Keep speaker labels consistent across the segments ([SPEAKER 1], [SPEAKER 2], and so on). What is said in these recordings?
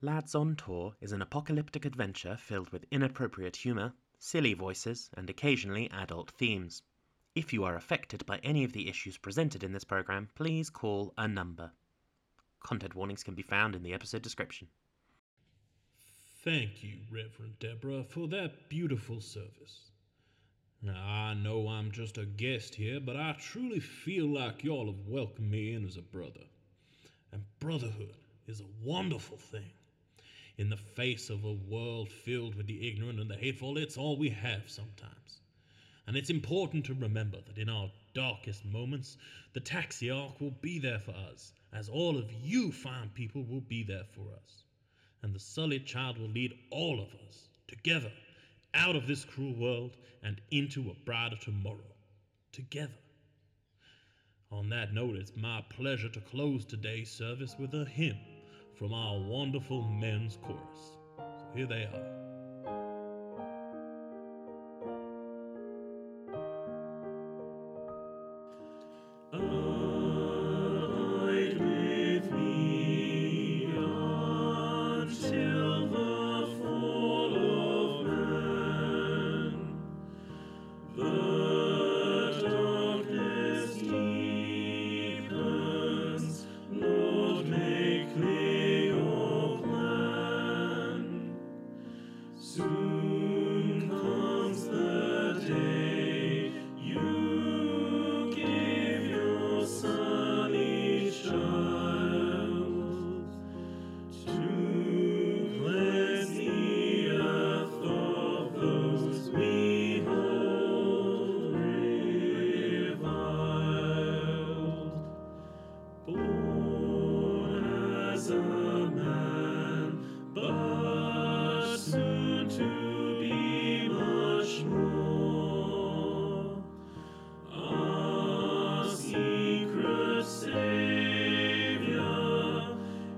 [SPEAKER 1] Lads on Tour is an apocalyptic adventure filled with inappropriate humor, silly voices, and occasionally adult themes. If you are affected by any of the issues presented in this program, please call a number. Content warnings can be found in the episode description.
[SPEAKER 2] Thank you, Reverend Deborah, for that beautiful service. Now, I know I'm just a guest here, but I truly feel like y'all have welcomed me in as a brother. And brotherhood is a wonderful thing. In the face of a world filled with the ignorant and the hateful, it's all we have sometimes. And it's important to remember that in our darkest moments, the taxiarch will be there for us, as all of you fine people will be there for us. And the sullied child will lead all of us, together, out of this cruel world and into a brighter tomorrow. Together. On that note, it's my pleasure to close today's service with a hymn from our wonderful men's chorus. So here they are. Abide with me until the fall of man. The darkness deepens, Lord, make clear your plan. Soon comes the day you give your son each child to cleanse the earth of those we hold reviled. Born as a man, but soon to be much more. Our secret Savior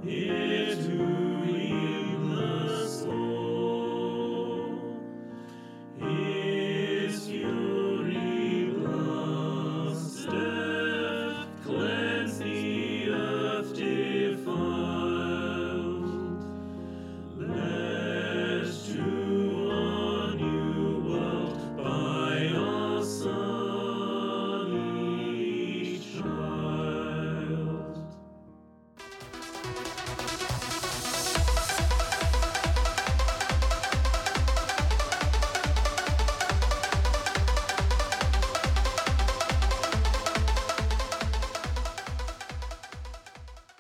[SPEAKER 2] is doing the soul. His fury blast death cleanse the earth defiled. Led to a new world by our son, each child.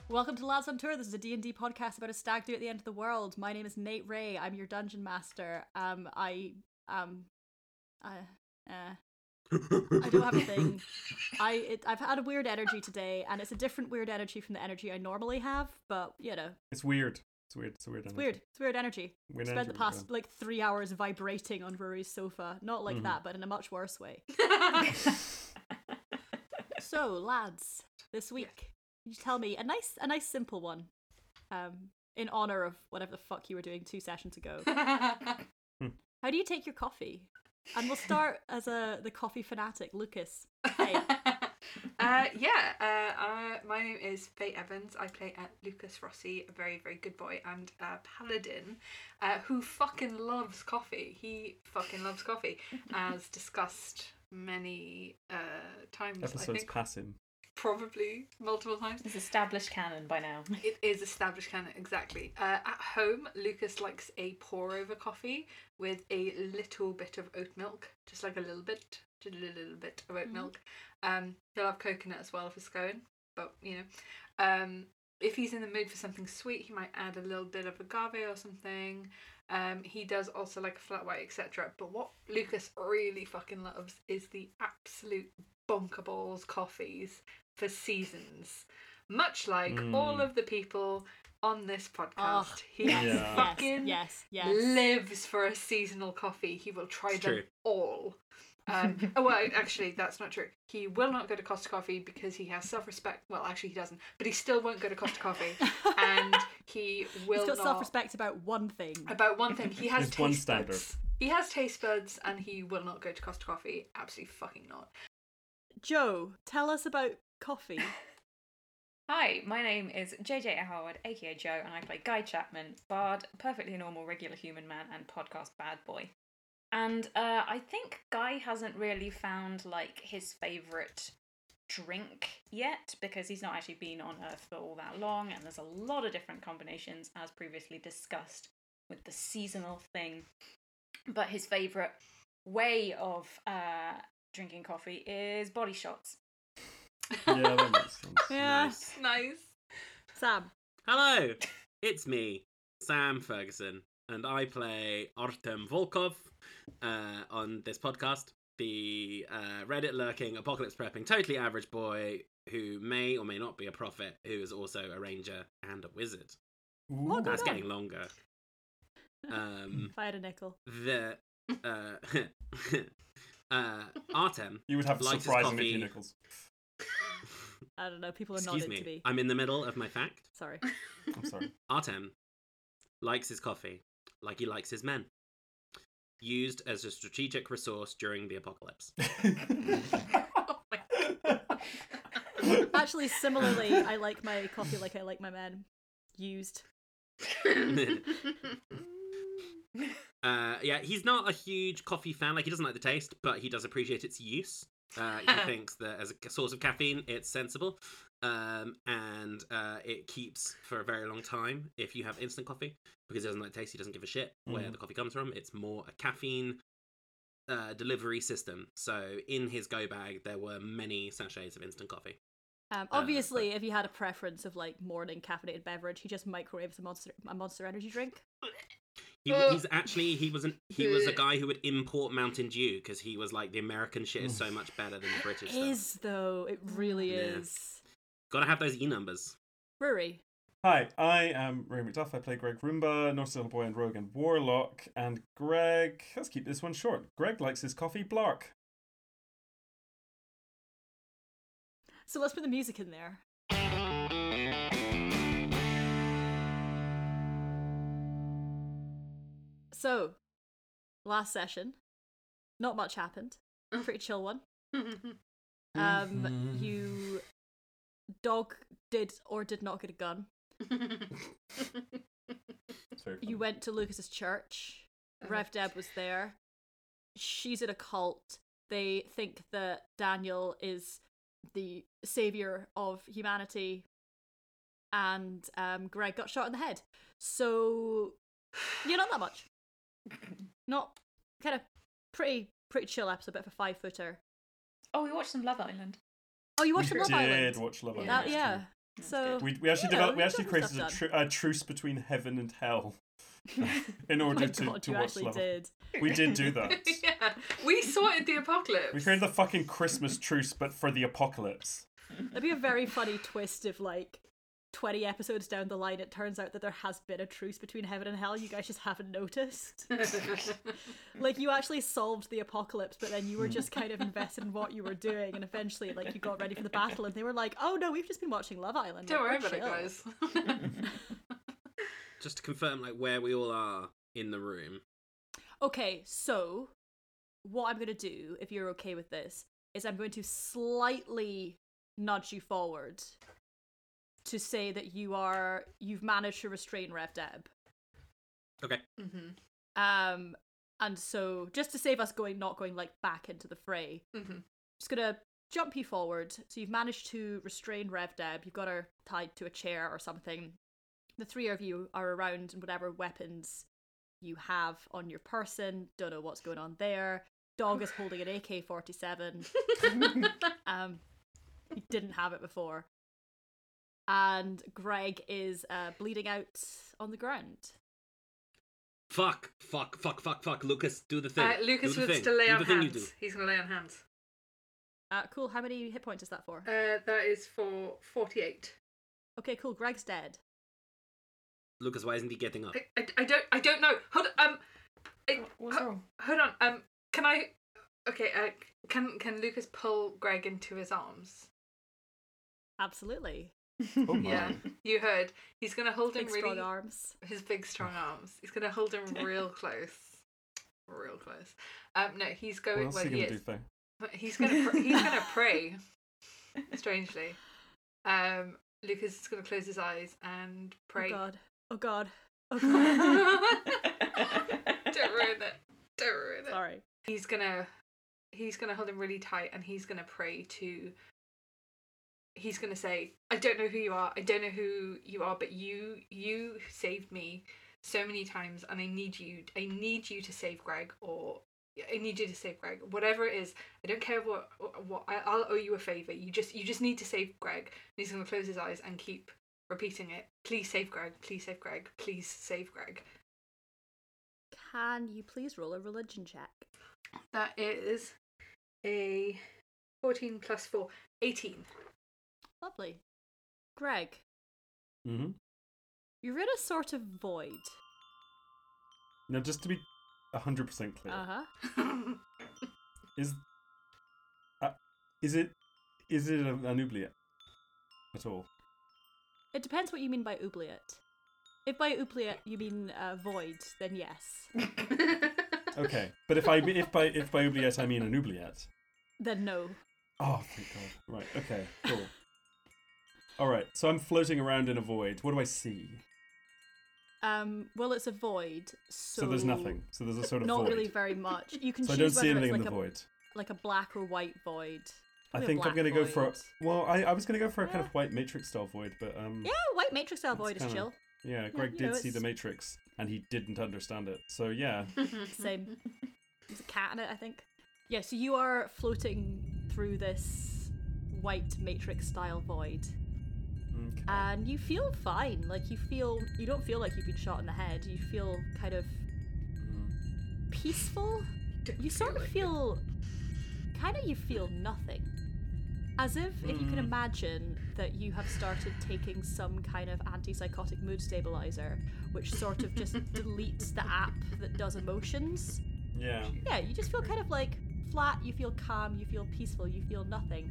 [SPEAKER 3] Welcome to Lads on Tour. This is a D&D podcast about a stag do at the end of the world. My name is Nate Ray. I'm your dungeon master. Um, I um, I uh, I don't have a thing. I it, I've had a weird energy today, and it's a different weird energy from the energy I normally have. But you know,
[SPEAKER 4] It's weird. It's weird. It's weird.
[SPEAKER 3] it's weird. It's weird energy.
[SPEAKER 4] Weird
[SPEAKER 3] Spent
[SPEAKER 4] energy
[SPEAKER 3] the
[SPEAKER 4] we're
[SPEAKER 3] past
[SPEAKER 4] doing.
[SPEAKER 3] like three hours vibrating on Rory's sofa. Not like that, but in a much worse way. so, lads, this week, you tell me a nice, a nice simple one, um, in honor of whatever the fuck you were doing two sessions ago. How do you take your coffee? And we'll start as a the coffee fanatic, Lucas. Hey,
[SPEAKER 5] uh, yeah, uh, I, my name is Faye Evans. I play at Lucas Rossi, a very, very good boy, and a paladin uh, who fucking loves coffee. He fucking loves coffee, as discussed many uh, times, I
[SPEAKER 4] Episodes
[SPEAKER 5] think.
[SPEAKER 4] pass him.
[SPEAKER 5] Probably multiple times.
[SPEAKER 6] It's established canon by now.
[SPEAKER 5] It is established canon, exactly. Uh, at home, Lucas likes a pour over coffee with a little bit of oat milk, just like a little bit, just a little bit of
[SPEAKER 3] Mm-hmm.
[SPEAKER 5] oat milk. Um, he'll have coconut as well if it's going, but you know. Um, if he's in the mood for something sweet, he might add a little bit of agave or something. Um, he does also like a flat white, etc. But what Lucas really fucking loves is the absolute bonkerballs coffees for seasons. Much like all of the people on this podcast,
[SPEAKER 3] Ah,
[SPEAKER 5] he
[SPEAKER 4] Yeah.
[SPEAKER 3] yes,
[SPEAKER 5] fucking
[SPEAKER 3] yes, yes.
[SPEAKER 5] lives for a seasonal coffee. He will try
[SPEAKER 1] It's
[SPEAKER 5] them
[SPEAKER 1] true.
[SPEAKER 5] all. Um, oh well, actually, that's not true. He will not go to Costa Coffee because he has self-respect. Well, actually, he doesn't, but he still won't go to Costa Coffee, and he will
[SPEAKER 3] He's got
[SPEAKER 5] not.
[SPEAKER 3] self-respect about one thing.
[SPEAKER 5] About one thing, he has
[SPEAKER 4] There's one
[SPEAKER 5] taste
[SPEAKER 4] standard.
[SPEAKER 5] buds. He has taste buds, and he will not go to Costa Coffee. Absolutely fucking not.
[SPEAKER 3] Joe, tell us about coffee.
[SPEAKER 6] Hi, my name is JJ Howard, aka Joe, and I play Guy Chapman, bard, perfectly normal, regular human man, and podcast bad boy. And uh, I think Guy hasn't really found like his favorite drink yet because he's not actually been on Earth for all that long, and there's a lot of different combinations, as previously discussed, with the seasonal thing. But his favorite way of uh, drinking coffee is body shots.
[SPEAKER 4] Yeah, that makes sense.
[SPEAKER 3] Yeah.
[SPEAKER 7] Nice.
[SPEAKER 5] Nice.
[SPEAKER 3] Sam.
[SPEAKER 7] Hello, it's me, Sam Ferguson, and I play Artem Volkov uh, on this podcast, the uh, Reddit lurking, apocalypse prepping, totally average boy who may or may not be a prophet, who is also a ranger and a wizard.
[SPEAKER 4] Ooh.
[SPEAKER 7] That's
[SPEAKER 3] Okay.
[SPEAKER 7] getting longer. Um,
[SPEAKER 3] If I had a nickel.
[SPEAKER 7] the uh, uh, Artem.
[SPEAKER 4] You would have
[SPEAKER 7] Light is
[SPEAKER 4] surprisingly few
[SPEAKER 7] coffee.
[SPEAKER 4] nickels.
[SPEAKER 3] I don't know. People are
[SPEAKER 7] Excuse
[SPEAKER 3] nodding
[SPEAKER 7] me.
[SPEAKER 3] to me.
[SPEAKER 7] I'm in the middle of my fact.
[SPEAKER 3] Sorry.
[SPEAKER 4] I'm sorry.
[SPEAKER 7] Artem likes his coffee like he likes his men. Used as a strategic resource during the apocalypse.
[SPEAKER 3] Actually, similarly, I like my coffee like I like my men. Used.
[SPEAKER 7] Uh, yeah, he's not a huge coffee fan. Like, he doesn't like the taste, but he does appreciate its use. Uh, he thinks that as a source of caffeine, it's sensible. Um, and uh, it keeps for a very long time if you have instant coffee because he doesn't like taste. He doesn't give a shit where
[SPEAKER 4] Mhm.
[SPEAKER 7] the coffee comes from. It's more a caffeine uh, delivery system. So, in his go bag, there were many sachets of instant coffee.
[SPEAKER 3] Um, obviously, if he had a preference of like morning caffeinated beverage, he just microwaves a monster a monster energy drink.
[SPEAKER 7] He,
[SPEAKER 5] Uh.
[SPEAKER 7] he's actually he was an, he was a guy who would import Mountain Dew because he was like the American shit is so much better than the British.
[SPEAKER 3] It
[SPEAKER 7] stuff."
[SPEAKER 3] is though. It really
[SPEAKER 7] Yeah.
[SPEAKER 3] is.
[SPEAKER 7] Gotta have those E numbers.
[SPEAKER 3] Brewery.
[SPEAKER 4] Hi, I am Ray McDuff. I play Greg Roomba, North Little Boy and Rogue and Warlock. And Greg, let's keep this one short. Greg likes his coffee blark.
[SPEAKER 3] So let's put the music in there. So, last session, not much happened. Pretty chill one. Um, you dog did or did not get a gun.
[SPEAKER 4] It's very
[SPEAKER 3] You
[SPEAKER 4] funny.
[SPEAKER 3] went to Lucas's church. Rev Deb was there. She's in a cult. They think that Daniel is the savior of humanity, and um, Greg got shot in the head. So, yeah, not that much. Not kind of pretty, pretty chill episode, bit of a five footer.
[SPEAKER 6] Oh, we watched some Love Island.
[SPEAKER 3] Oh, you watched
[SPEAKER 4] We
[SPEAKER 3] Love
[SPEAKER 4] did
[SPEAKER 3] Island?
[SPEAKER 4] watch Love Island.
[SPEAKER 3] That,
[SPEAKER 4] last
[SPEAKER 3] yeah.
[SPEAKER 4] time.
[SPEAKER 6] That's
[SPEAKER 3] So
[SPEAKER 6] good.
[SPEAKER 4] We, we actually
[SPEAKER 3] Yeah,
[SPEAKER 4] developed,
[SPEAKER 3] we
[SPEAKER 4] we actually
[SPEAKER 3] got
[SPEAKER 4] created a,
[SPEAKER 3] stuff
[SPEAKER 4] tru- a truce between heaven and hell in
[SPEAKER 3] Oh
[SPEAKER 4] order
[SPEAKER 3] my
[SPEAKER 4] to,
[SPEAKER 3] God,
[SPEAKER 4] to
[SPEAKER 3] you
[SPEAKER 4] watch
[SPEAKER 3] actually
[SPEAKER 4] Love.
[SPEAKER 3] did.
[SPEAKER 4] We did do that.
[SPEAKER 5] yeah, we sorted the apocalypse.
[SPEAKER 4] We created the fucking Christmas truce, but for the apocalypse.
[SPEAKER 3] That'd be a very funny twist if, like, 20 episodes down the line, it turns out that there has been a truce between heaven and hell. You guys just haven't noticed. like, you actually solved the apocalypse, but then you were just kind of invested in what you were doing, and eventually, like, you got ready for the battle, and they were like, oh no, we've just been watching Love Island.
[SPEAKER 5] Don't
[SPEAKER 3] like,
[SPEAKER 5] worry
[SPEAKER 3] we're
[SPEAKER 5] about it,
[SPEAKER 3] chill."
[SPEAKER 5] guys.
[SPEAKER 7] Just to confirm, like where we all are in the room.
[SPEAKER 3] Okay, so what I'm going to do, if you're okay with this, is I'm going to slightly nudge you forward to say that you are you've managed to restrain Rev Deb.
[SPEAKER 7] Okay.
[SPEAKER 5] Mhm,
[SPEAKER 3] Um and so just to save us going not going like back into the fray,
[SPEAKER 5] mhm.
[SPEAKER 3] just gonna jump you forward. So you've managed to restrain Rev Deb. You've got her tied to a chair or something. The three of you are around and whatever weapons you have on your person. Don't know what's going on there. Dog is holding an AK forty seven. Um, he didn't have it before. And Greg is uh, bleeding out on the ground.
[SPEAKER 7] Fuck, fuck, fuck, fuck, fuck. Lucas, do the thing.
[SPEAKER 5] Uh, Lucas
[SPEAKER 7] do the
[SPEAKER 5] wants
[SPEAKER 7] thing.
[SPEAKER 5] to lay
[SPEAKER 7] do
[SPEAKER 5] on
[SPEAKER 7] the thing you
[SPEAKER 5] hands.
[SPEAKER 7] do.
[SPEAKER 5] He's gonna lay on hands.
[SPEAKER 3] Uh, cool. How many hit points is that for?
[SPEAKER 5] Uh, that is for forty-eight.
[SPEAKER 3] Okay, cool. Greg's dead.
[SPEAKER 7] Lucas, why isn't he getting up?
[SPEAKER 5] I, I, I don't I don't know. Hold um, I,
[SPEAKER 6] What's
[SPEAKER 5] ho-
[SPEAKER 6] wrong?
[SPEAKER 5] hold on. Um, can I? Okay. Uh, can can Lucas pull Greg into his arms?
[SPEAKER 3] Absolutely.
[SPEAKER 4] Oh my.
[SPEAKER 5] Yeah, you heard. He's gonna hold him
[SPEAKER 3] Big
[SPEAKER 5] really
[SPEAKER 3] strong arms.
[SPEAKER 5] his big strong arms. He's gonna hold him real close, real close. Um, no, he's
[SPEAKER 4] What
[SPEAKER 5] going.
[SPEAKER 4] else
[SPEAKER 5] Well,
[SPEAKER 4] are you
[SPEAKER 5] he
[SPEAKER 4] gonna do,
[SPEAKER 5] is.
[SPEAKER 4] Faye?
[SPEAKER 5] He's gonna pr- he's gonna pray. Strangely, um, Lucas is going to close his eyes and
[SPEAKER 3] Oh
[SPEAKER 5] pray.
[SPEAKER 3] god. Oh god. Oh god.
[SPEAKER 5] Don't ruin it. Don't ruin it.
[SPEAKER 3] Sorry.
[SPEAKER 5] He's gonna he's gonna hold him really tight and he's gonna pray to he's gonna say, I don't know who you are, I don't know who you are, but you you saved me so many times and I need you I need you to save Greg or I need you to save Greg. Whatever it is, I don't care what what I, I'll owe you a favor. You just you just need to save Greg. And he's gonna close his eyes and keep repeating it. Please save Greg. Please save Greg. Please save Greg.
[SPEAKER 3] Can you please roll a religion check?
[SPEAKER 5] That is a 14 plus 4, 18.
[SPEAKER 3] Lovely. Greg,
[SPEAKER 4] Mm-hmm.
[SPEAKER 3] you're in a sort of void.
[SPEAKER 4] Now, just to be 100% clear,
[SPEAKER 3] Uh huh.
[SPEAKER 4] is uh, is it is it a, an oubliette at all?
[SPEAKER 3] It depends what you mean by oubliette. If by oubliette you mean uh, void, then yes.
[SPEAKER 4] Okay, but if I mean- if by if by oubliette I mean an oubliette.
[SPEAKER 3] Then no.
[SPEAKER 4] Oh, thank God! Right. Okay. Cool. All right. So I'm floating around in a void. What do I see?
[SPEAKER 3] Um, well, it's a void, so,
[SPEAKER 4] So, there's nothing. So there's a sort of
[SPEAKER 3] Not
[SPEAKER 4] void.
[SPEAKER 3] really very much. You can
[SPEAKER 4] so I
[SPEAKER 3] choose
[SPEAKER 4] don't see
[SPEAKER 3] whether
[SPEAKER 4] anything
[SPEAKER 3] it's
[SPEAKER 4] in
[SPEAKER 3] like
[SPEAKER 4] the
[SPEAKER 3] a
[SPEAKER 4] void.
[SPEAKER 3] like a black or white void.
[SPEAKER 4] I
[SPEAKER 3] Probably a
[SPEAKER 4] think I'm
[SPEAKER 3] black
[SPEAKER 4] gonna go for. A,
[SPEAKER 3] void.
[SPEAKER 4] well, I, I was gonna go for a kind
[SPEAKER 3] Yeah.
[SPEAKER 4] of white matrix style void, but um.
[SPEAKER 3] Yeah, white matrix style
[SPEAKER 4] It's
[SPEAKER 3] void is
[SPEAKER 4] kinda-
[SPEAKER 3] chill.
[SPEAKER 4] Yeah, Greg
[SPEAKER 3] you
[SPEAKER 4] did
[SPEAKER 3] know,
[SPEAKER 4] see the
[SPEAKER 3] it's-
[SPEAKER 4] Matrix and he didn't understand it. So yeah,
[SPEAKER 3] Same. There's a cat in it, I think. Yeah, so you are floating through this white matrix style void.
[SPEAKER 4] Okay.
[SPEAKER 3] And you feel fine. Like you feel you don't feel like you've been shot in the head. You feel kind of
[SPEAKER 4] Mm,
[SPEAKER 3] peaceful. You sort of feel kind of you feel nothing. As if if you can imagine that you have started taking some kind of antipsychotic mood stabilizer, which sort of just deletes the app that does emotions.
[SPEAKER 4] yeah,
[SPEAKER 3] Yeah, you just feel kind of like flat, you feel calm, you feel peaceful, you feel nothing.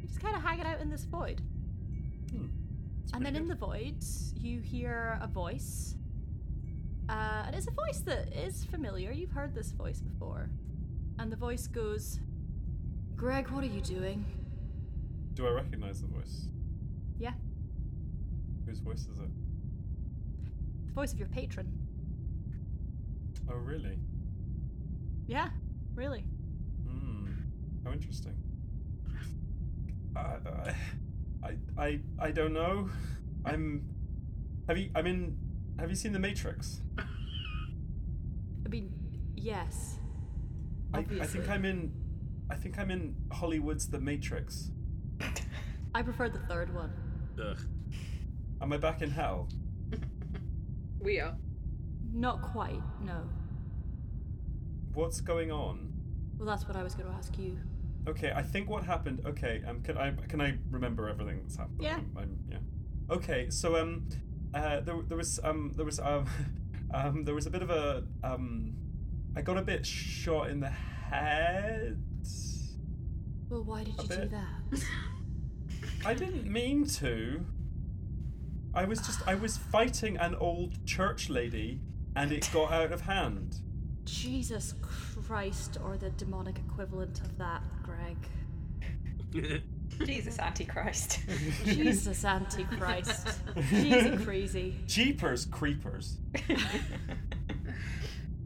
[SPEAKER 3] You're just kind of hanging out in this void.
[SPEAKER 4] Hmm.
[SPEAKER 3] and then in the void, you hear a voice. Uh, and it's a voice that is familiar. You've heard this voice before. And the voice goes, Greg, what are you doing?
[SPEAKER 4] do I recognize the voice?
[SPEAKER 3] Yeah,
[SPEAKER 4] Whose voice is it?
[SPEAKER 3] the voice of your patron.
[SPEAKER 4] Oh, really?
[SPEAKER 3] Yeah, really.
[SPEAKER 4] Hmm. How interesting. Uh, I, I, I don't know. I'm. Have you? I'm in. Have you seen the Matrix?
[SPEAKER 3] I mean, yes.
[SPEAKER 4] I, I think
[SPEAKER 3] Obviously.
[SPEAKER 4] I'm in. I think I'm in Hollywood's The Matrix.
[SPEAKER 3] I prefer the third one.
[SPEAKER 2] Ugh.
[SPEAKER 4] Am I back in hell?
[SPEAKER 5] we are.
[SPEAKER 3] Not quite, no.
[SPEAKER 4] What's going on?
[SPEAKER 3] Well, that's what I was going to ask you.
[SPEAKER 4] Okay, I think what happened. Okay, um, can I can I remember everything that's happened?
[SPEAKER 3] Yeah.
[SPEAKER 4] I'm, I'm- yeah. Okay, so um, uh, there, there was um, there was um, um, there was a bit of a um, I got a bit shot in the head.
[SPEAKER 3] Well, why did
[SPEAKER 4] A
[SPEAKER 3] you do
[SPEAKER 4] bit.
[SPEAKER 3] that?
[SPEAKER 4] I didn't mean to. I was just I was fighting an old church lady, and it got out of hand.
[SPEAKER 3] Jesus Christ, or the demonic equivalent of that, Greg.
[SPEAKER 6] Jesus Antichrist.
[SPEAKER 3] Jesus Antichrist. Jesus crazy.
[SPEAKER 4] Jeepers creepers.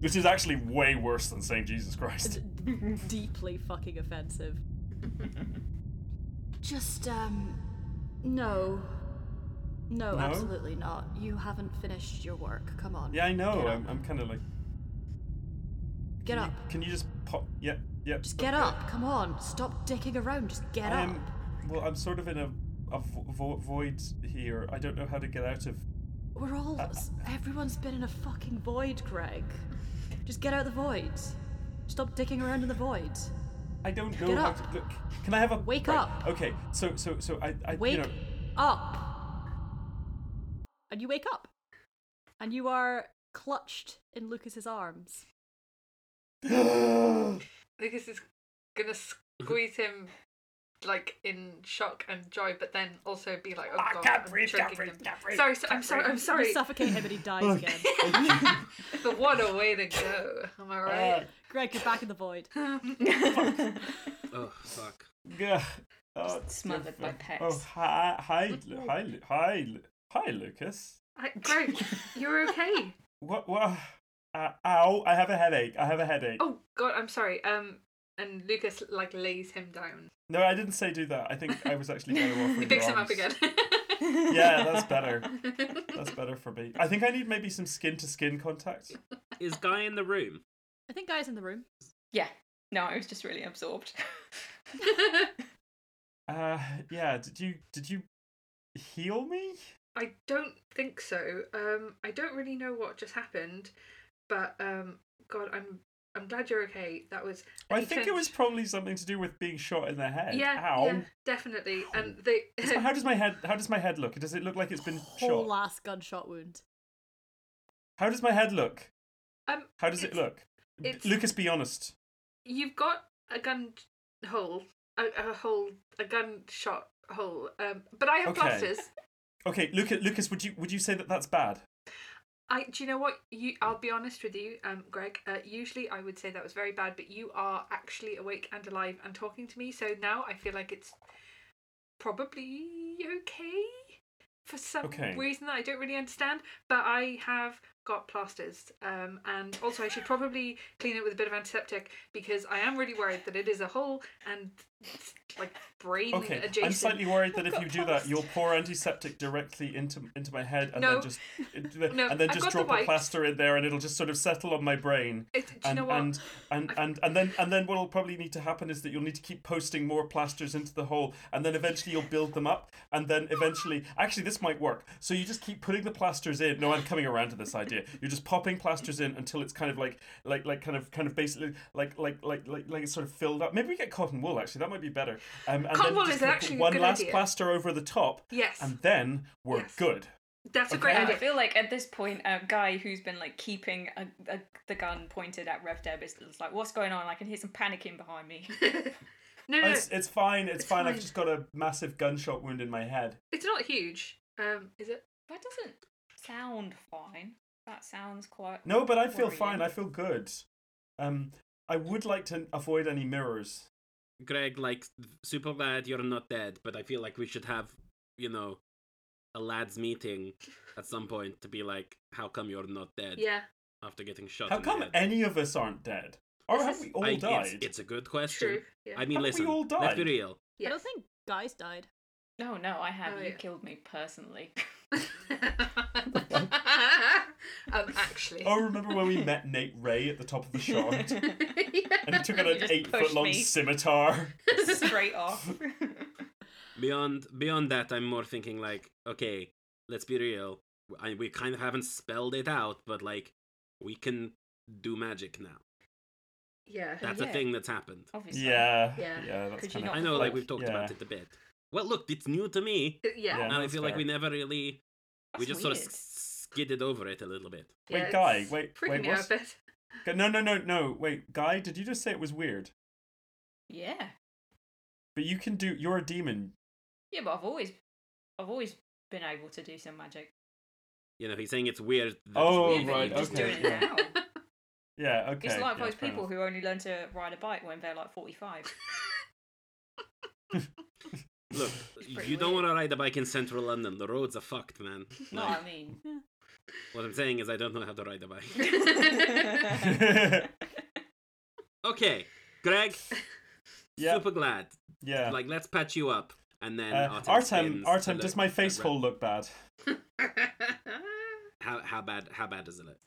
[SPEAKER 4] Which is actually way worse than saying Jesus Christ.
[SPEAKER 3] Deeply fucking offensive. Just, um, no. No,
[SPEAKER 4] No?
[SPEAKER 3] absolutely not. You haven't finished your work. Come on.
[SPEAKER 4] Yeah, I
[SPEAKER 3] Get
[SPEAKER 4] know.
[SPEAKER 3] up.
[SPEAKER 4] I'm, I'm kind of like.
[SPEAKER 3] Get
[SPEAKER 4] can
[SPEAKER 3] up.
[SPEAKER 4] You, can you just pop? Yep, yep.
[SPEAKER 3] Just get up. Come on. Stop dicking around. Just get
[SPEAKER 4] I
[SPEAKER 3] up.
[SPEAKER 4] am. Well, I'm sort of in a, a vo- vo- void here. I don't know how to get out of.
[SPEAKER 3] We're all.
[SPEAKER 4] Uh,
[SPEAKER 3] s- Everyone's been in a fucking void, Greg. Just get out of the void. Stop dicking around in the void.
[SPEAKER 4] I don't know
[SPEAKER 3] Get
[SPEAKER 4] how
[SPEAKER 3] up.
[SPEAKER 4] to. Look, can I have a
[SPEAKER 3] Wake
[SPEAKER 4] right,
[SPEAKER 3] up.
[SPEAKER 4] Okay, so so so I I
[SPEAKER 3] Wake
[SPEAKER 4] you know
[SPEAKER 3] up! And you wake up. And you are clutched in Lucas's arms.
[SPEAKER 5] Lucas is gonna squeeze him like in shock and joy, but then also be like, oh
[SPEAKER 3] Ah,
[SPEAKER 5] god, I can't breathe, can't breathe, can't breathe. Sorry, so- I'm sorry, I'm
[SPEAKER 3] You
[SPEAKER 5] sorry.
[SPEAKER 3] suffocate him and he dies again.
[SPEAKER 5] but what a way to go. Am I right?
[SPEAKER 3] Greg, you're back in the void.
[SPEAKER 2] Oh, fuck.
[SPEAKER 4] Gah. Oh,
[SPEAKER 6] Just smothered by
[SPEAKER 4] different.
[SPEAKER 6] pecs.
[SPEAKER 4] Oh, hi, hi, Lu- hi, Lu- hi, Lu- hi, Lucas.
[SPEAKER 5] I, bro, Uh, you're okay.
[SPEAKER 4] What? What? Uh, ow! I have a headache. I have a headache.
[SPEAKER 5] Oh God, I'm sorry. Um, and Lucas like lays him down,
[SPEAKER 4] No, I didn't say do that. I think I was actually going to offer.
[SPEAKER 6] He
[SPEAKER 4] you
[SPEAKER 5] picks him up
[SPEAKER 4] arms.
[SPEAKER 5] again.
[SPEAKER 4] Yeah, that's better. That's better for me. I think I need maybe some skin to skin contact.
[SPEAKER 7] Is Guy in the room?
[SPEAKER 3] I think Guy's in the room.
[SPEAKER 6] yeah. No, I was just really absorbed.
[SPEAKER 4] Uh, yeah. Did you did you heal me?
[SPEAKER 5] I don't think so. Um, I don't really know what just happened, but um, God, I'm I'm glad you're okay. That was.
[SPEAKER 4] I
[SPEAKER 5] he
[SPEAKER 4] think it
[SPEAKER 5] turns-
[SPEAKER 4] was probably something to do with being shot in the head.
[SPEAKER 5] Yeah,
[SPEAKER 4] Ow.
[SPEAKER 5] yeah, definitely. And they.
[SPEAKER 4] It's- How does my head? How does my head look? Does it look like it's been
[SPEAKER 3] Whole
[SPEAKER 4] shot?
[SPEAKER 3] last gunshot wound.
[SPEAKER 4] How does my head look?
[SPEAKER 5] um,
[SPEAKER 4] How does it
[SPEAKER 5] it's-
[SPEAKER 4] look? B-
[SPEAKER 5] it's-
[SPEAKER 4] Lucas, be honest.
[SPEAKER 5] You've got a gun hole, a, a hole, a gunshot hole. Um, but I have
[SPEAKER 4] Okay.
[SPEAKER 5] glasses.
[SPEAKER 4] Okay, Lucas. Lucas, would you would you say that that's bad?
[SPEAKER 5] Mm, I do you know what you? I'll be honest with you, um, Greg. Uh, usually I would say that was very bad, but you are actually awake and alive and talking to me. So now I feel like it's probably okay for some
[SPEAKER 4] Okay.
[SPEAKER 5] reason that I don't really understand. But I have got plasters, um, and also I should probably clean it with a bit of antiseptic because I am really worried that it is a hole and it's, like brain
[SPEAKER 4] Okay,
[SPEAKER 5] adjacent.
[SPEAKER 4] I'm slightly worried that if
[SPEAKER 6] I've got
[SPEAKER 4] you do that,
[SPEAKER 6] past.
[SPEAKER 4] you'll pour antiseptic directly into into my head and
[SPEAKER 5] No.
[SPEAKER 4] then just
[SPEAKER 5] No,
[SPEAKER 4] and then
[SPEAKER 5] I've
[SPEAKER 4] just
[SPEAKER 5] got the
[SPEAKER 4] drop a
[SPEAKER 5] wipes.
[SPEAKER 4] plaster in there, and it'll just sort of settle on my brain.
[SPEAKER 5] It- do you
[SPEAKER 4] and,
[SPEAKER 5] know what?
[SPEAKER 4] and and and and then and then what'll probably need to happen is that you'll need to keep posting more plasters into the hole, and then eventually you'll build them up, and then eventually, actually, this might work. So you just keep putting the plasters in. No, I'm coming around to this idea. You're just popping plasters in until it's kind of like like like kind of kind of basically like like like like like it's sort of filled up. Maybe we get cotton wool actually. That might be better. Um, and then
[SPEAKER 5] Cotton wool
[SPEAKER 4] just
[SPEAKER 5] is
[SPEAKER 4] kinda put
[SPEAKER 5] actually a
[SPEAKER 4] one
[SPEAKER 5] good
[SPEAKER 4] last
[SPEAKER 5] idea.
[SPEAKER 4] plaster over the top,
[SPEAKER 5] yes,
[SPEAKER 4] and then we're
[SPEAKER 5] Yes.
[SPEAKER 4] good.
[SPEAKER 5] that's a
[SPEAKER 4] okay.
[SPEAKER 5] great
[SPEAKER 6] And I
[SPEAKER 5] idea.
[SPEAKER 6] feel like at this point, a guy who's been like keeping a, a, the gun pointed at Rev Deb is is like, "What's going on?" I can hear some panicking behind me.
[SPEAKER 5] No, no, no.
[SPEAKER 4] It's, it's fine. It's,
[SPEAKER 5] It's
[SPEAKER 4] fine. I've
[SPEAKER 5] fine.
[SPEAKER 4] just got a massive gunshot wound in my head.
[SPEAKER 5] It's not huge. Um, is it?
[SPEAKER 6] That doesn't sound fine. That sounds quite.
[SPEAKER 4] No, but I feel
[SPEAKER 6] worrying.
[SPEAKER 4] fine. I feel good. Um, I would like to avoid any mirrors.
[SPEAKER 7] Greg, like, super glad you're not dead, but I feel like we should have, you know, a lads meeting at some point to be like, how come you're not dead
[SPEAKER 5] Yeah.
[SPEAKER 7] after getting shot?
[SPEAKER 4] How
[SPEAKER 7] in the
[SPEAKER 4] come
[SPEAKER 7] head?
[SPEAKER 4] any of us aren't dead? Or
[SPEAKER 5] This
[SPEAKER 4] have
[SPEAKER 5] is-
[SPEAKER 4] we all
[SPEAKER 7] I- it's-
[SPEAKER 4] died?
[SPEAKER 7] It's, a good question.
[SPEAKER 5] True. Yeah.
[SPEAKER 7] I mean,
[SPEAKER 4] Have we
[SPEAKER 7] listen,
[SPEAKER 4] all
[SPEAKER 7] let's be
[SPEAKER 4] died?
[SPEAKER 7] real.
[SPEAKER 5] Yes.
[SPEAKER 3] I don't think Guy's died.
[SPEAKER 6] No, no, I have.
[SPEAKER 5] Oh,
[SPEAKER 6] you
[SPEAKER 5] yeah.
[SPEAKER 6] killed me personally.
[SPEAKER 5] um, actually.
[SPEAKER 4] Oh, remember when we met Nate Ray at the top of the shaft? And he took out
[SPEAKER 6] You
[SPEAKER 4] an
[SPEAKER 6] just
[SPEAKER 4] eight
[SPEAKER 6] pushed
[SPEAKER 4] foot long
[SPEAKER 6] me.
[SPEAKER 4] scimitar.
[SPEAKER 6] Straight off.
[SPEAKER 7] Beyond beyond that, I'm more thinking like, okay, let's be real. I, we kind of haven't spelled it out, but like, we can do magic now.
[SPEAKER 5] yeah.
[SPEAKER 7] That's a
[SPEAKER 6] Uh, yeah.
[SPEAKER 7] thing that's happened.
[SPEAKER 6] Obviously.
[SPEAKER 4] yeah.
[SPEAKER 5] Yeah.
[SPEAKER 4] that's
[SPEAKER 6] Could you
[SPEAKER 4] kind of.
[SPEAKER 6] not
[SPEAKER 7] I know, like we've talked
[SPEAKER 4] yeah.
[SPEAKER 7] about it a bit. Well, look, it's new to me,
[SPEAKER 5] Yeah. Yeah.
[SPEAKER 7] and I
[SPEAKER 4] that's
[SPEAKER 7] feel like
[SPEAKER 4] fair.
[SPEAKER 7] we never really we
[SPEAKER 6] That's
[SPEAKER 7] just sort of
[SPEAKER 6] weird.
[SPEAKER 7] skidded over it a little bit.
[SPEAKER 4] Wait,
[SPEAKER 5] it's
[SPEAKER 4] Guy, wait,
[SPEAKER 5] Freaking
[SPEAKER 4] wait,
[SPEAKER 5] me out a
[SPEAKER 4] what's-
[SPEAKER 5] bit.
[SPEAKER 4] No, no, no, no. Wait, Guy, did you just say it was weird?
[SPEAKER 6] Yeah.
[SPEAKER 4] But you can do. You're a demon.
[SPEAKER 6] Yeah, but I've always, I've always been able to do some magic.
[SPEAKER 7] You know, he's saying it's weird. That it's
[SPEAKER 4] Oh,
[SPEAKER 7] weird that
[SPEAKER 6] but
[SPEAKER 7] you
[SPEAKER 4] right,
[SPEAKER 6] I'm just
[SPEAKER 4] okay,
[SPEAKER 6] doing it
[SPEAKER 4] yeah.
[SPEAKER 6] now.
[SPEAKER 4] Yeah, okay.
[SPEAKER 6] It's like
[SPEAKER 4] yeah,
[SPEAKER 6] those
[SPEAKER 4] fair
[SPEAKER 6] people
[SPEAKER 4] enough.
[SPEAKER 6] who only learn to ride a bike when they're like 45.
[SPEAKER 7] Look,
[SPEAKER 6] pretty
[SPEAKER 7] you don't
[SPEAKER 6] weird.
[SPEAKER 7] want to ride a bike in central London. The roads are fucked, man.
[SPEAKER 6] no,
[SPEAKER 7] Like,
[SPEAKER 6] I mean.
[SPEAKER 7] what I'm saying is, I don't know how to ride a bike. Okay, Greg,
[SPEAKER 4] Yeah,
[SPEAKER 7] super glad.
[SPEAKER 4] yeah.
[SPEAKER 7] Like, let's patch you up, and then
[SPEAKER 4] Uh,
[SPEAKER 7] Artem.
[SPEAKER 4] Artem,
[SPEAKER 7] spins to
[SPEAKER 4] Artem,
[SPEAKER 7] look
[SPEAKER 4] does my
[SPEAKER 7] at
[SPEAKER 4] face
[SPEAKER 7] Rev.
[SPEAKER 4] hole look bad?
[SPEAKER 7] How how bad how bad does it look?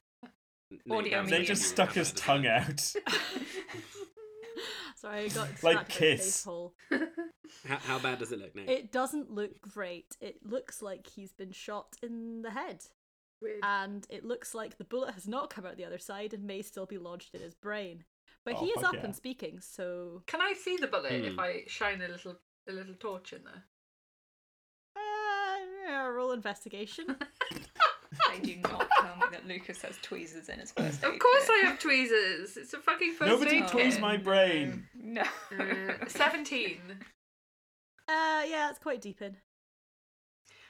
[SPEAKER 7] N-
[SPEAKER 6] Audio
[SPEAKER 7] that was
[SPEAKER 4] Nate
[SPEAKER 6] medium.
[SPEAKER 4] just
[SPEAKER 7] you.
[SPEAKER 4] stuck
[SPEAKER 7] How
[SPEAKER 4] his
[SPEAKER 7] bad is it?
[SPEAKER 4] tongue out.
[SPEAKER 3] Sorry, I got distracted. by the
[SPEAKER 4] Kiss.
[SPEAKER 3] face hole.
[SPEAKER 7] How, how bad does it look, Nate?
[SPEAKER 3] It doesn't look great. It looks like he's been shot in the head.
[SPEAKER 5] Weird.
[SPEAKER 3] and it looks like the bullet has not come out the other side and may still be lodged in his brain. But
[SPEAKER 4] Oh,
[SPEAKER 3] he is
[SPEAKER 4] fuck
[SPEAKER 3] up
[SPEAKER 4] yeah.
[SPEAKER 3] and speaking, so
[SPEAKER 5] Can I see the bullet if
[SPEAKER 7] Hmm.
[SPEAKER 5] I shine a little a little torch in there?
[SPEAKER 3] uh, yeah, roll investigation.
[SPEAKER 6] They do not tell me that Lucas has tweezers in his first
[SPEAKER 5] Of course I have tweezers. It's a fucking first
[SPEAKER 4] Nobody
[SPEAKER 5] aid
[SPEAKER 4] tweezed
[SPEAKER 5] kit.
[SPEAKER 4] my brain.
[SPEAKER 6] No.
[SPEAKER 5] Uh, Seventeen.
[SPEAKER 3] uh, yeah, it's quite deep in.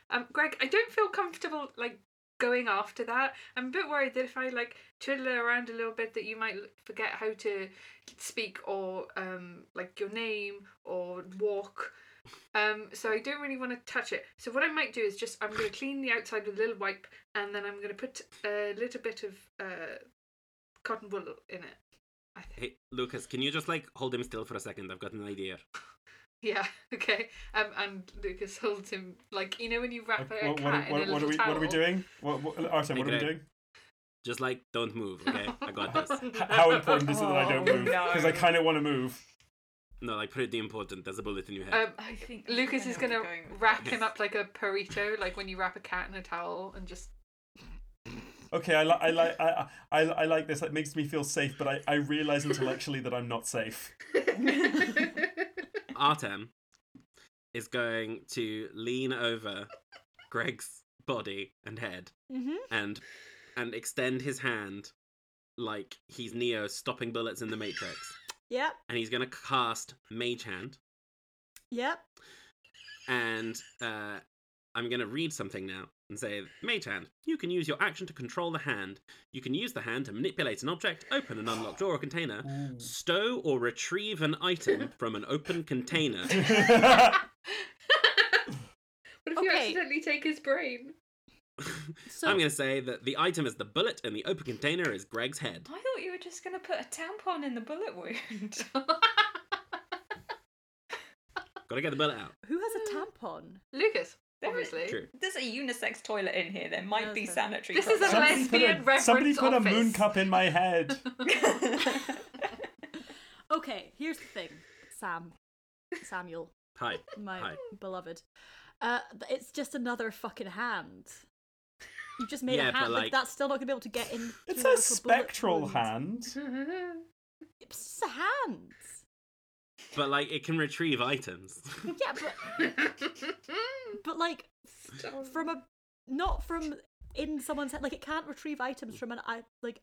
[SPEAKER 5] Um, Greg, I don't feel comfortable like going after that. I'm a bit worried that if I like twiddle it around a little bit, that you might forget how to speak or um like your name or walk. Um, so I don't really want to touch it. So what I might do is just I'm going to clean the outside with a little wipe, and then I'm going to put a little bit of uh, cotton wool in it. I think.
[SPEAKER 7] Hey, Lucas, can you just like hold him still for a second? I've got an idea.
[SPEAKER 5] Yeah. Okay. Um, and Lucas holds him like you know when you wrap a
[SPEAKER 4] What, what,
[SPEAKER 5] cat
[SPEAKER 4] are-
[SPEAKER 5] in a
[SPEAKER 4] what,
[SPEAKER 5] little
[SPEAKER 4] what are we? What are we
[SPEAKER 5] towel?
[SPEAKER 4] doing? What, what, Artem, what are we
[SPEAKER 7] Okay.
[SPEAKER 4] doing?
[SPEAKER 7] Just like don't move, okay? I got this.
[SPEAKER 4] H- How important is it that I don't
[SPEAKER 6] Oh,
[SPEAKER 4] move? Because I
[SPEAKER 6] no.
[SPEAKER 4] kind of want to move.
[SPEAKER 7] No, like pretty important. There's a bullet in your head.
[SPEAKER 5] Um,
[SPEAKER 6] I think
[SPEAKER 5] Lucas
[SPEAKER 6] I
[SPEAKER 5] is
[SPEAKER 6] know where
[SPEAKER 5] gonna
[SPEAKER 6] you're going with
[SPEAKER 5] wrap
[SPEAKER 6] this.
[SPEAKER 5] him up like a burrito, like when you wrap a cat in a towel, and just
[SPEAKER 4] Okay, I like I like I, I, I like this. It makes me feel safe, but I, I realize intellectually that I'm not safe.
[SPEAKER 6] Uh,
[SPEAKER 7] Artem is going to lean over Greg's body and head
[SPEAKER 3] Mm-hmm.
[SPEAKER 7] and and extend his hand like he's Neo stopping bullets in the Matrix.
[SPEAKER 3] Yep.
[SPEAKER 7] And he's gonna cast Mage Hand.
[SPEAKER 3] Yep.
[SPEAKER 7] and uh, I'm going to read something now and say, Mage Hand, you can use your action to control the hand. You can use the hand to manipulate an object, open an unlocked door or container, stow or retrieve an item from an open container.
[SPEAKER 5] what if you
[SPEAKER 3] Okay.
[SPEAKER 5] accidentally take his brain?
[SPEAKER 3] So
[SPEAKER 7] I'm going to say that the item is the bullet and the open container is Greg's head.
[SPEAKER 6] I thought you were just going to put a tampon in the bullet wound.
[SPEAKER 7] Got to get the bullet out.
[SPEAKER 3] who has
[SPEAKER 4] Uh.
[SPEAKER 3] a tampon?
[SPEAKER 5] Lucas,
[SPEAKER 6] There is-
[SPEAKER 5] obviously.
[SPEAKER 7] True.
[SPEAKER 6] There's a unisex toilet in here. There might be
[SPEAKER 3] Okay.
[SPEAKER 6] sanitary.
[SPEAKER 5] This is a
[SPEAKER 4] somebody
[SPEAKER 6] problems.
[SPEAKER 4] put a,
[SPEAKER 5] reference
[SPEAKER 4] somebody put a
[SPEAKER 5] office.
[SPEAKER 4] moon cup in my head.
[SPEAKER 3] Okay, here's the thing, Sam, Samuel,
[SPEAKER 7] Hi.
[SPEAKER 3] my
[SPEAKER 7] Hi.
[SPEAKER 3] beloved. Uh, th- it's just another fucking hand. You just made
[SPEAKER 7] Yeah,
[SPEAKER 3] a
[SPEAKER 7] but,
[SPEAKER 3] hand. Like,
[SPEAKER 7] like-
[SPEAKER 3] that's still not gonna be able to get in. through
[SPEAKER 4] It's
[SPEAKER 3] the little
[SPEAKER 4] a
[SPEAKER 3] bullet
[SPEAKER 4] spectral
[SPEAKER 3] wound.
[SPEAKER 4] hand.
[SPEAKER 3] It's just a hand.
[SPEAKER 7] But, like, it can retrieve items.
[SPEAKER 3] Yeah, but but like from a not from in someone's head. Like it can't retrieve items from an i- like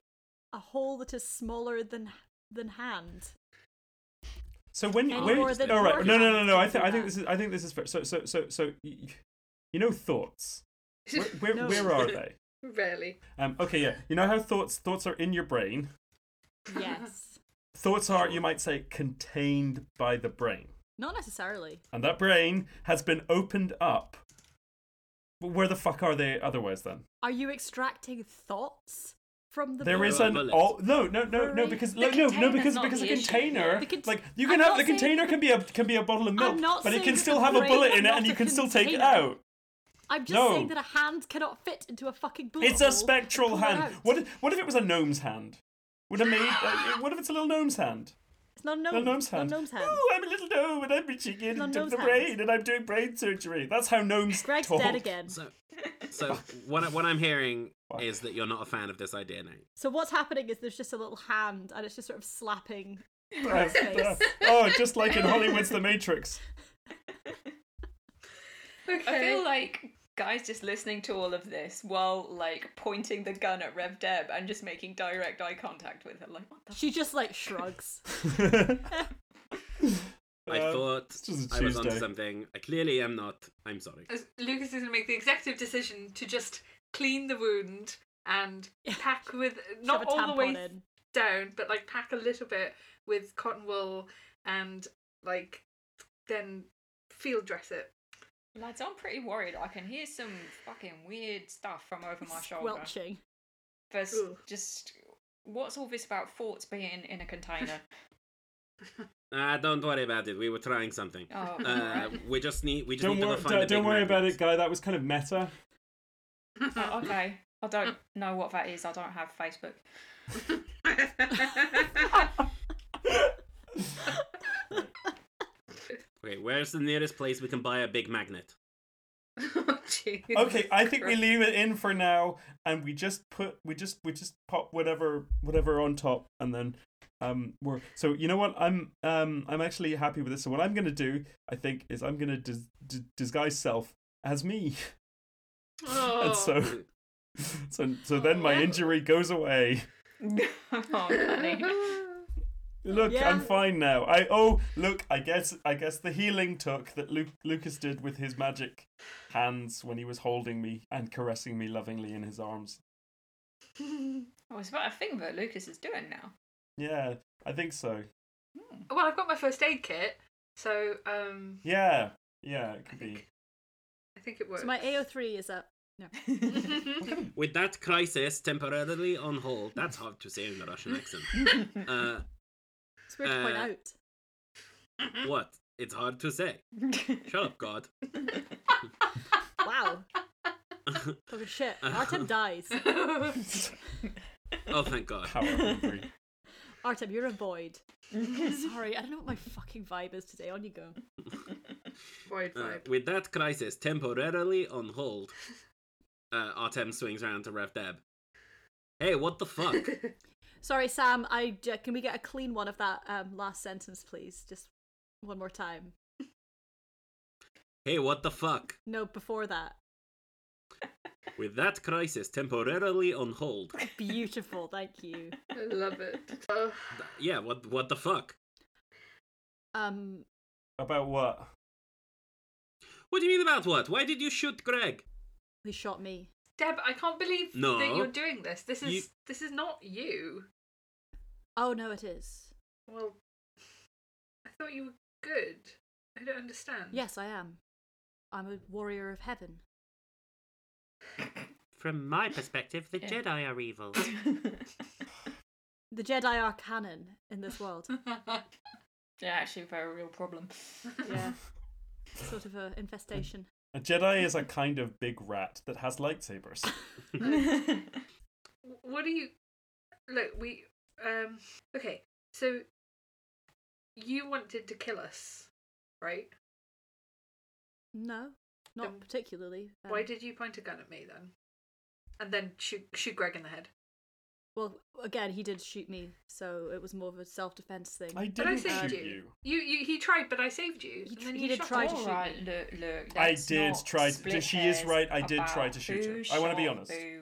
[SPEAKER 3] a hole that is smaller than than hand.
[SPEAKER 4] So when you
[SPEAKER 3] Any
[SPEAKER 4] when,
[SPEAKER 3] more than
[SPEAKER 4] all right,
[SPEAKER 3] four
[SPEAKER 4] no, no, no,
[SPEAKER 3] hands
[SPEAKER 4] no. I
[SPEAKER 3] can do that.
[SPEAKER 4] think I think this is I think this is fair. So so so so, y- y- you know thoughts. Where where,
[SPEAKER 3] No.
[SPEAKER 4] where are they?
[SPEAKER 5] Rarely.
[SPEAKER 4] Um, okay, yeah. You know how thoughts thoughts are in your brain.
[SPEAKER 3] Yes,
[SPEAKER 4] Thoughts are, you might say, contained by the brain.
[SPEAKER 3] not necessarily.
[SPEAKER 4] And that brain has been opened up. But where the fuck are they otherwise then?
[SPEAKER 3] Are you extracting thoughts from the?
[SPEAKER 4] There
[SPEAKER 3] bullet?
[SPEAKER 4] is an
[SPEAKER 7] bullet.
[SPEAKER 4] all no no no no
[SPEAKER 3] Hurry.
[SPEAKER 4] because
[SPEAKER 6] The
[SPEAKER 4] no no, no
[SPEAKER 6] container's
[SPEAKER 4] because
[SPEAKER 6] not
[SPEAKER 4] because a
[SPEAKER 6] the issue.
[SPEAKER 4] container
[SPEAKER 3] The con-
[SPEAKER 4] like you
[SPEAKER 3] I'm
[SPEAKER 4] can have
[SPEAKER 3] not
[SPEAKER 4] the
[SPEAKER 3] saying-
[SPEAKER 4] container can be a can be a bottle of milk
[SPEAKER 3] not
[SPEAKER 4] but it
[SPEAKER 3] saying
[SPEAKER 4] can
[SPEAKER 3] that
[SPEAKER 4] still
[SPEAKER 3] the
[SPEAKER 4] have a
[SPEAKER 3] brain
[SPEAKER 4] bullet
[SPEAKER 3] is
[SPEAKER 4] in it
[SPEAKER 3] not
[SPEAKER 4] and you
[SPEAKER 3] a
[SPEAKER 4] can still take it
[SPEAKER 3] container.
[SPEAKER 4] out.
[SPEAKER 3] I'm just
[SPEAKER 4] No.
[SPEAKER 3] saying that a hand cannot fit into a fucking bullet.
[SPEAKER 4] It's a
[SPEAKER 3] hole
[SPEAKER 4] spectral
[SPEAKER 3] and pull it
[SPEAKER 4] hand.
[SPEAKER 3] out.
[SPEAKER 4] What if, what if it was a gnome's hand? Would a maid? Uh, what if it's a little gnome's hand?
[SPEAKER 3] It's not a gnome.
[SPEAKER 4] A gnome's
[SPEAKER 3] Not a
[SPEAKER 4] hand.
[SPEAKER 3] gnome's hand.
[SPEAKER 4] Oh, I'm a little gnome and I'm reaching in
[SPEAKER 3] Not
[SPEAKER 4] into
[SPEAKER 3] gnome's
[SPEAKER 4] the
[SPEAKER 3] hand.
[SPEAKER 4] brain and I'm doing brain surgery. That's how gnomes
[SPEAKER 3] Greg's
[SPEAKER 4] talk.
[SPEAKER 3] dead again.
[SPEAKER 7] so, so what, I- what I'm hearing
[SPEAKER 4] Fuck.
[SPEAKER 7] is that you're not a fan of this idea, Nate.
[SPEAKER 3] So what's happening is there's just a little hand, and it's just sort of slapping.
[SPEAKER 4] Uh, uh, oh, just like in Hollywood's The Matrix.
[SPEAKER 6] I
[SPEAKER 5] Okay.
[SPEAKER 6] feel like guys just listening to all of this while like pointing the gun at Rev Deb and just making direct eye contact with her. Like, what the?
[SPEAKER 3] She just like shrugs.
[SPEAKER 4] Um,
[SPEAKER 7] I
[SPEAKER 4] Uh,
[SPEAKER 7] thought
[SPEAKER 4] it's just a
[SPEAKER 7] I was onto
[SPEAKER 4] Tuesday.
[SPEAKER 7] something. I clearly am not. I'm sorry.
[SPEAKER 5] As Lucas is going to make the executive decision to just clean the wound and pack with not
[SPEAKER 3] Shove a
[SPEAKER 5] all the way
[SPEAKER 3] tampon in.
[SPEAKER 5] down, but like pack a little bit with cotton wool and like then field dress it.
[SPEAKER 6] f- Lads, I'm pretty worried. I can hear some fucking weird stuff from over my shoulder.
[SPEAKER 3] Squelching.
[SPEAKER 6] First,
[SPEAKER 5] Ugh.
[SPEAKER 6] just what's all this about forts being in a container?
[SPEAKER 7] Ah, don't worry about it. We were trying something.
[SPEAKER 6] Oh,
[SPEAKER 7] Uh, we just need. We just
[SPEAKER 4] Don't
[SPEAKER 7] need
[SPEAKER 4] worry,
[SPEAKER 7] to find.
[SPEAKER 4] don't,
[SPEAKER 7] a big
[SPEAKER 4] worry about
[SPEAKER 7] magnet.
[SPEAKER 4] it, guy. That was kind of meta.
[SPEAKER 6] oh, okay. I don't know what that is. I don't have Facebook.
[SPEAKER 7] Okay, where's the nearest place we can buy a big magnet?
[SPEAKER 5] Oh,
[SPEAKER 4] Okay, I think we leave it in for now, and we just put we just we just pop whatever whatever on top, and then um we're so you know what I'm um I'm actually happy with this. So what I'm gonna do, I think, is I'm gonna dis- dis- disguise self as me,
[SPEAKER 5] Oh.
[SPEAKER 4] and so so so then my injury goes away.
[SPEAKER 6] oh, funny.
[SPEAKER 4] Look,
[SPEAKER 3] Yeah.
[SPEAKER 4] I'm fine now. I oh look, I guess I guess the healing took that Luke Lucas did with his magic hands when he was holding me and caressing me lovingly in his arms.
[SPEAKER 6] Oh, it's about a thing that Lucas is doing now.
[SPEAKER 4] Yeah, I think so.
[SPEAKER 5] well, I've got my first aid kit, so um,
[SPEAKER 4] Yeah. Yeah, it
[SPEAKER 5] I
[SPEAKER 4] could be.
[SPEAKER 5] think. I think it works.
[SPEAKER 3] So my AO3 is up.
[SPEAKER 7] With that crisis temporarily on hold, that's hard to say in a Russian accent. Uh,
[SPEAKER 3] It's weird to point
[SPEAKER 7] Uh,
[SPEAKER 3] out.
[SPEAKER 7] what? It's hard to say. Shut up, God.
[SPEAKER 3] Wow. Fucking shit. Artem dies.
[SPEAKER 7] Oh, thank God.
[SPEAKER 4] Power hungry.
[SPEAKER 3] Artem, you're a void. Sorry, I don't know what my fucking vibe is today. On you go.
[SPEAKER 5] Void
[SPEAKER 7] Uh,
[SPEAKER 5] vibe.
[SPEAKER 7] with that crisis temporarily on hold, uh, Artem swings around to Rev Deb. Hey, what the fuck?
[SPEAKER 3] Sorry, Sam. I j- can we get a clean one of that um, last sentence, please? Just one more time.
[SPEAKER 7] hey, what the fuck?
[SPEAKER 3] No, before that.
[SPEAKER 7] With that crisis temporarily on hold.
[SPEAKER 3] Beautiful. Thank you.
[SPEAKER 5] I love it. Oh,
[SPEAKER 7] Th- Yeah, what what the fuck?
[SPEAKER 3] Um,
[SPEAKER 4] About what?
[SPEAKER 7] What do you mean about what? Why did you shoot Greg?
[SPEAKER 3] he shot me.
[SPEAKER 5] Deb, I can't believe that
[SPEAKER 7] No.
[SPEAKER 5] you're doing this. This is
[SPEAKER 7] You-
[SPEAKER 5] this is not you.
[SPEAKER 3] Oh no, it is.
[SPEAKER 5] Well, I thought you were good. I don't understand.
[SPEAKER 3] Yes, I am. I'm a warrior of heaven.
[SPEAKER 1] From my perspective, the
[SPEAKER 6] Yeah.
[SPEAKER 1] Jedi are evil.
[SPEAKER 3] The Jedi are canon in this world.
[SPEAKER 6] yeah, actually, very real problem.
[SPEAKER 3] Yeah. sort of a infestation.
[SPEAKER 4] A Jedi is a kind of big rat that has lightsabers.
[SPEAKER 5] what do you look we um okay so you wanted to kill us right
[SPEAKER 3] No, not
[SPEAKER 5] Um,
[SPEAKER 3] particularly. um,
[SPEAKER 5] why did you point a gun at me then and then shoot shoot greg in the head
[SPEAKER 3] Well, again, he did shoot me, so it was more of a self-defense thing.
[SPEAKER 4] I
[SPEAKER 5] but i
[SPEAKER 4] didn't
[SPEAKER 5] saved
[SPEAKER 4] shoot
[SPEAKER 5] you.
[SPEAKER 4] you.
[SPEAKER 5] you you he tried but i saved you
[SPEAKER 3] He
[SPEAKER 5] and
[SPEAKER 3] tr-
[SPEAKER 5] then
[SPEAKER 3] he
[SPEAKER 5] you
[SPEAKER 3] did
[SPEAKER 5] shot
[SPEAKER 3] try to
[SPEAKER 5] him.
[SPEAKER 3] shoot
[SPEAKER 6] Alright,
[SPEAKER 3] me.
[SPEAKER 6] look, look.
[SPEAKER 4] I
[SPEAKER 6] let's
[SPEAKER 4] did
[SPEAKER 6] not
[SPEAKER 4] try to-
[SPEAKER 6] split
[SPEAKER 4] she is
[SPEAKER 6] hairs
[SPEAKER 4] right, I did
[SPEAKER 6] about
[SPEAKER 4] try to shoot
[SPEAKER 6] who
[SPEAKER 4] her. I wanna be
[SPEAKER 6] shot
[SPEAKER 4] honest.
[SPEAKER 6] who.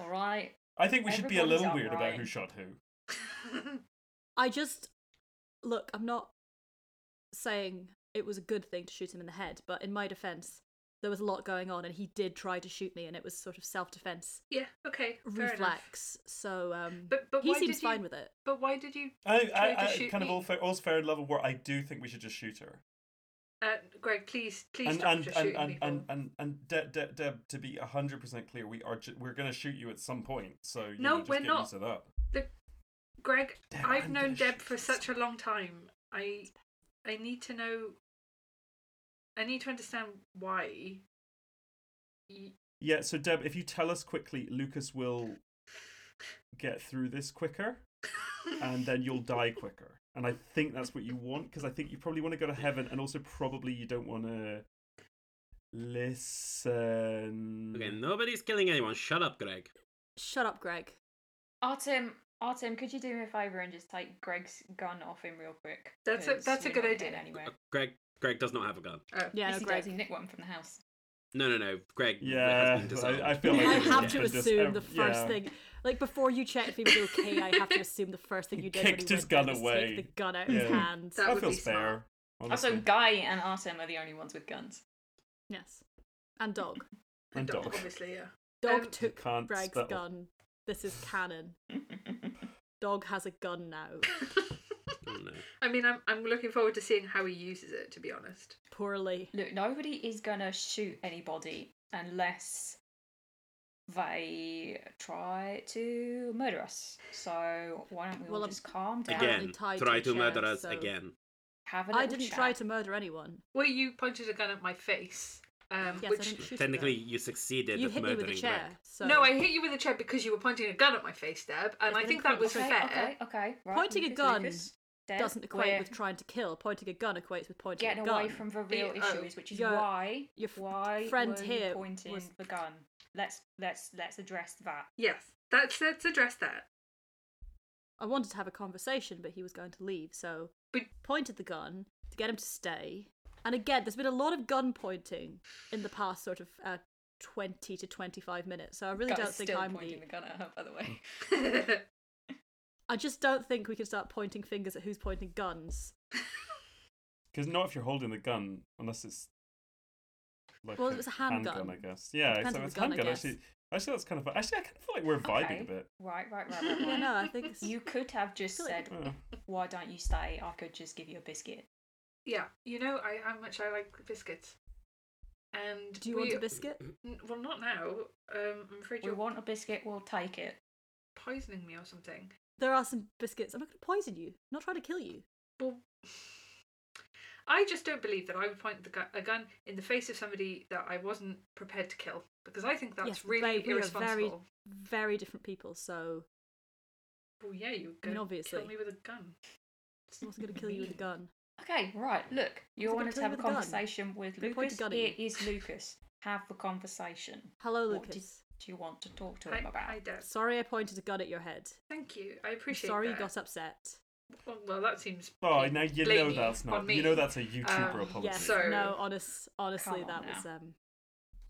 [SPEAKER 6] All right.
[SPEAKER 4] I think we should be a
[SPEAKER 6] Everybody's
[SPEAKER 4] little weird about
[SPEAKER 6] alright.
[SPEAKER 4] who shot who.
[SPEAKER 3] I just look. I'm not saying it was a good thing to shoot him in the head, but in my defense, there was a lot going on, and he did try to shoot me, and it was sort of self-defense
[SPEAKER 5] yeah okay fair enough.
[SPEAKER 3] reflex. So, um,
[SPEAKER 5] But- but
[SPEAKER 3] he
[SPEAKER 5] why
[SPEAKER 3] seems
[SPEAKER 5] did you-
[SPEAKER 3] fine with it.
[SPEAKER 5] but why did you
[SPEAKER 4] I,
[SPEAKER 5] Try to
[SPEAKER 4] I, I
[SPEAKER 5] shoot
[SPEAKER 4] kind of
[SPEAKER 5] me.
[SPEAKER 4] all fair, all's fair in love and war. I do think we should just shoot her.
[SPEAKER 5] uh, greg please please
[SPEAKER 4] And
[SPEAKER 5] stop
[SPEAKER 4] and
[SPEAKER 5] just
[SPEAKER 4] and
[SPEAKER 5] shooting
[SPEAKER 4] and
[SPEAKER 5] people
[SPEAKER 4] and and, and Deb, Deb, Deb, to be hundred percent clear, we are ju- we're gonna shoot you at some point. So you
[SPEAKER 5] No,
[SPEAKER 4] know, just
[SPEAKER 5] we're
[SPEAKER 4] get
[SPEAKER 5] not.
[SPEAKER 4] Used to that.
[SPEAKER 5] greg
[SPEAKER 4] Deb,
[SPEAKER 5] i've
[SPEAKER 4] I'm
[SPEAKER 5] known
[SPEAKER 4] gonna
[SPEAKER 5] deb
[SPEAKER 4] shoot
[SPEAKER 5] for
[SPEAKER 4] this.
[SPEAKER 5] such a long time i i need to know i need to understand why you,
[SPEAKER 4] Yeah. So Deb, if you tell us quickly, Lucas will get through this quicker,
[SPEAKER 5] Oh,
[SPEAKER 4] and then you'll die quicker. And I think that's what you want because I think you probably want to go to heaven, and also probably you don't want to listen.
[SPEAKER 7] Okay, nobody's killing anyone. Shut up, Greg.
[SPEAKER 3] Shut up, Greg.
[SPEAKER 6] Artem, Artem, could you do me a favour and just take Greg's gun off him real quick?
[SPEAKER 5] That's a-
[SPEAKER 6] 'Cause
[SPEAKER 5] that's a
[SPEAKER 6] we're
[SPEAKER 5] good
[SPEAKER 6] not
[SPEAKER 5] idea.
[SPEAKER 6] getting Anywhere.
[SPEAKER 7] Uh, Greg Greg does not have a gun.
[SPEAKER 5] oh.
[SPEAKER 3] Yeah,
[SPEAKER 6] yes,
[SPEAKER 3] no,
[SPEAKER 6] he
[SPEAKER 3] Greg.
[SPEAKER 6] does. He nicked one from the house.
[SPEAKER 7] No, no, no. Greg has
[SPEAKER 4] Yeah,
[SPEAKER 7] been disarmed.
[SPEAKER 4] I, I feel like
[SPEAKER 3] I
[SPEAKER 4] everyone's
[SPEAKER 3] have to
[SPEAKER 4] been just-
[SPEAKER 3] assume
[SPEAKER 4] ev-
[SPEAKER 3] the first
[SPEAKER 4] yeah.
[SPEAKER 3] thing, like before you checked if he was okay. I have to assume the first thing you did
[SPEAKER 4] Kicked
[SPEAKER 3] when he
[SPEAKER 4] his
[SPEAKER 3] went there
[SPEAKER 4] gun
[SPEAKER 3] was
[SPEAKER 4] away.
[SPEAKER 3] Take the gun out of his
[SPEAKER 4] Yeah.
[SPEAKER 3] hand.
[SPEAKER 5] That
[SPEAKER 4] that
[SPEAKER 5] would be
[SPEAKER 4] feels fair.
[SPEAKER 6] Also,
[SPEAKER 4] honestly.
[SPEAKER 6] Guy and Artem are the only ones with guns.
[SPEAKER 3] Yes, and dog.
[SPEAKER 4] And dog.
[SPEAKER 5] obviously, yeah.
[SPEAKER 3] Dog
[SPEAKER 5] Um,
[SPEAKER 3] took
[SPEAKER 4] Can't
[SPEAKER 3] Greg's
[SPEAKER 4] spell.
[SPEAKER 3] gun. This is canon. Dog has a gun now.
[SPEAKER 7] Oh, no.
[SPEAKER 5] I mean, I'm I'm looking forward to seeing how he uses it. To be honest,
[SPEAKER 3] Poorly.
[SPEAKER 6] Look, nobody is gonna shoot anybody unless they try to murder us. So why don't we all
[SPEAKER 3] Well, I'm-
[SPEAKER 6] just calm down?
[SPEAKER 7] Again,
[SPEAKER 3] tied to
[SPEAKER 7] try
[SPEAKER 3] a
[SPEAKER 7] to murder
[SPEAKER 3] chair,
[SPEAKER 7] us
[SPEAKER 3] so-
[SPEAKER 7] again.
[SPEAKER 6] Have a
[SPEAKER 3] I
[SPEAKER 6] little
[SPEAKER 3] didn't
[SPEAKER 6] chat.
[SPEAKER 3] try to murder anyone.
[SPEAKER 5] well, you pointed a gun at my face, um,
[SPEAKER 3] Yes, I
[SPEAKER 5] which
[SPEAKER 3] didn't shoot at
[SPEAKER 7] Technically,
[SPEAKER 3] them.
[SPEAKER 7] you succeeded
[SPEAKER 3] you
[SPEAKER 7] at
[SPEAKER 3] hit me
[SPEAKER 7] murdering
[SPEAKER 3] with a chair.
[SPEAKER 7] Greg.
[SPEAKER 3] So
[SPEAKER 5] no, I hit you with a chair because you were pointing a gun at my face, Deb, and
[SPEAKER 3] Yes,
[SPEAKER 5] I
[SPEAKER 3] but
[SPEAKER 5] think that was
[SPEAKER 6] okay,
[SPEAKER 5] fair.
[SPEAKER 6] Okay, okay. Right,
[SPEAKER 3] Pointing a
[SPEAKER 6] Lucas,
[SPEAKER 3] gun
[SPEAKER 6] Lucas, Deb,
[SPEAKER 3] doesn't equate
[SPEAKER 6] we're
[SPEAKER 3] with trying to kill. Pointing a gun equates with pointing
[SPEAKER 6] getting
[SPEAKER 3] a gun. uh,
[SPEAKER 6] away from the real
[SPEAKER 5] Yeah, oh,
[SPEAKER 6] issues, which is
[SPEAKER 3] your-
[SPEAKER 6] why
[SPEAKER 3] your f-
[SPEAKER 6] why
[SPEAKER 3] friend
[SPEAKER 6] were
[SPEAKER 3] here
[SPEAKER 6] you pointing
[SPEAKER 3] was-
[SPEAKER 6] the gun. Let's let's let's address that.
[SPEAKER 5] Yes, that's let's address that.
[SPEAKER 3] I wanted to have a conversation, but he was going to leave, so
[SPEAKER 5] But-
[SPEAKER 3] pointed the gun to get him to stay. And again, there's been a lot of gun pointing in the past sort of uh, 20 to 25 minutes, so I really
[SPEAKER 6] Guy's
[SPEAKER 3] don't think
[SPEAKER 6] still
[SPEAKER 3] I'm
[SPEAKER 6] pointing
[SPEAKER 3] the.
[SPEAKER 6] the gun at her, by the way.
[SPEAKER 3] I just don't think we can start pointing fingers at who's pointing guns.
[SPEAKER 4] Because not if you're holding the gun, unless it's like
[SPEAKER 3] Well, it was a handgun.
[SPEAKER 4] I guess. Yeah,
[SPEAKER 3] Depends
[SPEAKER 4] so
[SPEAKER 3] on the
[SPEAKER 4] it's
[SPEAKER 3] gun, I
[SPEAKER 4] handgun.
[SPEAKER 3] guess.
[SPEAKER 4] Actually, actually, that's kind of actually I kind of feel like we're vibing
[SPEAKER 6] Okay.
[SPEAKER 4] a bit.
[SPEAKER 6] Right, right, right, right.
[SPEAKER 3] yeah,
[SPEAKER 6] right.
[SPEAKER 3] no, I think it's-
[SPEAKER 6] You could have just
[SPEAKER 3] Good.
[SPEAKER 6] said,
[SPEAKER 4] Oh.
[SPEAKER 6] "Why don't you stay? I could just give you a biscuit."
[SPEAKER 5] yeah, you know I how much I like biscuits. And
[SPEAKER 3] Do you
[SPEAKER 5] we,
[SPEAKER 3] want a biscuit?
[SPEAKER 5] n- Well, not now. Um, I'm afraid
[SPEAKER 6] We
[SPEAKER 5] you're
[SPEAKER 6] want a biscuit, we'll take it.
[SPEAKER 5] poisoning me or something.
[SPEAKER 3] There are some biscuits. I'm not going to poison you. I'm not trying to kill you.
[SPEAKER 5] Well, I just don't believe that I would point the gu- a gun in the face of somebody that I wasn't prepared to kill because I think that's
[SPEAKER 3] Yes, but
[SPEAKER 5] really
[SPEAKER 3] they- we are
[SPEAKER 5] irresponsible.
[SPEAKER 3] very very different people, so
[SPEAKER 5] Well, yeah, you
[SPEAKER 3] I mean,
[SPEAKER 5] could
[SPEAKER 3] obviously.
[SPEAKER 5] kill me with a gun.
[SPEAKER 3] I'm also going to kill you with a gun.
[SPEAKER 6] Okay, right, look. You
[SPEAKER 3] Who's
[SPEAKER 6] wanted
[SPEAKER 3] gonna
[SPEAKER 6] to
[SPEAKER 3] play
[SPEAKER 6] have a
[SPEAKER 3] with a gun?
[SPEAKER 6] conversation with
[SPEAKER 3] Who pointed a
[SPEAKER 6] Lucas?
[SPEAKER 3] gun at
[SPEAKER 6] Here
[SPEAKER 3] you?
[SPEAKER 6] is Lucas. Have the conversation.
[SPEAKER 3] Hello,
[SPEAKER 6] What
[SPEAKER 3] Lucas.
[SPEAKER 6] did- Do you want to talk to
[SPEAKER 5] I,
[SPEAKER 6] him about?
[SPEAKER 5] I don't.
[SPEAKER 3] Sorry, I pointed a gun at your head.
[SPEAKER 5] Thank you. I
[SPEAKER 3] I'm
[SPEAKER 5] appreciate
[SPEAKER 3] sorry,
[SPEAKER 5] that.
[SPEAKER 3] you got upset.
[SPEAKER 5] Well, well, that seems.
[SPEAKER 4] Oh, now you know
[SPEAKER 5] blamey
[SPEAKER 4] that's
[SPEAKER 5] on
[SPEAKER 4] not.
[SPEAKER 5] me.
[SPEAKER 4] You know that's a YouTuber
[SPEAKER 5] Um,
[SPEAKER 4] apology.
[SPEAKER 3] Yes.
[SPEAKER 5] So-
[SPEAKER 3] no. Honest. Honestly,
[SPEAKER 6] on
[SPEAKER 3] that was
[SPEAKER 6] now.
[SPEAKER 3] um.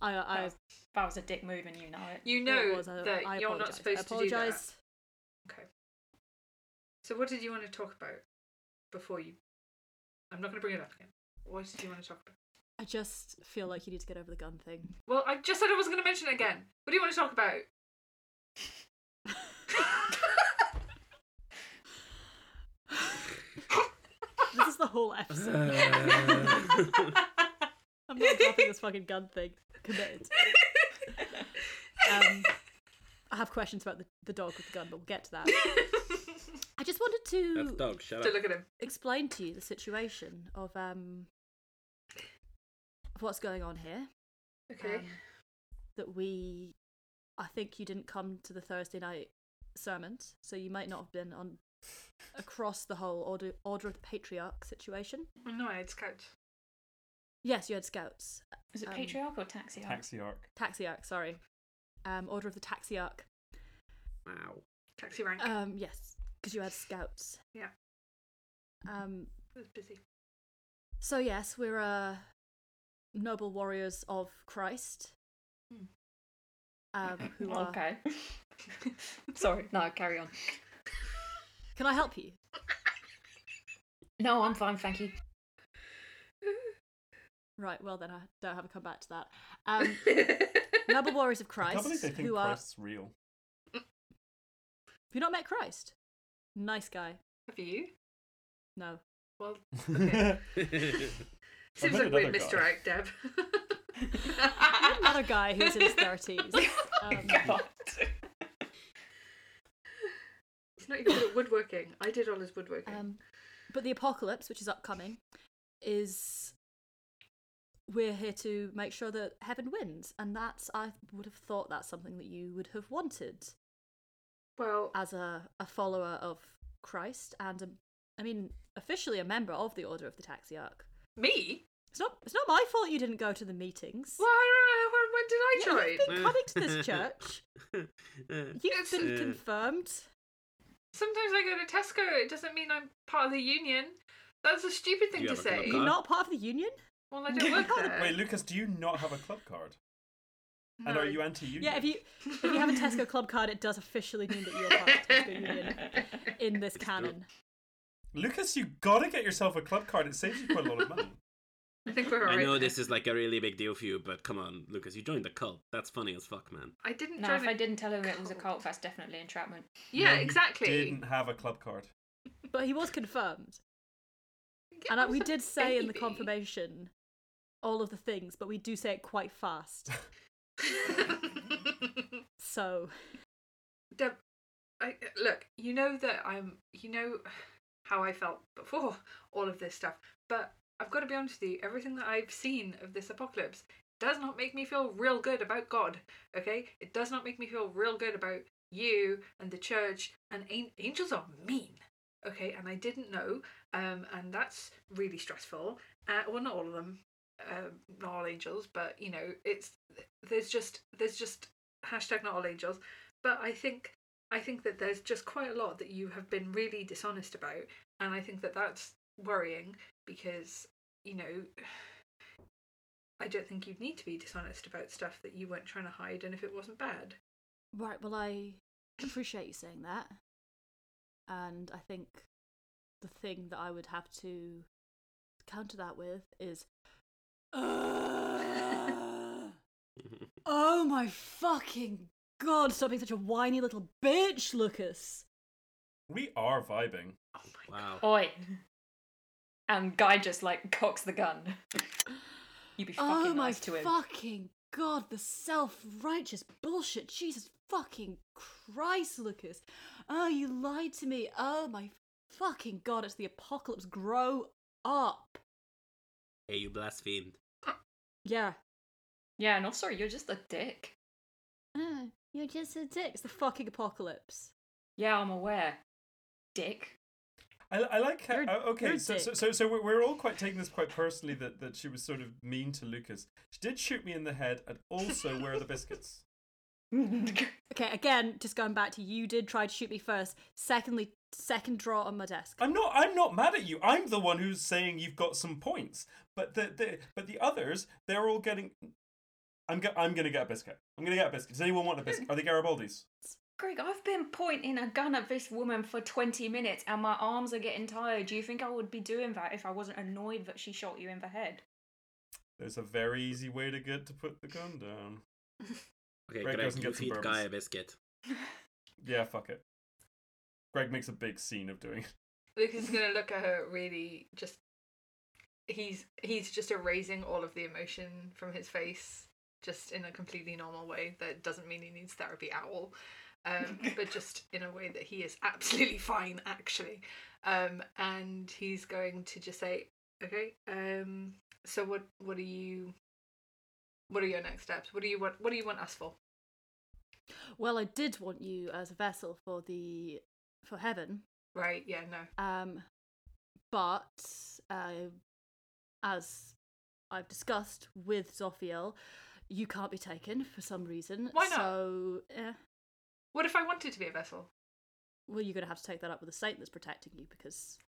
[SPEAKER 3] I
[SPEAKER 6] that,
[SPEAKER 3] I
[SPEAKER 6] was, that was a dick move, and you know it.
[SPEAKER 5] You
[SPEAKER 3] it
[SPEAKER 5] know
[SPEAKER 3] was, I-
[SPEAKER 5] that
[SPEAKER 3] I
[SPEAKER 5] you're
[SPEAKER 3] apologise.
[SPEAKER 5] not supposed
[SPEAKER 3] I
[SPEAKER 5] to do that.
[SPEAKER 3] apologise.
[SPEAKER 5] Okay. So, what did you want to talk about before you? I'm not going to bring it up again. What did you want to talk about?
[SPEAKER 3] I just feel like you need to get over the gun thing.
[SPEAKER 5] Well, I just said I wasn't going to mention it again. What do you want to talk about?
[SPEAKER 3] This is the whole episode.
[SPEAKER 4] Uh,
[SPEAKER 3] I'm not dropping this fucking gun thing. Committed. Um, I have questions about the, the dog with the gun, but we'll get to that. I just wanted
[SPEAKER 7] That's
[SPEAKER 3] to
[SPEAKER 7] dog. Shut
[SPEAKER 5] Don't
[SPEAKER 7] up.
[SPEAKER 5] look at him.
[SPEAKER 3] explain to you the situation of um of what's going on here.
[SPEAKER 5] Okay.
[SPEAKER 3] um, that we I think you didn't come to the Thursday night sermon, so you might not have been on across the whole order order of the patriarch situation.
[SPEAKER 5] Well, no, I had scouts.
[SPEAKER 3] Yes, you had scouts.
[SPEAKER 6] Was it
[SPEAKER 3] Um,
[SPEAKER 6] patriarch or taxi?
[SPEAKER 4] Taxi arc.
[SPEAKER 3] Taxiarch, sorry. Um order of the taxiarch.
[SPEAKER 7] Wow.
[SPEAKER 5] Taxi rank.
[SPEAKER 3] Um yes, because you had scouts.
[SPEAKER 5] Yeah.
[SPEAKER 3] Um
[SPEAKER 5] I was busy.
[SPEAKER 3] so yes, we're uh noble warriors of Christ.
[SPEAKER 5] Hmm.
[SPEAKER 3] Um who are
[SPEAKER 6] Okay. Sorry. No, carry on.
[SPEAKER 3] Can I help you?
[SPEAKER 6] No, I'm fine, thank you.
[SPEAKER 3] Right, well then I don't have a come back to that. Um Noble warriors of
[SPEAKER 4] I
[SPEAKER 3] Christ
[SPEAKER 4] can't believe they think
[SPEAKER 3] who are
[SPEAKER 4] Christ's real.
[SPEAKER 3] Have you not met Christ? Nice guy.
[SPEAKER 5] Have you?
[SPEAKER 3] No.
[SPEAKER 5] Well, okay. seems
[SPEAKER 4] met
[SPEAKER 5] like we're
[SPEAKER 4] another
[SPEAKER 5] Mr.
[SPEAKER 4] guy.
[SPEAKER 5] Out, Deb.
[SPEAKER 3] Another guy who's in his 30s. Um,
[SPEAKER 6] God.
[SPEAKER 5] He's not even good at woodworking. I did all his woodworking.
[SPEAKER 3] um, but the apocalypse, which is upcoming, is. We're here to make sure that heaven wins. And that's, I would have thought that's something that you would have wanted
[SPEAKER 5] well,
[SPEAKER 3] as a, a follower of Christ and, a, I mean, officially a member of the Order of the Taxiarch.
[SPEAKER 5] me?
[SPEAKER 3] It's not, it's not my fault you didn't go to the meetings.
[SPEAKER 5] Well, I don't know. uh, When, when
[SPEAKER 3] Yeah,
[SPEAKER 5] did I join?
[SPEAKER 3] you've been coming to this church. You've
[SPEAKER 5] It's-
[SPEAKER 3] been
[SPEAKER 7] Yeah.
[SPEAKER 3] confirmed.
[SPEAKER 5] Sometimes I go to Tesco. It doesn't mean I'm part of the union. That's a stupid thing
[SPEAKER 7] You
[SPEAKER 5] to
[SPEAKER 7] have a club
[SPEAKER 5] say.
[SPEAKER 7] card?
[SPEAKER 3] You're not part of the union?
[SPEAKER 5] Well, I don't work there.
[SPEAKER 4] Wait, Lucas, do you not have a club card? And
[SPEAKER 5] No.
[SPEAKER 4] are you anti-union?
[SPEAKER 3] Yeah, if you if you have a Tesco Club card, it does officially mean that you're part of the Tesco Union in this canon.
[SPEAKER 4] Lucas, you gotta get yourself a club card. It saves you quite a lot of money.
[SPEAKER 5] I think we're
[SPEAKER 7] I
[SPEAKER 5] alright.
[SPEAKER 7] know
[SPEAKER 5] there.
[SPEAKER 7] this is like a really big deal for you, but come on, Lucas, you joined the cult. That's funny as fuck, man.
[SPEAKER 5] I didn't
[SPEAKER 6] No,
[SPEAKER 5] join.
[SPEAKER 6] if
[SPEAKER 5] a-
[SPEAKER 6] I didn't tell him it was a
[SPEAKER 5] cult.
[SPEAKER 6] cult, that's definitely entrapment.
[SPEAKER 5] Yeah,
[SPEAKER 4] No, he
[SPEAKER 5] exactly.
[SPEAKER 4] Didn't have a club card.
[SPEAKER 3] But he was confirmed,
[SPEAKER 5] Yeah,
[SPEAKER 3] and
[SPEAKER 5] I
[SPEAKER 3] uh,
[SPEAKER 5] was
[SPEAKER 3] we
[SPEAKER 5] a
[SPEAKER 3] did say in the
[SPEAKER 5] baby.
[SPEAKER 3] confirmation all of the things, but we do say it quite fast. So
[SPEAKER 5] Deb, I, look, you know that I'm, you know how I felt before all of this stuff, but I've got to be honest with you, everything that I've seen of this apocalypse does not make me feel real good about God, okay? It does not make me feel real good about you and the church, and an- angels are mean, okay? And I didn't know, um, and that's really stressful. Uh, well, not all of them, um, not all angels, but you know, it's there's just there's just hashtag not all angels but I think I think that there's just quite a lot that you have been really dishonest about, and I think that that's worrying because you know I don't think you need to be dishonest about stuff that you weren't trying to hide, and if it wasn't bad,
[SPEAKER 3] right, well, I appreciate you saying that, and I think the thing that I would have to counter that with is, "Ugh." oh my fucking god! Stop being such a whiny little bitch, Lucas.
[SPEAKER 4] We are vibing.
[SPEAKER 5] oh my
[SPEAKER 7] Wow.
[SPEAKER 6] Oi. and Guy just like cocks the gun. You'd be fucking
[SPEAKER 3] oh my
[SPEAKER 6] nice to him.
[SPEAKER 3] fucking god, the self righteous bullshit. Jesus fucking Christ, Lucas. Oh, you lied to me. Oh my fucking god, it's the apocalypse. Grow up.
[SPEAKER 7] Hey, you blasphemed.
[SPEAKER 3] Yeah.
[SPEAKER 6] Yeah, and also you're just a dick.
[SPEAKER 3] Oh, you're just a dick. It's the fucking apocalypse.
[SPEAKER 6] Yeah, I'm aware. Dick.
[SPEAKER 4] I, I like how
[SPEAKER 3] You're-
[SPEAKER 4] oh, okay.
[SPEAKER 3] you're a
[SPEAKER 4] So, so
[SPEAKER 3] dick.
[SPEAKER 4] so so we're we're all quite taking this quite personally that that she was sort of mean to Lucas. She did shoot me in the head, and also where are the biscuits?
[SPEAKER 3] Mm-hmm. Okay, again, just going back to you did try to shoot me first. Secondly, second draw on my desk.
[SPEAKER 4] I'm not I'm not mad at you. I'm the one who's saying you've got some points, but the, the but the others they're all getting. I'm go- I'm gonna get a biscuit. I'm gonna get a biscuit. Does anyone want a biscuit? Are they Garibaldi's?
[SPEAKER 6] Greg, I've been pointing a gun at this woman for 20 minutes and my arms are getting tired. Do you think I would be doing that if I wasn't annoyed that she shot you in the head?
[SPEAKER 4] There's a very easy way to get to put the gun down.
[SPEAKER 7] Okay,
[SPEAKER 4] Greg
[SPEAKER 7] Greg,
[SPEAKER 4] goes and
[SPEAKER 7] you
[SPEAKER 4] gets some
[SPEAKER 7] feed Guy
[SPEAKER 4] bourbons.
[SPEAKER 7] a biscuit.
[SPEAKER 4] Yeah, fuck it. Greg makes a big scene of doing it.
[SPEAKER 5] Lucas is gonna look at her really just he's he's just erasing all of the emotion from his face just in a completely normal way that doesn't mean he needs therapy at all um, but just in a way that he is absolutely fine actually um, and he's going to just say okay um, so what what are you what are your next steps what do you want what do you want us for
[SPEAKER 3] Well, I did want you as a vessel for the for heaven,
[SPEAKER 5] right yeah no
[SPEAKER 3] Um, but uh, as I've discussed with Zophiel, you can't be taken for some reason.
[SPEAKER 5] Why not?
[SPEAKER 3] So, eh,
[SPEAKER 5] what if i wanted to be a vessel
[SPEAKER 3] well, you're going to have to take that up with the saint that's protecting you because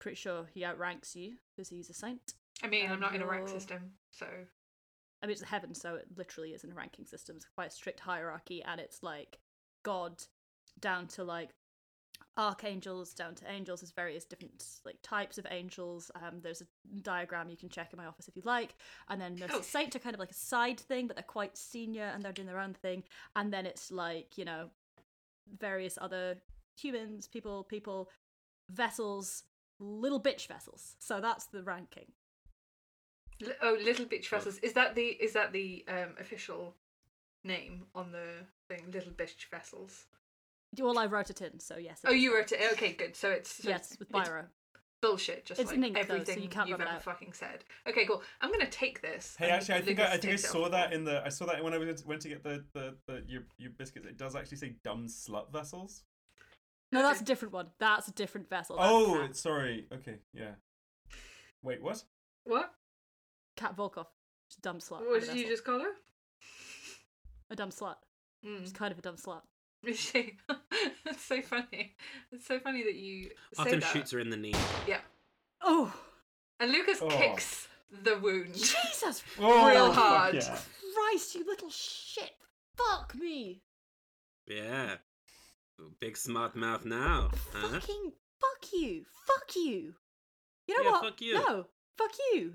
[SPEAKER 3] pretty sure he outranks you because he's a saint.
[SPEAKER 5] i mean i'm
[SPEAKER 3] Um,
[SPEAKER 5] not in a rank
[SPEAKER 3] you're-
[SPEAKER 5] system so
[SPEAKER 3] I mean, it's heaven, so it literally is in a ranking system. It's quite a strict hierarchy, and it's like God down to like archangels, down to angels. There's various different like types of angels. Um, there's a diagram you can check in my office if you like. And then there's
[SPEAKER 5] Cool.
[SPEAKER 3] the saints are kind of like a side thing, but they're quite senior and they're doing their own thing. And then it's like you know various other humans, people, people, vessels, little bitch vessels. So that's the ranking.
[SPEAKER 5] Li- Oh, Little Bitch Vessels. Is that the is that the um, official name on the thing? Little Bitch Vessels.
[SPEAKER 3] Well, I wrote it in, so yes. it
[SPEAKER 5] Oh,
[SPEAKER 3] is
[SPEAKER 5] you
[SPEAKER 3] that.
[SPEAKER 5] wrote it. Okay, good. So it's so
[SPEAKER 3] yes, with
[SPEAKER 5] it's
[SPEAKER 3] Biro.
[SPEAKER 5] bullshit. Just
[SPEAKER 3] It's
[SPEAKER 5] like
[SPEAKER 3] an ink, though, so
[SPEAKER 5] everything
[SPEAKER 3] you can't
[SPEAKER 5] you've
[SPEAKER 3] rub it
[SPEAKER 5] ever
[SPEAKER 3] out.
[SPEAKER 5] fucking said. Okay, cool. I'm gonna take this.
[SPEAKER 4] Hey,
[SPEAKER 5] and
[SPEAKER 4] actually, I think I,
[SPEAKER 5] Lucas
[SPEAKER 4] I think I
[SPEAKER 5] takes it
[SPEAKER 4] saw
[SPEAKER 5] off.
[SPEAKER 4] that in the I saw that when I went went to get the the, the your your biscuits. It does actually say "dumb slut vessels."
[SPEAKER 3] No, that's a different one. That's a different vessel. That's
[SPEAKER 4] oh,
[SPEAKER 3] Cat,
[SPEAKER 4] it's- sorry. Okay, yeah. Wait, what?
[SPEAKER 5] What?
[SPEAKER 3] Cat Volkov. She's a dumb slut.
[SPEAKER 5] What
[SPEAKER 3] and a
[SPEAKER 5] did you
[SPEAKER 3] vessel.
[SPEAKER 5] just call her?
[SPEAKER 3] A dumb slut. She's
[SPEAKER 5] Mm.
[SPEAKER 3] kind of a dumb slut.
[SPEAKER 5] it's so funny. It's so funny that you say
[SPEAKER 7] Artem
[SPEAKER 5] that.
[SPEAKER 7] shoots her in the knee.
[SPEAKER 3] Oh,
[SPEAKER 5] And Lucas
[SPEAKER 4] Oh.
[SPEAKER 5] kicks the wound.
[SPEAKER 3] Jesus
[SPEAKER 4] Oh,
[SPEAKER 5] Real
[SPEAKER 4] fuck
[SPEAKER 5] hard.
[SPEAKER 4] Yeah.
[SPEAKER 3] Christ, you little shit. Fuck me.
[SPEAKER 7] Yeah. Big smart mouth now. Huh?
[SPEAKER 3] Fucking fuck you. Fuck you. You know
[SPEAKER 7] Yeah,
[SPEAKER 3] what?
[SPEAKER 7] fuck you.
[SPEAKER 3] No. Fuck you.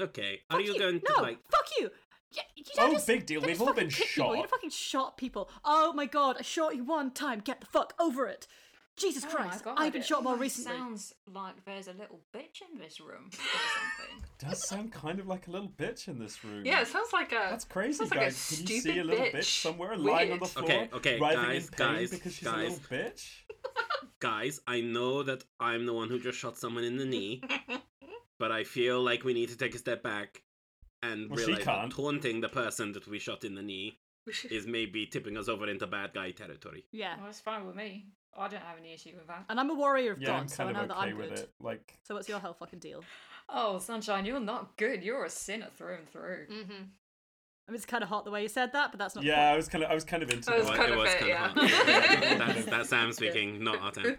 [SPEAKER 7] Okay. Are
[SPEAKER 3] Fuck
[SPEAKER 7] you going to
[SPEAKER 3] no,
[SPEAKER 7] like
[SPEAKER 3] Fuck you. Yeah, you don't
[SPEAKER 4] Oh,
[SPEAKER 3] just,
[SPEAKER 4] big deal.
[SPEAKER 3] you don't
[SPEAKER 4] We've
[SPEAKER 3] just
[SPEAKER 4] all
[SPEAKER 3] fucking
[SPEAKER 4] been
[SPEAKER 3] kick People. You
[SPEAKER 4] shot.
[SPEAKER 3] don't fucking shot people. Oh my god, I shot you one time. Get the fuck over it. Jesus
[SPEAKER 6] Oh my
[SPEAKER 3] Christ,
[SPEAKER 6] God,
[SPEAKER 3] I've been
[SPEAKER 6] it
[SPEAKER 3] shot more
[SPEAKER 6] almost
[SPEAKER 3] recently.
[SPEAKER 6] Sounds like there's a little bitch in this room or something.
[SPEAKER 4] Does sound kind of like a little bitch in this room.
[SPEAKER 5] Yeah, it sounds like a.
[SPEAKER 4] That's crazy,
[SPEAKER 5] sounds like a
[SPEAKER 4] guys. Can you see a
[SPEAKER 5] stupid
[SPEAKER 4] little bitch,
[SPEAKER 5] bitch.
[SPEAKER 4] somewhere lying on the
[SPEAKER 5] Weird.
[SPEAKER 4] floor,
[SPEAKER 7] Okay, okay,
[SPEAKER 4] writhing
[SPEAKER 7] guys,
[SPEAKER 4] in pain
[SPEAKER 7] guys,
[SPEAKER 4] because she's a
[SPEAKER 7] guys.
[SPEAKER 4] little bitch?
[SPEAKER 7] guys, I know that I'm the one who just shot someone in the knee, but I feel like we need to take a step back and
[SPEAKER 4] Well, she
[SPEAKER 7] realize that
[SPEAKER 4] can't.
[SPEAKER 7] taunting the person that we shot in the knee is maybe tipping us over into bad guy territory.
[SPEAKER 3] Yeah.
[SPEAKER 6] Well, it's fine with me. I don't have any issue with that.
[SPEAKER 3] And I'm a warrior of
[SPEAKER 4] Yeah, I'm
[SPEAKER 3] God, so I
[SPEAKER 4] kind
[SPEAKER 3] know
[SPEAKER 4] of
[SPEAKER 3] that
[SPEAKER 4] okay
[SPEAKER 3] I'm
[SPEAKER 4] with
[SPEAKER 3] good.
[SPEAKER 4] it. Like,
[SPEAKER 3] So what's your hell fucking deal?
[SPEAKER 6] Oh, Sunshine, you're not good. You're a sinner through and through.
[SPEAKER 3] Mm,
[SPEAKER 5] hmm
[SPEAKER 3] I mean, it's kind of hot the way you said that, but that's not. the
[SPEAKER 4] yeah, I was kind of, I was kind of into
[SPEAKER 5] I was
[SPEAKER 4] that.
[SPEAKER 7] Well,
[SPEAKER 5] kind of it,
[SPEAKER 7] kinda
[SPEAKER 5] yeah.
[SPEAKER 7] hard. that's, that's Sam speaking, not Artem.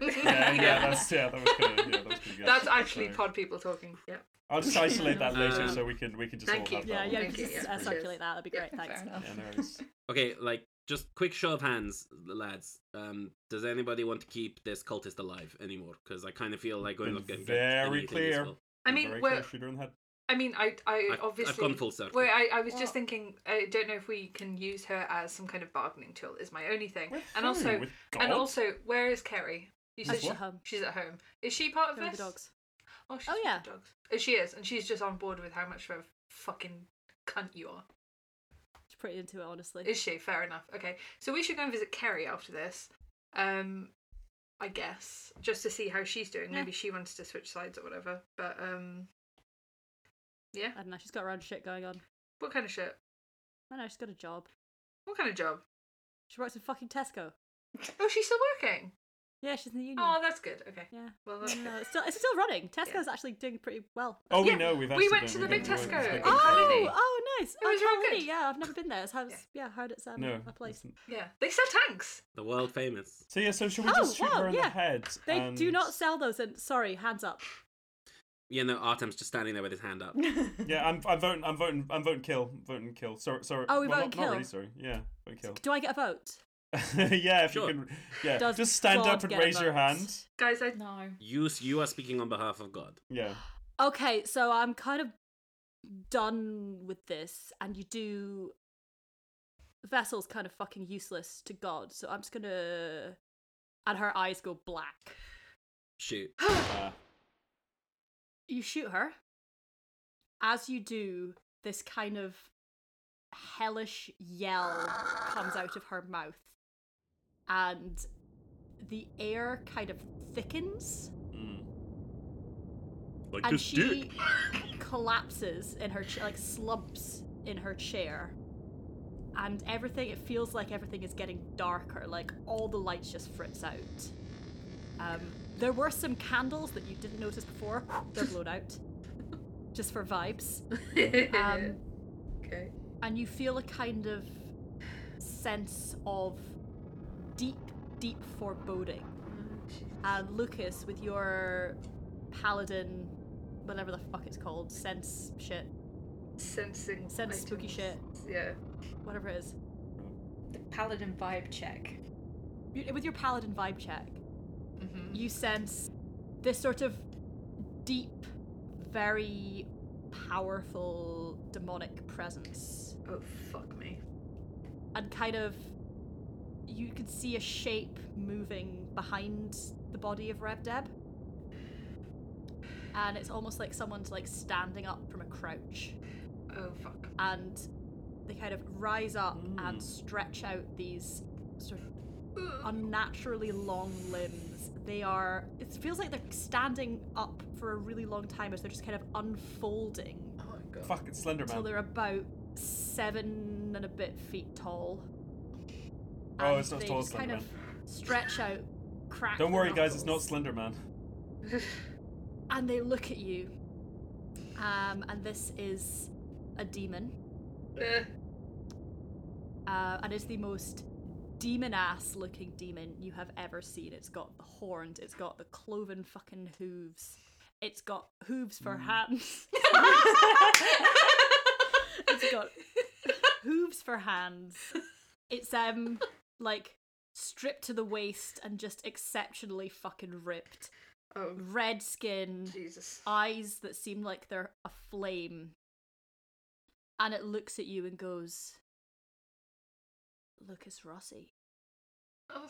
[SPEAKER 4] Yeah, yeah, that's yeah, that was kind of, yeah, that was pretty good.
[SPEAKER 5] That's actually
[SPEAKER 4] Sorry.
[SPEAKER 5] pod people talking. Yeah.
[SPEAKER 4] I'll just isolate that later
[SPEAKER 7] Um,
[SPEAKER 4] so we can we can just
[SPEAKER 5] thank
[SPEAKER 4] all
[SPEAKER 5] you.
[SPEAKER 4] have
[SPEAKER 3] point. Yeah,
[SPEAKER 4] that
[SPEAKER 3] yeah,
[SPEAKER 4] one.
[SPEAKER 3] you
[SPEAKER 5] Thank
[SPEAKER 3] can
[SPEAKER 5] you,
[SPEAKER 3] just
[SPEAKER 5] yeah,
[SPEAKER 3] uh,
[SPEAKER 5] for sure.
[SPEAKER 3] circulate that. That'd be great. Thanks.
[SPEAKER 6] Fair enough.
[SPEAKER 4] Yeah, no worries.
[SPEAKER 7] Okay, like just quick show of hands, lads. Um, does anybody want to keep this cultist alive anymore? Because I kind of feel like we're
[SPEAKER 4] Been
[SPEAKER 7] not getting
[SPEAKER 4] very
[SPEAKER 7] anything
[SPEAKER 4] clear.
[SPEAKER 7] useful.
[SPEAKER 5] I
[SPEAKER 4] You're
[SPEAKER 5] mean,
[SPEAKER 4] very
[SPEAKER 5] we're,
[SPEAKER 4] close, shooter in the head.
[SPEAKER 5] I mean, I, I
[SPEAKER 7] I've,
[SPEAKER 5] obviously.
[SPEAKER 7] I've gone full circle.
[SPEAKER 5] Well, I, I was
[SPEAKER 6] Well-
[SPEAKER 5] just thinking, I don't know if we can use her as some kind of bargaining tool. Is my only thing.
[SPEAKER 4] With
[SPEAKER 5] and
[SPEAKER 4] who?
[SPEAKER 5] also,
[SPEAKER 4] With
[SPEAKER 5] and
[SPEAKER 4] God?
[SPEAKER 5] also, where is Kerry? You
[SPEAKER 3] Uh,
[SPEAKER 5] said
[SPEAKER 3] she's
[SPEAKER 5] she,
[SPEAKER 3] at home.
[SPEAKER 5] she's at home. Is she part of
[SPEAKER 3] Go with
[SPEAKER 5] this?
[SPEAKER 3] the dogs.
[SPEAKER 5] Oh, she's
[SPEAKER 3] Oh,
[SPEAKER 5] oh,
[SPEAKER 3] yeah.
[SPEAKER 5] yeah. dogs. Uh, She is, and she's just on board with how much of a fucking cunt you are.
[SPEAKER 3] She's pretty into it, honestly.
[SPEAKER 5] Is she? Fair enough. Okay, so we should go and visit Kerry after this. Um, I guess just to see how she's doing. Maybe she wants to switch sides or whatever. But um, yeah.
[SPEAKER 3] I don't know. She's got her own shit going on.
[SPEAKER 5] What kind of shit?
[SPEAKER 3] I know. She's got a job.
[SPEAKER 5] What kind of job?
[SPEAKER 3] She works in fucking Tesco.
[SPEAKER 5] Oh, she's still working.
[SPEAKER 3] Yeah, she's in the union.
[SPEAKER 5] Oh, that's good. Okay.
[SPEAKER 3] yeah.
[SPEAKER 5] Well, that's
[SPEAKER 3] No,
[SPEAKER 5] good.
[SPEAKER 3] it's still it's still running. Tesco's actually doing pretty well.
[SPEAKER 4] Oh, we
[SPEAKER 5] Yeah,
[SPEAKER 4] know. We've
[SPEAKER 5] we
[SPEAKER 4] actually
[SPEAKER 5] went
[SPEAKER 4] been-
[SPEAKER 5] to
[SPEAKER 4] we've
[SPEAKER 5] the
[SPEAKER 4] been
[SPEAKER 5] big
[SPEAKER 4] to work-
[SPEAKER 5] Tesco.
[SPEAKER 4] it's been-
[SPEAKER 5] Oh, Hality.
[SPEAKER 3] oh, nice.
[SPEAKER 5] It was
[SPEAKER 3] oh,
[SPEAKER 5] real
[SPEAKER 3] Hality,
[SPEAKER 5] good.
[SPEAKER 3] Yeah, I've never been there. It's how, yeah.
[SPEAKER 5] Yeah.
[SPEAKER 3] heard it's um,
[SPEAKER 4] No.
[SPEAKER 3] a place.
[SPEAKER 5] Yeah, they sell tanks.
[SPEAKER 7] The world famous.
[SPEAKER 4] So yeah, so should we
[SPEAKER 3] Oh,
[SPEAKER 4] just shoot
[SPEAKER 3] wow,
[SPEAKER 4] her in
[SPEAKER 3] yeah.
[SPEAKER 4] the head?
[SPEAKER 3] They do
[SPEAKER 4] and-
[SPEAKER 3] not sell those. And sorry, hands up.
[SPEAKER 7] Yeah, no, Artem's just standing there with his hand up.
[SPEAKER 4] Yeah, I'm, I'm voting. I'm voting. I'm voting. Kill. Voting. Kill. Sorry. Sorry.
[SPEAKER 3] Oh, we
[SPEAKER 4] well,
[SPEAKER 3] vote
[SPEAKER 4] not, Not really.
[SPEAKER 3] kill.
[SPEAKER 4] Sorry. Yeah. Vote kill.
[SPEAKER 3] Do I get a vote?
[SPEAKER 4] yeah. If
[SPEAKER 7] Sure.
[SPEAKER 4] you can. Yeah.
[SPEAKER 3] Does
[SPEAKER 4] just stand
[SPEAKER 3] God
[SPEAKER 4] up and
[SPEAKER 3] get a
[SPEAKER 4] raise your
[SPEAKER 3] vote?
[SPEAKER 4] hand.
[SPEAKER 5] Guys, I
[SPEAKER 6] No.
[SPEAKER 7] You, you are speaking on behalf of God.
[SPEAKER 4] Yeah.
[SPEAKER 3] Okay, so I'm kind of done with this, and you do. Vessel's kind of fucking useless to God, so I'm just gonna. And her eyes go black.
[SPEAKER 7] Shoot.
[SPEAKER 4] Uh,
[SPEAKER 3] You shoot her. As you do, this kind of hellish yell comes out of her mouth. And the air kind of thickens.
[SPEAKER 4] mm.
[SPEAKER 7] Like
[SPEAKER 3] and she collapses in her cha- like slumps in her chair and everything it feels like everything is getting darker like all the lights just fritz out um, there were some candles that you didn't notice before they're blown out just for vibes um,
[SPEAKER 5] okay.
[SPEAKER 3] and you feel a kind of sense of deep deep foreboding and Lucas, with your paladin, whatever the fuck it's called, sense shit,
[SPEAKER 5] Sensing.
[SPEAKER 3] sense spooky
[SPEAKER 5] items.
[SPEAKER 3] shit,
[SPEAKER 5] Yeah.
[SPEAKER 3] whatever it is,
[SPEAKER 6] The paladin vibe check.
[SPEAKER 3] you, with your paladin vibe check,
[SPEAKER 5] Mm-hmm.
[SPEAKER 3] you sense this sort of deep, very powerful demonic presence,
[SPEAKER 5] Oh fuck me.
[SPEAKER 3] and kind of you can see a shape moving behind the body of Reb Deb. And it's almost like someone's like standing up from a crouch.
[SPEAKER 5] Oh fuck.
[SPEAKER 3] and they kind of rise up
[SPEAKER 4] Mm.
[SPEAKER 3] and stretch out these sort of unnaturally long limbs. They are, it feels like they're standing up for a really long time as they're just kind of unfolding
[SPEAKER 5] Oh my god.
[SPEAKER 4] Fuck. It's Slender
[SPEAKER 3] until
[SPEAKER 4] Man.
[SPEAKER 3] they're about seven and a bit feet tall.
[SPEAKER 4] Oh,
[SPEAKER 3] And
[SPEAKER 4] it's not as
[SPEAKER 3] they
[SPEAKER 4] tall as
[SPEAKER 3] just kind of stretch out, crack.
[SPEAKER 4] Don't
[SPEAKER 3] their
[SPEAKER 4] worry, guys. It's not
[SPEAKER 3] knuckles
[SPEAKER 4] Slender Man.
[SPEAKER 3] and they look at you. Um, and this is a demon. Uh, and it's the most demon ass looking demon you have ever seen. It's got the horns, it's got the cloven fucking hooves, it's got hooves for hands, it's got hooves for hands. It's um like stripped to the waist and just exceptionally fucking ripped.
[SPEAKER 5] oh
[SPEAKER 3] Red skin
[SPEAKER 5] Jesus.
[SPEAKER 3] eyes that seem like they're aflame. And it looks at you and goes, Lucas Rossi,
[SPEAKER 5] Oh,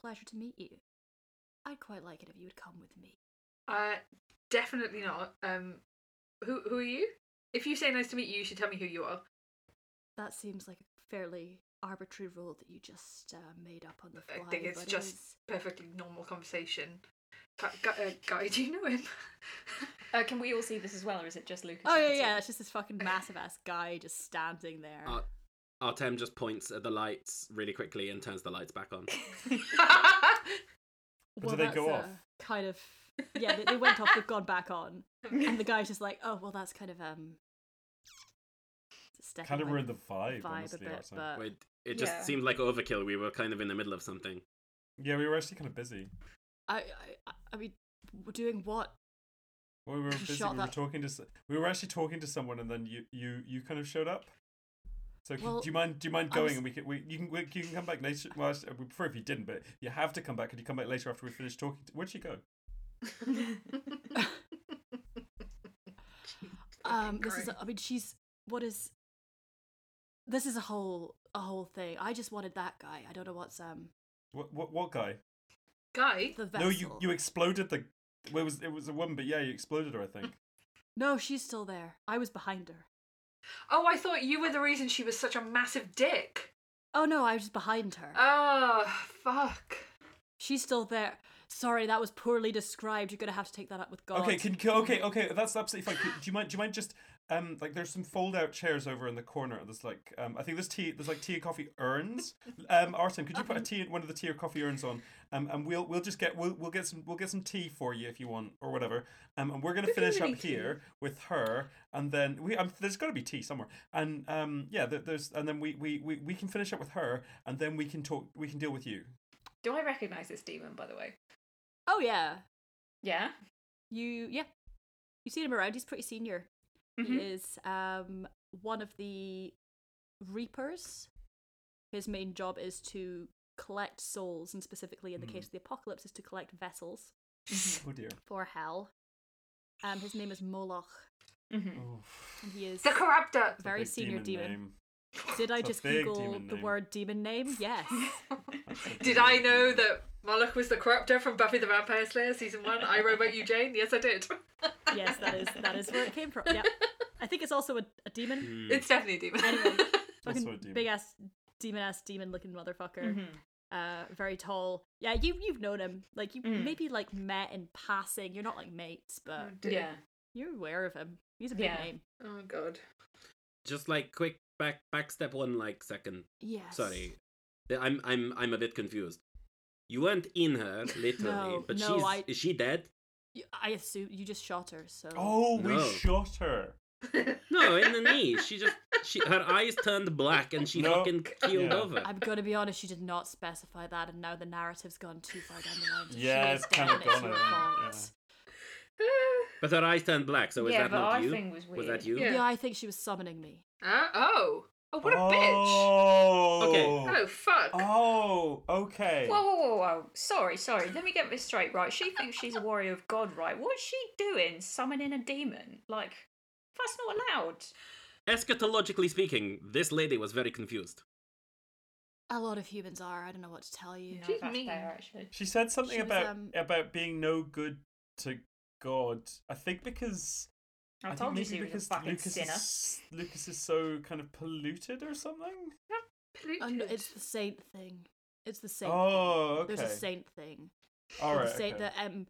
[SPEAKER 3] pleasure to meet you. I'd quite like it if you would come with me.
[SPEAKER 5] uh, definitely not. Um, who who are you? If you say nice to meet you, you should tell me who you are.
[SPEAKER 3] That seems like a fairly arbitrary rule that you just uh, made up on the fly.
[SPEAKER 5] I think it's
[SPEAKER 3] but it
[SPEAKER 5] just
[SPEAKER 3] is-
[SPEAKER 5] perfectly normal conversation. Guy, guy, uh, guy do you know him?
[SPEAKER 6] Uh, can we all see this as well, or is it just Lucas?
[SPEAKER 3] Oh,
[SPEAKER 6] who
[SPEAKER 3] yeah,
[SPEAKER 6] can see
[SPEAKER 3] yeah.
[SPEAKER 6] it?
[SPEAKER 3] It's just this fucking massive ass guy just standing there.
[SPEAKER 4] Uh,
[SPEAKER 7] Ar- Artem just points at the lights really quickly and turns the lights back on.
[SPEAKER 4] But do they
[SPEAKER 3] that's
[SPEAKER 4] go
[SPEAKER 3] a
[SPEAKER 4] off?
[SPEAKER 3] Kind of. Yeah, they, they went off, they've gone back on. And the guy's just like, oh, well, that's kind of. um. it's a step in
[SPEAKER 4] Kind of
[SPEAKER 3] my
[SPEAKER 4] ruined the vibe.
[SPEAKER 3] vibe
[SPEAKER 4] honestly,
[SPEAKER 3] a bit,
[SPEAKER 4] outside.
[SPEAKER 3] but
[SPEAKER 7] It, it just
[SPEAKER 6] Yeah.
[SPEAKER 7] seemed like overkill. We were kind of in the middle of something.
[SPEAKER 4] Yeah, we were actually kind of busy.
[SPEAKER 3] I, I, I mean, we're doing what?
[SPEAKER 4] Well, we were
[SPEAKER 3] Just
[SPEAKER 4] busy.
[SPEAKER 3] shot
[SPEAKER 4] We were
[SPEAKER 3] that-
[SPEAKER 4] talking to. s- We were actually talking to someone, and then you you you kind of showed up. So c-
[SPEAKER 3] Well,
[SPEAKER 4] do you mind? Do you mind
[SPEAKER 3] I
[SPEAKER 4] going?
[SPEAKER 3] was-
[SPEAKER 4] And we can we you can we, you can come back later. Well, I we prefer if you didn't, but you have to come back. Could you come back later after we finish talking? To, where'd she go?
[SPEAKER 3] Um, this is.
[SPEAKER 5] Great.
[SPEAKER 3] A, I mean, she's. What is? This is a whole a whole thing. I just wanted that guy. I don't know what's um
[SPEAKER 4] What what, what guy?
[SPEAKER 5] Guy.
[SPEAKER 3] the vessel.
[SPEAKER 4] No, you you exploded the Well, it was it was a woman, but yeah, you exploded her. I think.
[SPEAKER 3] No, she's still there. I was behind her.
[SPEAKER 5] Oh, I thought you were the reason she was such a massive dick.
[SPEAKER 3] Oh no, I was behind her.
[SPEAKER 5] Oh, fuck.
[SPEAKER 3] she's still there. Sorry, that was poorly described. You're gonna have to take that up with God.
[SPEAKER 4] Okay, can, can okay okay that's absolutely fine. Could- Do you mind? Do you mind just um like there's some fold out chairs over in the corner. There's like um I think there's tea. There's like tea and coffee urns. Um, Artem, could you put a tea one of the tea or coffee urns on? Um, and we'll we'll just get we'll we'll get some we'll get some tea for you if you want or whatever. Um, and we're gonna finish up
[SPEAKER 5] need tea.
[SPEAKER 4] here with her, and then we um, there's gotta be tea somewhere. And um yeah, there, there's and then we, we we we can finish up with her, and then we can talk. We can deal with you.
[SPEAKER 6] Do I recognize this demon, by the way?
[SPEAKER 3] Oh yeah,
[SPEAKER 6] Yeah.
[SPEAKER 3] you yeah, you've seen him around. He's pretty senior.
[SPEAKER 6] Mhm.
[SPEAKER 4] Mm-hmm.
[SPEAKER 3] He is um one of the reapers. His main job is to collect souls, and specifically
[SPEAKER 4] Hmm.
[SPEAKER 3] in the case of the apocalypse, is to collect vessels
[SPEAKER 4] Oh dear.
[SPEAKER 3] for hell. Um, his name is Moloch,
[SPEAKER 6] Mhm.
[SPEAKER 4] Oh,
[SPEAKER 3] and he is
[SPEAKER 5] The corruptor.
[SPEAKER 4] it's a
[SPEAKER 3] very
[SPEAKER 4] big
[SPEAKER 3] senior demon.
[SPEAKER 4] name.
[SPEAKER 3] Did I
[SPEAKER 4] It's a
[SPEAKER 3] just
[SPEAKER 4] big
[SPEAKER 3] Google
[SPEAKER 4] demon
[SPEAKER 3] the
[SPEAKER 4] name.
[SPEAKER 3] word demon name? Yes.
[SPEAKER 4] That's a
[SPEAKER 5] Did
[SPEAKER 4] big
[SPEAKER 5] I know
[SPEAKER 4] name.
[SPEAKER 5] that Moloch was the corruptor from Buffy the Vampire Slayer season one? I robot you, Jane. Yes, I did.
[SPEAKER 4] Mm.
[SPEAKER 3] yes, that is that is where it came from. Yeah. I think it's also a, a demon.
[SPEAKER 7] Hmm.
[SPEAKER 5] It's definitely a demon.
[SPEAKER 3] Anyway,
[SPEAKER 4] Also a
[SPEAKER 3] fucking
[SPEAKER 4] demon. Mm-hmm.
[SPEAKER 3] big ass demon ass demon looking motherfucker.
[SPEAKER 6] Mhm.
[SPEAKER 3] Uh very tall. Yeah, you you've known him. Like you
[SPEAKER 6] Mm.
[SPEAKER 3] maybe like met in passing. You're not like mates,
[SPEAKER 4] Mm.
[SPEAKER 3] but
[SPEAKER 5] Dude.
[SPEAKER 6] Yeah.
[SPEAKER 3] you're aware of him. He's a big
[SPEAKER 6] Yeah.
[SPEAKER 3] name.
[SPEAKER 5] Oh god.
[SPEAKER 7] Just like quick back back step one like second.
[SPEAKER 3] Yes.
[SPEAKER 7] Sorry, Th- I'm I'm I'm a bit confused. You weren't in her literally,
[SPEAKER 3] No,
[SPEAKER 7] but
[SPEAKER 3] no,
[SPEAKER 7] she's
[SPEAKER 3] I-
[SPEAKER 7] is she dead?
[SPEAKER 3] You- I assume you just shot her, so
[SPEAKER 4] Oh, we
[SPEAKER 7] No.
[SPEAKER 4] shot her.
[SPEAKER 7] No, in the knee. She just she her eyes turned black and she
[SPEAKER 4] No.
[SPEAKER 7] fucking keeled
[SPEAKER 4] Yeah.
[SPEAKER 7] over.
[SPEAKER 3] I'm gonna be honest, you did not specify that, and now the narrative's gone too far down the line. She
[SPEAKER 4] Yeah,
[SPEAKER 3] is
[SPEAKER 4] it's kinda
[SPEAKER 3] dead and it's
[SPEAKER 4] gone,
[SPEAKER 3] your
[SPEAKER 4] I think,
[SPEAKER 3] fault.
[SPEAKER 5] Uh,
[SPEAKER 7] But her eyes turned black. So is
[SPEAKER 6] yeah,
[SPEAKER 7] that
[SPEAKER 6] but
[SPEAKER 7] not
[SPEAKER 6] our
[SPEAKER 7] you?
[SPEAKER 6] thing was weird.
[SPEAKER 7] Was that you?
[SPEAKER 5] Yeah.
[SPEAKER 3] yeah, I think she was summoning me.
[SPEAKER 5] uh, oh. Oh, what a bitch.
[SPEAKER 4] oh.
[SPEAKER 7] Okay.
[SPEAKER 5] Oh fuck.
[SPEAKER 4] Oh, okay.
[SPEAKER 6] Whoa, whoa, whoa, whoa. Sorry, sorry. Let me get this straight, right? She thinks she's a warrior of God, right? What's she doing summoning a demon? Like, that's not allowed.
[SPEAKER 7] Eschatologically speaking, this lady was very confused.
[SPEAKER 3] A lot of humans are. I don't know what to tell you.
[SPEAKER 5] She's mean.
[SPEAKER 6] actually.
[SPEAKER 4] she said something
[SPEAKER 3] She was,
[SPEAKER 4] about
[SPEAKER 3] um,
[SPEAKER 4] about being no good to God. I think because
[SPEAKER 6] I,
[SPEAKER 4] think
[SPEAKER 6] told you
[SPEAKER 4] maybe
[SPEAKER 6] she was
[SPEAKER 4] because
[SPEAKER 6] a fucking
[SPEAKER 4] Lucas
[SPEAKER 6] sinner.
[SPEAKER 4] is Lucas is so kind of polluted or something.
[SPEAKER 5] Polluted.
[SPEAKER 3] Oh, no, it's the saint thing. It's the saint.
[SPEAKER 4] Oh,
[SPEAKER 3] thing.
[SPEAKER 4] okay.
[SPEAKER 3] There's a saint thing.
[SPEAKER 4] All
[SPEAKER 3] the
[SPEAKER 4] right.
[SPEAKER 3] saint
[SPEAKER 4] okay.
[SPEAKER 3] that um,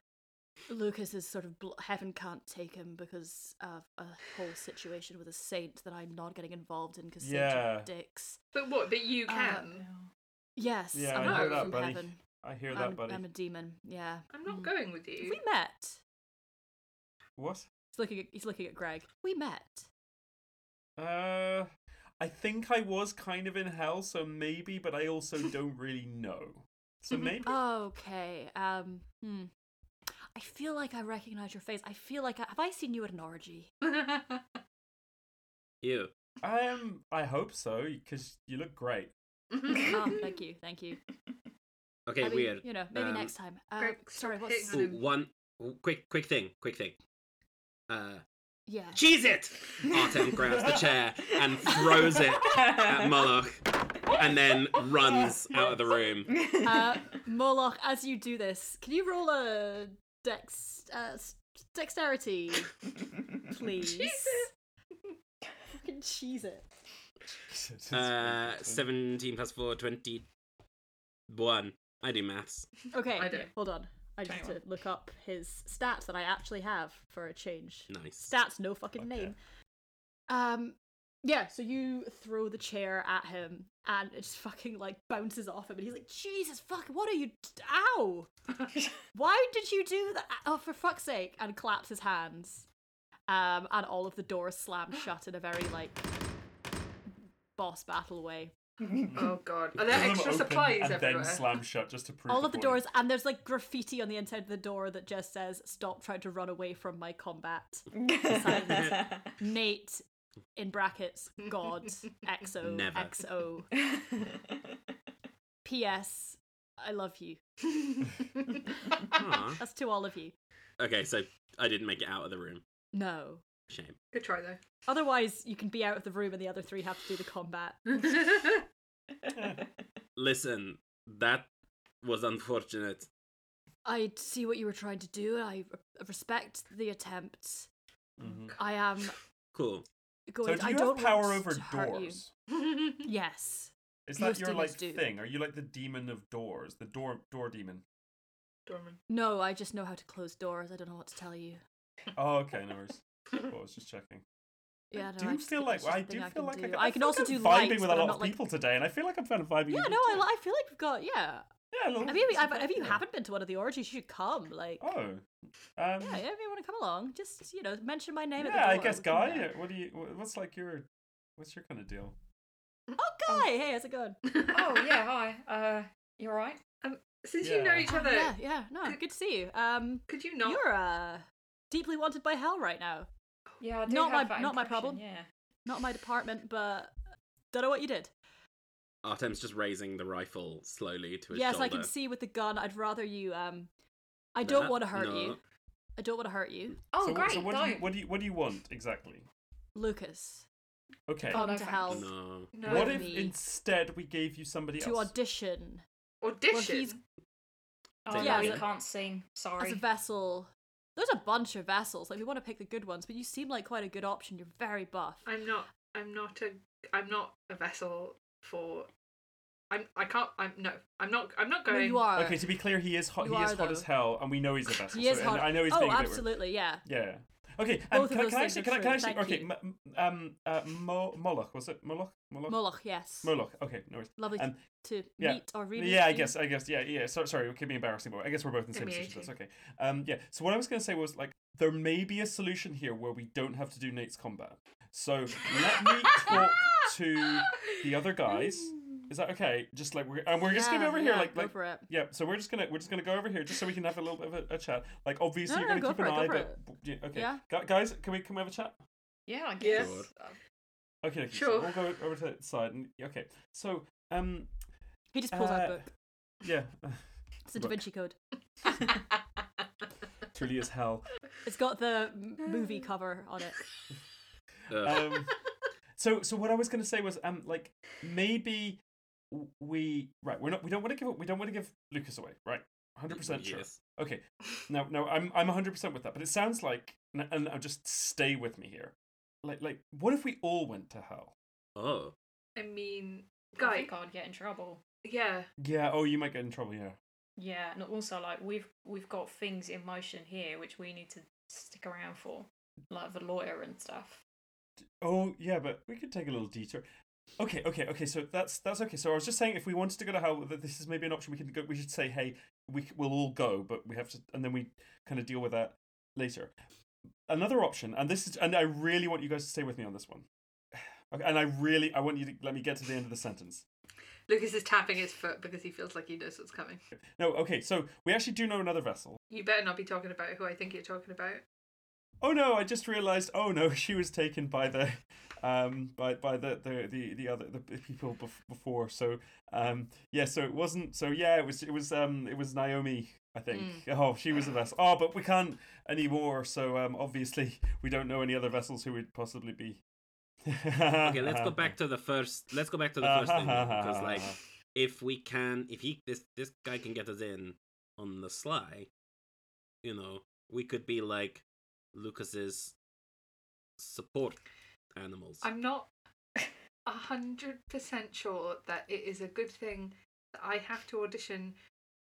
[SPEAKER 3] Lucas is sort of bl- heaven can't take him because of a whole situation with a saint that I'm not getting involved in because
[SPEAKER 4] Yeah.
[SPEAKER 3] saints are dicks.
[SPEAKER 5] But what? But you
[SPEAKER 3] Uh,
[SPEAKER 5] can.
[SPEAKER 3] Yes,
[SPEAKER 4] Yeah,
[SPEAKER 3] I'm
[SPEAKER 5] I
[SPEAKER 3] not
[SPEAKER 5] hear that,
[SPEAKER 3] from
[SPEAKER 4] buddy.
[SPEAKER 3] heaven.
[SPEAKER 4] I hear that,
[SPEAKER 3] I'm,
[SPEAKER 4] buddy.
[SPEAKER 3] I'm a demon. Yeah.
[SPEAKER 5] I'm not
[SPEAKER 3] Mm.
[SPEAKER 5] going with
[SPEAKER 3] Have
[SPEAKER 5] you.
[SPEAKER 3] we met? He's
[SPEAKER 4] What?
[SPEAKER 3] looking. At, he's looking at Greg. We met.
[SPEAKER 4] Uh, I think I was kind of in hell, so maybe, but I also don't really know. So maybe.
[SPEAKER 3] Okay. Um. Hmm. I feel like I recognize your face. I feel like I, have I seen you at an orgy?
[SPEAKER 7] Ew.
[SPEAKER 4] Um, I hope so, because you look great.
[SPEAKER 3] oh, thank you, thank you.
[SPEAKER 7] Okay,
[SPEAKER 3] I mean,
[SPEAKER 7] weird.
[SPEAKER 3] You know, maybe
[SPEAKER 7] Um,
[SPEAKER 3] next time. Uh,
[SPEAKER 5] Greg, stop
[SPEAKER 3] sorry, what's
[SPEAKER 5] hitting
[SPEAKER 7] Ooh, one ooh, quick quick thing, quick thing. Uh
[SPEAKER 3] yeah?
[SPEAKER 7] cheese it! Artem grabs the chair and throws it at Moloch and then runs out of the room.
[SPEAKER 3] Uh, Moloch, as you do this, can you roll a dex uh, s- dexterity, please? Fucking cheese it.
[SPEAKER 7] Uh 17 plus 4, 21. I do maths.
[SPEAKER 3] Okay,
[SPEAKER 5] I don't.
[SPEAKER 3] hold on. I just had to look up his stats that I actually have for a change.
[SPEAKER 7] Nice.
[SPEAKER 3] Stats, no fucking
[SPEAKER 4] Okay.
[SPEAKER 3] name. Um, yeah. So you throw the chair at him, and it just fucking like bounces off him, and he's like, "Jesus fuck, what are you? Ow! Why did you do that? Oh, for fuck's sake!" And claps his hands, um, and all of the doors slam shut in a very like boss battle way.
[SPEAKER 5] oh god. Are there extra supplies
[SPEAKER 4] and
[SPEAKER 5] everywhere?
[SPEAKER 4] then slam shut just to prove.
[SPEAKER 3] all of the
[SPEAKER 4] point.
[SPEAKER 3] doors, and there's like graffiti on the inside of the door that just says, "Stop trying to run away from my combat." Nate in brackets God XO
[SPEAKER 7] Never.
[SPEAKER 3] XO PS I love you.
[SPEAKER 7] Aw.
[SPEAKER 3] That's to all of you.
[SPEAKER 7] Okay, so I didn't make it out of the room.
[SPEAKER 3] No.
[SPEAKER 7] Shame.
[SPEAKER 5] Good try though.
[SPEAKER 3] Otherwise, you can be out of the room, and the other three have to do the combat.
[SPEAKER 7] Listen, that was unfortunate.
[SPEAKER 3] I see what you were trying to do. I r- respect the attempt.
[SPEAKER 4] Mhm.
[SPEAKER 3] I am
[SPEAKER 7] Cool.
[SPEAKER 3] going.
[SPEAKER 4] So do
[SPEAKER 3] I
[SPEAKER 4] you
[SPEAKER 3] don't
[SPEAKER 4] have power
[SPEAKER 3] want
[SPEAKER 4] over
[SPEAKER 3] to hurt you.
[SPEAKER 4] doors?
[SPEAKER 3] Yes.
[SPEAKER 4] Is
[SPEAKER 3] Most
[SPEAKER 4] that your
[SPEAKER 3] demons
[SPEAKER 4] like
[SPEAKER 3] do.
[SPEAKER 4] thing? Are you like the demon of doors, the door door demon?
[SPEAKER 5] Dorman.
[SPEAKER 3] No, I just know how to close doors. I don't know what to tell you.
[SPEAKER 4] Oh, okay, no worries. Cool, I was just checking.
[SPEAKER 3] Yeah, no,
[SPEAKER 4] do
[SPEAKER 3] I
[SPEAKER 4] you
[SPEAKER 3] just
[SPEAKER 4] feel
[SPEAKER 3] think
[SPEAKER 4] like
[SPEAKER 3] it's just
[SPEAKER 4] I
[SPEAKER 3] a
[SPEAKER 4] do
[SPEAKER 3] thing I
[SPEAKER 4] feel
[SPEAKER 3] can
[SPEAKER 4] like
[SPEAKER 3] do.
[SPEAKER 4] I, can,
[SPEAKER 3] I
[SPEAKER 4] I
[SPEAKER 3] can
[SPEAKER 4] feel
[SPEAKER 3] also
[SPEAKER 4] like
[SPEAKER 3] do
[SPEAKER 4] I'm
[SPEAKER 3] lights,
[SPEAKER 4] vibing
[SPEAKER 3] but
[SPEAKER 4] with a
[SPEAKER 3] I'm
[SPEAKER 4] lot
[SPEAKER 3] not
[SPEAKER 4] of
[SPEAKER 3] like-
[SPEAKER 4] people today, and I feel like I'm kind of vibing.
[SPEAKER 3] Yeah,
[SPEAKER 4] with
[SPEAKER 3] no,
[SPEAKER 4] you
[SPEAKER 3] I,
[SPEAKER 4] too.
[SPEAKER 3] li- I feel like we've got yeah.
[SPEAKER 4] Yeah, a little
[SPEAKER 3] I
[SPEAKER 4] bit
[SPEAKER 3] mean,
[SPEAKER 4] of
[SPEAKER 3] I, if you
[SPEAKER 4] something.
[SPEAKER 3] haven't been to one of the orgies, you should come. Like,
[SPEAKER 4] Oh. Um,
[SPEAKER 3] yeah, yeah, if you want to come along, just you know, mention my name. at the
[SPEAKER 4] yeah, I
[SPEAKER 3] door,
[SPEAKER 4] guess,
[SPEAKER 3] we can
[SPEAKER 4] guy.
[SPEAKER 3] do that.
[SPEAKER 4] What do you? wha- What's like your? What's your kind of deal?
[SPEAKER 3] Oh, guy. Hey, how's it going?
[SPEAKER 6] oh yeah, hi. Uh, you're right.
[SPEAKER 5] Since you know
[SPEAKER 4] Yeah.
[SPEAKER 5] each
[SPEAKER 3] Oh,
[SPEAKER 5] other,
[SPEAKER 3] yeah, yeah. No,
[SPEAKER 5] Could-
[SPEAKER 3] good to see you. Um,
[SPEAKER 5] could you not?
[SPEAKER 3] you're uh deeply wanted by hell right now.
[SPEAKER 6] Yeah, I do
[SPEAKER 3] Not
[SPEAKER 6] have
[SPEAKER 3] my-
[SPEAKER 6] that
[SPEAKER 3] not my
[SPEAKER 6] impression,
[SPEAKER 3] problem.
[SPEAKER 6] Yeah.
[SPEAKER 3] Not my department, but don't know what you did.
[SPEAKER 7] Artem's just raising the rifle slowly to his
[SPEAKER 3] yes,
[SPEAKER 7] shoulder.
[SPEAKER 3] I can see with the gun. I'd rather you. Um, I
[SPEAKER 7] No,
[SPEAKER 3] don't want to hurt
[SPEAKER 7] no.
[SPEAKER 3] you. I don't want to hurt you,
[SPEAKER 6] Oh
[SPEAKER 4] so,
[SPEAKER 6] great.
[SPEAKER 4] So what do you?
[SPEAKER 6] don't.
[SPEAKER 4] What do you? What do you want exactly?
[SPEAKER 3] Lucas.
[SPEAKER 4] Okay.
[SPEAKER 6] Oh,
[SPEAKER 3] Come
[SPEAKER 6] no,
[SPEAKER 3] to
[SPEAKER 6] thanks.
[SPEAKER 3] hell
[SPEAKER 7] No.
[SPEAKER 5] No.
[SPEAKER 4] what
[SPEAKER 3] with
[SPEAKER 4] if
[SPEAKER 3] me
[SPEAKER 4] instead we gave you somebody
[SPEAKER 3] to
[SPEAKER 4] else?
[SPEAKER 3] audition
[SPEAKER 5] Audition.
[SPEAKER 3] Well, he's-
[SPEAKER 6] Oh,
[SPEAKER 3] Yeah,
[SPEAKER 6] yeah, we
[SPEAKER 3] but-
[SPEAKER 6] can't sing.
[SPEAKER 3] as
[SPEAKER 6] Sorry.
[SPEAKER 3] a vessel. There's a bunch of vessels. Like we want to pick the good ones, but you seem like quite a good option. You're very buff.
[SPEAKER 5] I'm not. I'm not a. I'm not a vessel for. I'm. I can't. I'm no. I'm not. I'm not
[SPEAKER 3] No,
[SPEAKER 5] going.
[SPEAKER 3] you are.
[SPEAKER 4] Okay. To be clear, he is hot.
[SPEAKER 3] You
[SPEAKER 4] he is
[SPEAKER 3] are,
[SPEAKER 4] hot as
[SPEAKER 3] though.
[SPEAKER 4] hell, and we know he's a vessel.
[SPEAKER 3] He is
[SPEAKER 4] so,
[SPEAKER 3] hot.
[SPEAKER 4] And I know he's
[SPEAKER 3] oh,
[SPEAKER 4] being a bit rude.
[SPEAKER 3] absolutely. Yeah.
[SPEAKER 4] Yeah. Okay.
[SPEAKER 3] Both
[SPEAKER 4] And
[SPEAKER 3] of
[SPEAKER 4] can, I-
[SPEAKER 3] those
[SPEAKER 4] can I
[SPEAKER 3] things
[SPEAKER 4] actually?
[SPEAKER 3] are
[SPEAKER 4] Can I? Can I
[SPEAKER 3] true,
[SPEAKER 4] actually? Okay.
[SPEAKER 3] thank
[SPEAKER 4] m- m- Um. Uh. Mo- Moloch. Was it Moloch? Moloch.
[SPEAKER 3] Moloch. Yes.
[SPEAKER 4] Moloch. Okay. No worries.
[SPEAKER 3] Lovely
[SPEAKER 4] Um,
[SPEAKER 3] to
[SPEAKER 4] yeah.
[SPEAKER 3] meet or read.
[SPEAKER 4] Yeah, I guess, Um, I guess, yeah, yeah. So, sorry, it could be embarrassing, but I guess we're both in the same
[SPEAKER 5] Could be
[SPEAKER 4] position. so That's
[SPEAKER 5] anything.
[SPEAKER 4] okay. Um, yeah. So what I was going to say was like, there may be a solution here where we don't have to do Nate's combat. So let me talk to the other guys. Is that okay? Just like we're and we're just gonna be
[SPEAKER 3] Yeah,
[SPEAKER 4] over here,
[SPEAKER 3] yeah,
[SPEAKER 4] like
[SPEAKER 3] go
[SPEAKER 4] like.
[SPEAKER 3] for it.
[SPEAKER 4] Yeah, so we're just gonna we're just gonna go over here just so we can have a little bit of a, a chat. Like obviously
[SPEAKER 3] No,
[SPEAKER 4] you're
[SPEAKER 3] no,
[SPEAKER 4] gonna
[SPEAKER 3] go
[SPEAKER 4] keep
[SPEAKER 3] for
[SPEAKER 4] an
[SPEAKER 3] it, go
[SPEAKER 4] eye,
[SPEAKER 3] for
[SPEAKER 4] but yeah, okay,
[SPEAKER 3] Yeah.
[SPEAKER 4] Gu- guys, can we can we have a chat?
[SPEAKER 6] yeah, I
[SPEAKER 5] Yes.
[SPEAKER 6] guess. Uh,
[SPEAKER 4] Okay, okay
[SPEAKER 5] Sure.
[SPEAKER 4] So we'll go over to the side. And, okay, so um,
[SPEAKER 3] He just pulls out a
[SPEAKER 4] Uh,
[SPEAKER 3] book.
[SPEAKER 4] yeah,
[SPEAKER 3] It's a Da
[SPEAKER 4] book.
[SPEAKER 3] Vinci Code.
[SPEAKER 4] truly as hell.
[SPEAKER 3] It's got the m- movie cover on it.
[SPEAKER 7] Ugh.
[SPEAKER 4] um, so so what I was going to say was um like maybe w- we right we're not we don't want to give we don't want to give Lucas away right 100% sure
[SPEAKER 7] Mm, Yes.
[SPEAKER 4] okay no no I'm I'm 100% with that but it sounds like and, and I'll just stay with me here like like what if we all went to hell
[SPEAKER 7] Oh.
[SPEAKER 5] I mean,
[SPEAKER 6] I
[SPEAKER 5] guy.
[SPEAKER 6] think I'd get in trouble.
[SPEAKER 5] Yeah.
[SPEAKER 4] yeah oh you might get in trouble yeah
[SPEAKER 6] Yeah, and also like we've we've got things in motion here which we need to stick around for, like the lawyer and stuff.
[SPEAKER 4] oh yeah but we could take a little detour okay okay okay so that's that's okay so I was just saying if we wanted to go to hell that this is maybe an option we can go we should say hey we c- we'll all go but we have to and then we kind of deal with that later. Another option, and this is, and I really want you guys to stay with me on this one. Okay, and I really, I want you to let me get to the end of the sentence.
[SPEAKER 5] Lucas is tapping his foot because he feels like he knows what's coming.
[SPEAKER 4] No, okay, so we actually do know another vessel.
[SPEAKER 5] You better not be talking about who I think you're talking about.
[SPEAKER 4] Oh no, I just realized. Oh no, she was taken by the, um, by by the the the, the other the people bef- before. So um, yeah, so it wasn't. So yeah, it was it was um it was Naomi. I think.
[SPEAKER 7] Hmm.
[SPEAKER 4] Oh, she was a vessel. Oh, but we can't anymore. So um, obviously we don't know any other vessels who would possibly be.
[SPEAKER 7] Okay, let's go back to the first. Let's go back to the
[SPEAKER 4] Uh,
[SPEAKER 7] first thing though, because, like, if we can, if he this this guy can get us in on the sly, you know, we could be like Lucas's support animals.
[SPEAKER 5] I'm not a hundred percent sure that it is a good thing that I have to audition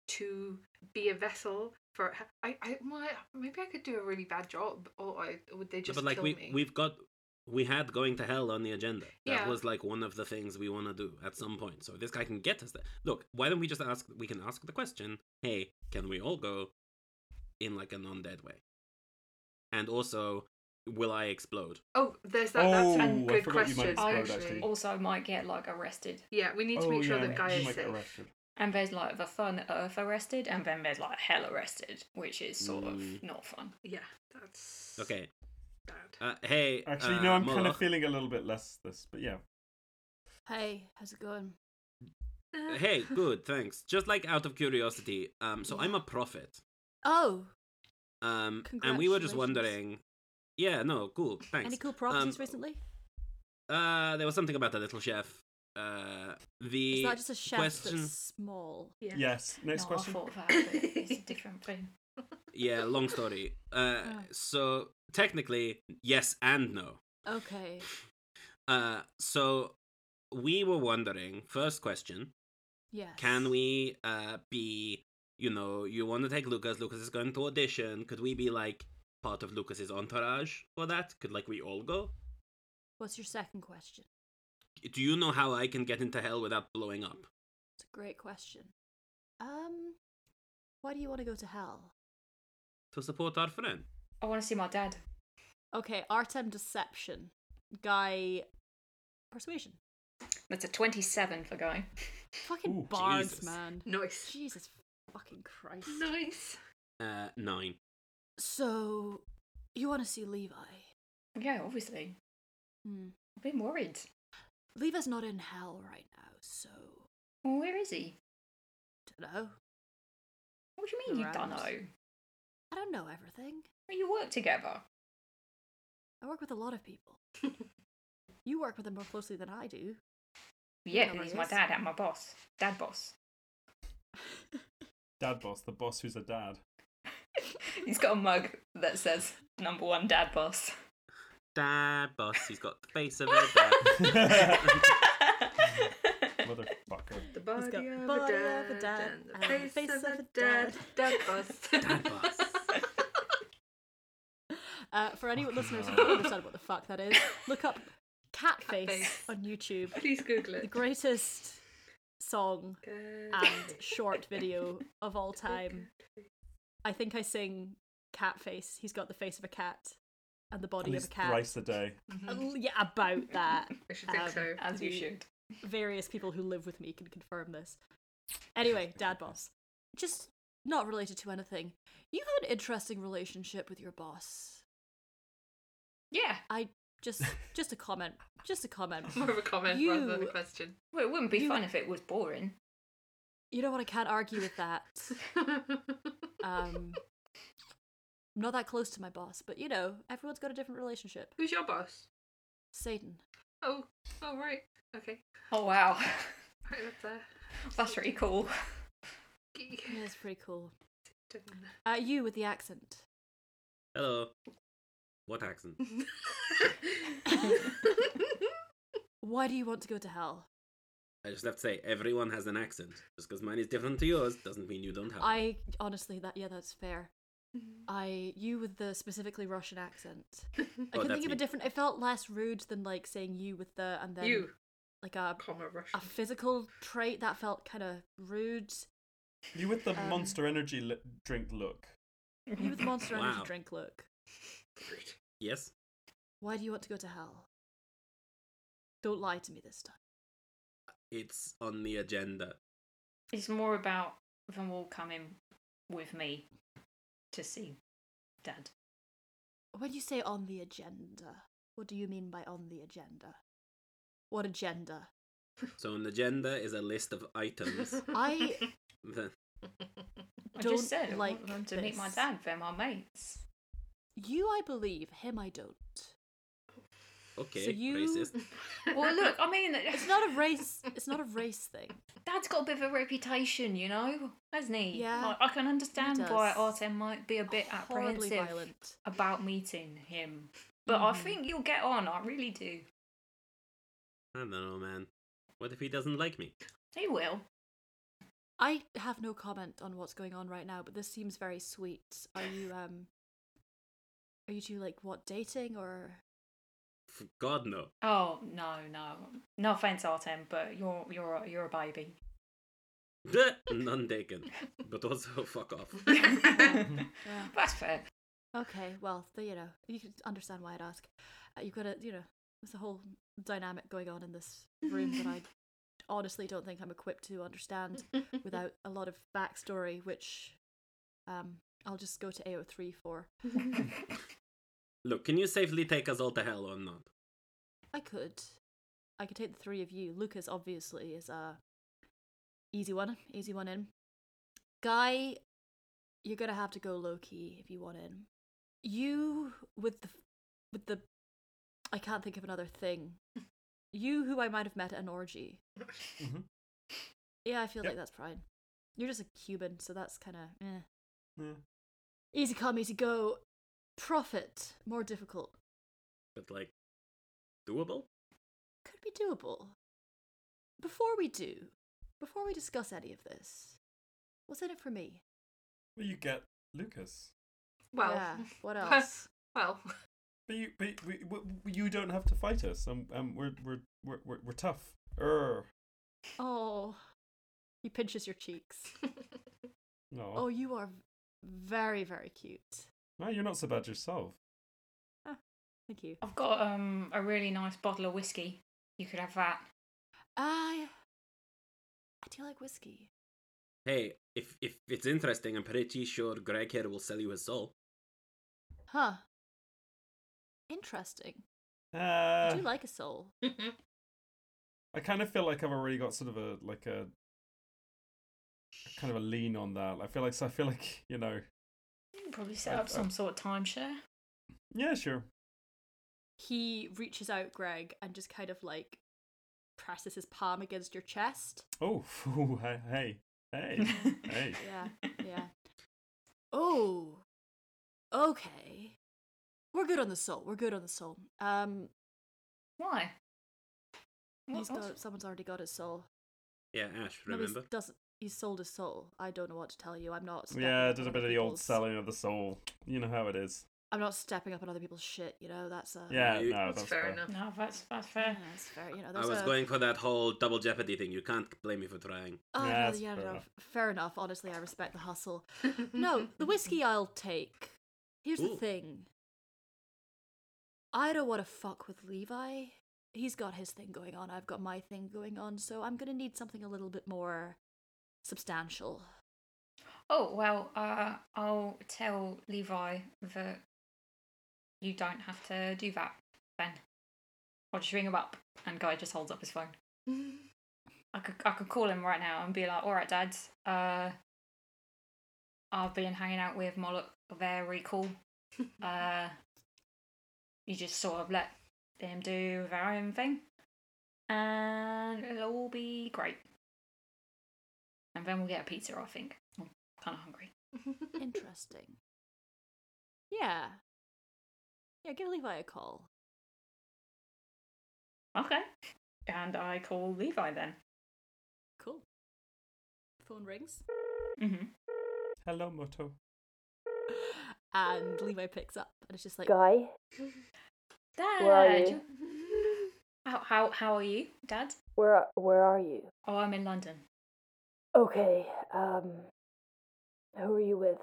[SPEAKER 5] to be a vessel for. I, I might maybe I could do a really bad job, or I, would they
[SPEAKER 7] No,
[SPEAKER 5] just
[SPEAKER 7] but like
[SPEAKER 5] kill
[SPEAKER 7] we
[SPEAKER 5] me?
[SPEAKER 7] we've got we had going to hell on the agenda. That
[SPEAKER 5] Yeah.
[SPEAKER 7] was like one of the things we want to do at some point. So this guy can get us there. Look, why don't we just ask? We can ask the question. Hey, can we all go in like a non-dead way? And also, will I explode?
[SPEAKER 5] Oh, there's that.
[SPEAKER 4] Oh,
[SPEAKER 5] that's a
[SPEAKER 4] I
[SPEAKER 5] good
[SPEAKER 4] forgot you
[SPEAKER 5] question.
[SPEAKER 4] might
[SPEAKER 6] explode,
[SPEAKER 4] actually.
[SPEAKER 6] Also, might get like arrested,
[SPEAKER 5] Yeah, we need to make sure the guy
[SPEAKER 4] Oh, you
[SPEAKER 5] is
[SPEAKER 4] might get
[SPEAKER 5] safe.
[SPEAKER 4] arrested.
[SPEAKER 6] and there's like the fun Earth arrested, and then there's like Hell arrested, which is sort
[SPEAKER 7] Mm.
[SPEAKER 6] of not fun.
[SPEAKER 5] Yeah, that's
[SPEAKER 7] Okay.
[SPEAKER 5] Bad.
[SPEAKER 7] Uh, hey.
[SPEAKER 4] Actually,
[SPEAKER 7] uh,
[SPEAKER 4] no, I'm kind of
[SPEAKER 7] Moloch.
[SPEAKER 4] feeling a little bit less this, but yeah.
[SPEAKER 3] Hey, how's it going?
[SPEAKER 7] Hey, good, thanks. Just like out of curiosity, um, so I'm a prophet,
[SPEAKER 3] Oh,
[SPEAKER 7] um, and we were just
[SPEAKER 3] Congratulations.
[SPEAKER 7] wondering. Yeah, no, cool, thanks.
[SPEAKER 3] any cool properties
[SPEAKER 7] Um,
[SPEAKER 3] recently?
[SPEAKER 7] Uh, there was something about the little chef. Uh, the
[SPEAKER 3] Is that just a chef
[SPEAKER 7] question-
[SPEAKER 3] that's small?
[SPEAKER 5] Yeah.
[SPEAKER 4] Yes. Next
[SPEAKER 6] No,
[SPEAKER 4] question.
[SPEAKER 6] I thought that, but it's a different thing.
[SPEAKER 7] yeah, long story. Uh,
[SPEAKER 3] Oh.
[SPEAKER 7] so technically, yes and no.
[SPEAKER 3] Okay.
[SPEAKER 7] Uh, so we were wondering. First question:
[SPEAKER 3] Yes.
[SPEAKER 7] Can we uh be? You know, you want to take Lucas. Lucas is going to audition. Could we be like part of Lucas's entourage for that? Could like we all go?
[SPEAKER 3] What's your second question?
[SPEAKER 7] Do you know how I can get into hell without blowing up?
[SPEAKER 3] It's a great question. Um, why do you want to go to hell?
[SPEAKER 7] To support our friend.
[SPEAKER 6] I want to see my dad.
[SPEAKER 3] Okay, Artem deception, guy persuasion.
[SPEAKER 6] That's a 27 for Guy.
[SPEAKER 3] Fucking
[SPEAKER 4] Ooh,
[SPEAKER 3] Barnes,
[SPEAKER 7] Jesus.
[SPEAKER 3] man.
[SPEAKER 5] Nice.
[SPEAKER 3] Jesus fucking Christ.
[SPEAKER 5] Nice.
[SPEAKER 7] Uh, nine.
[SPEAKER 3] So, you want to see Levi?
[SPEAKER 6] Yeah, obviously.
[SPEAKER 3] Hmm.
[SPEAKER 6] I've been worried.
[SPEAKER 3] Levi's not in hell right now, so
[SPEAKER 6] Well, where is he?
[SPEAKER 3] don't know.
[SPEAKER 6] What do you mean you
[SPEAKER 3] Around.
[SPEAKER 6] don't know?
[SPEAKER 3] I don't know everything.
[SPEAKER 6] Well, you work together.
[SPEAKER 3] I work with a lot of people. you work with them more closely than I do.
[SPEAKER 6] Yeah,
[SPEAKER 3] know
[SPEAKER 6] 'cause
[SPEAKER 3] where
[SPEAKER 6] he's
[SPEAKER 3] he
[SPEAKER 6] my
[SPEAKER 3] is.
[SPEAKER 6] dad and my boss. Dad boss.
[SPEAKER 4] Dad boss, the boss who's a dad.
[SPEAKER 6] He's got a mug that says number one dad boss.
[SPEAKER 7] Dad boss, he's got the face of a dad.
[SPEAKER 4] Motherfucker.
[SPEAKER 5] The body,
[SPEAKER 3] got
[SPEAKER 5] of,
[SPEAKER 3] body
[SPEAKER 5] a dad,
[SPEAKER 3] of a dad
[SPEAKER 5] and the
[SPEAKER 3] and the
[SPEAKER 5] face, of, a dad. Dad boss.
[SPEAKER 7] Dad boss.
[SPEAKER 3] Uh, for any listeners who
[SPEAKER 4] hell.
[SPEAKER 3] don't understand what the fuck that is, look up Catface
[SPEAKER 5] Catface.
[SPEAKER 3] on YouTube.
[SPEAKER 5] Please Google
[SPEAKER 3] The
[SPEAKER 5] it. Uh,
[SPEAKER 3] greatest song
[SPEAKER 5] Dad.
[SPEAKER 3] and short video of all time. I think I sing Catface. He's got the face of a cat and the
[SPEAKER 4] At
[SPEAKER 3] body of a
[SPEAKER 4] least
[SPEAKER 3] cat.
[SPEAKER 4] thrice a day.
[SPEAKER 5] Mhm.
[SPEAKER 3] Uh, yeah, about that.
[SPEAKER 5] I should think
[SPEAKER 3] um,
[SPEAKER 5] so.
[SPEAKER 6] As you
[SPEAKER 3] The-
[SPEAKER 6] should.
[SPEAKER 3] Various people who live with me can confirm this. Anyway, dad boss. Just not related to anything. You have an interesting relationship with your boss.
[SPEAKER 6] Yeah.
[SPEAKER 3] I just just a comment. Just a comment.
[SPEAKER 5] More of a comment rather than a
[SPEAKER 3] You-
[SPEAKER 5] question.
[SPEAKER 6] Well, it wouldn't be
[SPEAKER 3] You-
[SPEAKER 6] fun if it was boring.
[SPEAKER 3] You know what? I can't argue with that. Um, I'm not that close to my boss, but you know, everyone's got a different relationship.
[SPEAKER 5] Who's your boss?
[SPEAKER 3] Satan.
[SPEAKER 5] Oh, oh right. Okay.
[SPEAKER 6] Oh, wow.
[SPEAKER 5] Right up there.
[SPEAKER 6] That's really cool.
[SPEAKER 3] Yeah, that's pretty cool. Uh, you with the accent.
[SPEAKER 7] Hello. What accent?
[SPEAKER 3] Why do you want to go to hell?
[SPEAKER 7] I just have to say, everyone has an accent. Just because mine is different to yours doesn't mean you don't have. one.
[SPEAKER 3] I honestly, that yeah, that's fair. Mm-hmm. I you with the specifically Russian accent. I
[SPEAKER 7] Oh,
[SPEAKER 3] can
[SPEAKER 7] that's
[SPEAKER 3] think of
[SPEAKER 7] me.
[SPEAKER 3] a different. It felt less rude than like saying you with the and then
[SPEAKER 5] you,
[SPEAKER 3] like a
[SPEAKER 5] comma Russian.
[SPEAKER 3] a physical trait that felt kind of rude.
[SPEAKER 4] You with the
[SPEAKER 3] Um,
[SPEAKER 4] monster energy li- drink look.
[SPEAKER 3] You with the monster energy
[SPEAKER 7] Wow.
[SPEAKER 3] drink look.
[SPEAKER 5] Great.
[SPEAKER 7] Yes.
[SPEAKER 3] Why do you want to go to hell? Don't lie to me this time.
[SPEAKER 7] It's on the agenda.
[SPEAKER 6] It's more about them all coming with me to see dad.
[SPEAKER 3] When you say on the agenda, what do you mean by on the agenda? What agenda?
[SPEAKER 7] So an agenda is a list of items.
[SPEAKER 3] I
[SPEAKER 7] that,
[SPEAKER 6] I
[SPEAKER 3] Don't
[SPEAKER 6] just said I
[SPEAKER 3] like
[SPEAKER 6] want them to meet my
[SPEAKER 3] this.
[SPEAKER 6] dad. They're my mates.
[SPEAKER 3] you I believe, him I don't.
[SPEAKER 7] okay,
[SPEAKER 3] So you-
[SPEAKER 7] racist.
[SPEAKER 6] Well, look, I mean,
[SPEAKER 3] It's not a race it's not a race thing.
[SPEAKER 6] Dad's got a bit of a reputation, you know, hasn't he?
[SPEAKER 3] Yeah,
[SPEAKER 6] Like, I can understand why
[SPEAKER 3] does.
[SPEAKER 6] Artem might be a bit
[SPEAKER 3] Horribly
[SPEAKER 6] apprehensive
[SPEAKER 3] violent.
[SPEAKER 6] about meeting him, but I
[SPEAKER 3] Mhm.
[SPEAKER 6] think you'll get on. I really do.
[SPEAKER 7] I don't know, man. What if he doesn't like me?
[SPEAKER 6] He will.
[SPEAKER 3] I have no comment on what's going on right now, but this seems very sweet. Are you um are you two like what dating or
[SPEAKER 7] F- God no.
[SPEAKER 6] Oh no, no, no offense, Artem, but you're you're a- you're a baby.
[SPEAKER 7] None taken. But also fuck off.
[SPEAKER 3] Yeah.
[SPEAKER 6] That's fair.
[SPEAKER 3] Okay, well, the, you know, you can understand why I'd ask. Uh, you've got to, you know, there's a whole dynamic going on in this room that I honestly don't think I'm equipped to understand without a lot of backstory, which um, I'll just go to AO3 for.
[SPEAKER 7] Look, can you safely take us all to hell or not?
[SPEAKER 3] I could. I could take the three of you. Lucas, obviously, is a easy one, easy one in. Guy, you're gonna have to go low key if you want in. You with the with the, I can't think of another thing. You, who I might have met at an orgy.
[SPEAKER 4] Mhm.
[SPEAKER 3] Yeah, I feel
[SPEAKER 4] Yep.
[SPEAKER 3] like that's pride. You're just a Cuban, so that's kind of eh.
[SPEAKER 4] Yeah.
[SPEAKER 3] easy come, easy go. Profit more difficult.
[SPEAKER 7] But like, doable.
[SPEAKER 3] Could be doable. Before we do, before we discuss any of this, what's in it for me?
[SPEAKER 4] Well, you get Lucas.
[SPEAKER 5] Well,
[SPEAKER 3] yeah, what else?
[SPEAKER 5] well,
[SPEAKER 4] But you, but we, we, we- you don't have to fight us. Um, um we're, we're, we're, we're, we're tough. Er.
[SPEAKER 3] oh, he pinches your cheeks.
[SPEAKER 4] No.
[SPEAKER 3] Oh, you are very, very cute.
[SPEAKER 4] No, you're not so bad yourself.
[SPEAKER 3] Thank you.
[SPEAKER 6] I've got um a really nice bottle of whiskey. You could have that.
[SPEAKER 3] I, I do like whiskey.
[SPEAKER 7] Hey, if if it's interesting, I'm pretty sure Greg here will sell you his soul.
[SPEAKER 3] Huh. Interesting. I
[SPEAKER 4] Uh,
[SPEAKER 3] do like a soul.
[SPEAKER 4] I kind of feel like I've already got sort of a like a kind of a lean on that. I feel like I feel like you know.
[SPEAKER 6] You can probably set
[SPEAKER 4] I-
[SPEAKER 6] up some
[SPEAKER 4] I-
[SPEAKER 6] sort of timeshare.
[SPEAKER 4] Yeah, sure.
[SPEAKER 3] He reaches out, Greg, and just kind of like presses his palm against your chest.
[SPEAKER 4] Oh, ooh, hey, hey, hey, hey.
[SPEAKER 3] Yeah, yeah. Oh, okay. We're good on the soul. We're good on the soul. Um,
[SPEAKER 6] Why? What-
[SPEAKER 3] he's
[SPEAKER 6] what's-
[SPEAKER 3] got, someone's already got his soul.
[SPEAKER 7] Yeah, Ash,
[SPEAKER 3] No, he's
[SPEAKER 7] remember?
[SPEAKER 3] doesn't. He's sold his soul. I don't know what to tell you. I'm not. stepping
[SPEAKER 4] Yeah, I
[SPEAKER 3] up
[SPEAKER 4] did a
[SPEAKER 3] on
[SPEAKER 4] bit
[SPEAKER 3] other
[SPEAKER 4] of the old
[SPEAKER 3] people's-
[SPEAKER 4] selling of the soul. You know how it is.
[SPEAKER 3] I'm not stepping up on other people's shit. You know, that's a
[SPEAKER 4] Yeah,
[SPEAKER 7] you-
[SPEAKER 4] no,
[SPEAKER 5] that's,
[SPEAKER 4] that's
[SPEAKER 5] fair, enough.
[SPEAKER 6] No, that's that's
[SPEAKER 3] Yeah,
[SPEAKER 6] fair.
[SPEAKER 3] that's fair. You know,
[SPEAKER 7] I
[SPEAKER 3] there's
[SPEAKER 7] was
[SPEAKER 3] a,
[SPEAKER 7] going for that whole double jeopardy thing. You can't blame me for trying.
[SPEAKER 3] Oh,
[SPEAKER 4] Yeah,
[SPEAKER 3] no,
[SPEAKER 4] that's
[SPEAKER 3] yeah,
[SPEAKER 4] fair
[SPEAKER 3] no,
[SPEAKER 4] enough.
[SPEAKER 3] fair enough. Honestly, I respect the hustle. no, the whiskey I'll take. Here's the
[SPEAKER 7] Ooh.
[SPEAKER 3] thing. I don't want to fuck with Levi. He's got his thing going on. I've got my thing going on. So I'm gonna need something a little bit more substantial.
[SPEAKER 6] Oh well, uh, I'll tell Levi that you don't have to do that. Then I'll just ring him up, and Guy just holds up his phone. I could I could call him right now and be like, "All right, Dad, uh, I've been hanging out with Moloch. They're really cool. Uh, you just sort of let them do their own thing, and it'll all be great. And then we'll get a pizza. I think I'm kind of hungry.
[SPEAKER 3] Interesting. Yeah. Yeah, give Levi a call.
[SPEAKER 6] Okay. And I call Levi then.
[SPEAKER 3] Cool. Phone rings.
[SPEAKER 6] hmm
[SPEAKER 4] Hello, Moto.
[SPEAKER 3] And Levi picks up and it's just like
[SPEAKER 8] Guy?
[SPEAKER 6] Dad,
[SPEAKER 8] Where are you?
[SPEAKER 6] How, how how are you, Dad?
[SPEAKER 8] Where where are you?
[SPEAKER 6] Oh, I'm in London.
[SPEAKER 8] Okay. Um who are you with?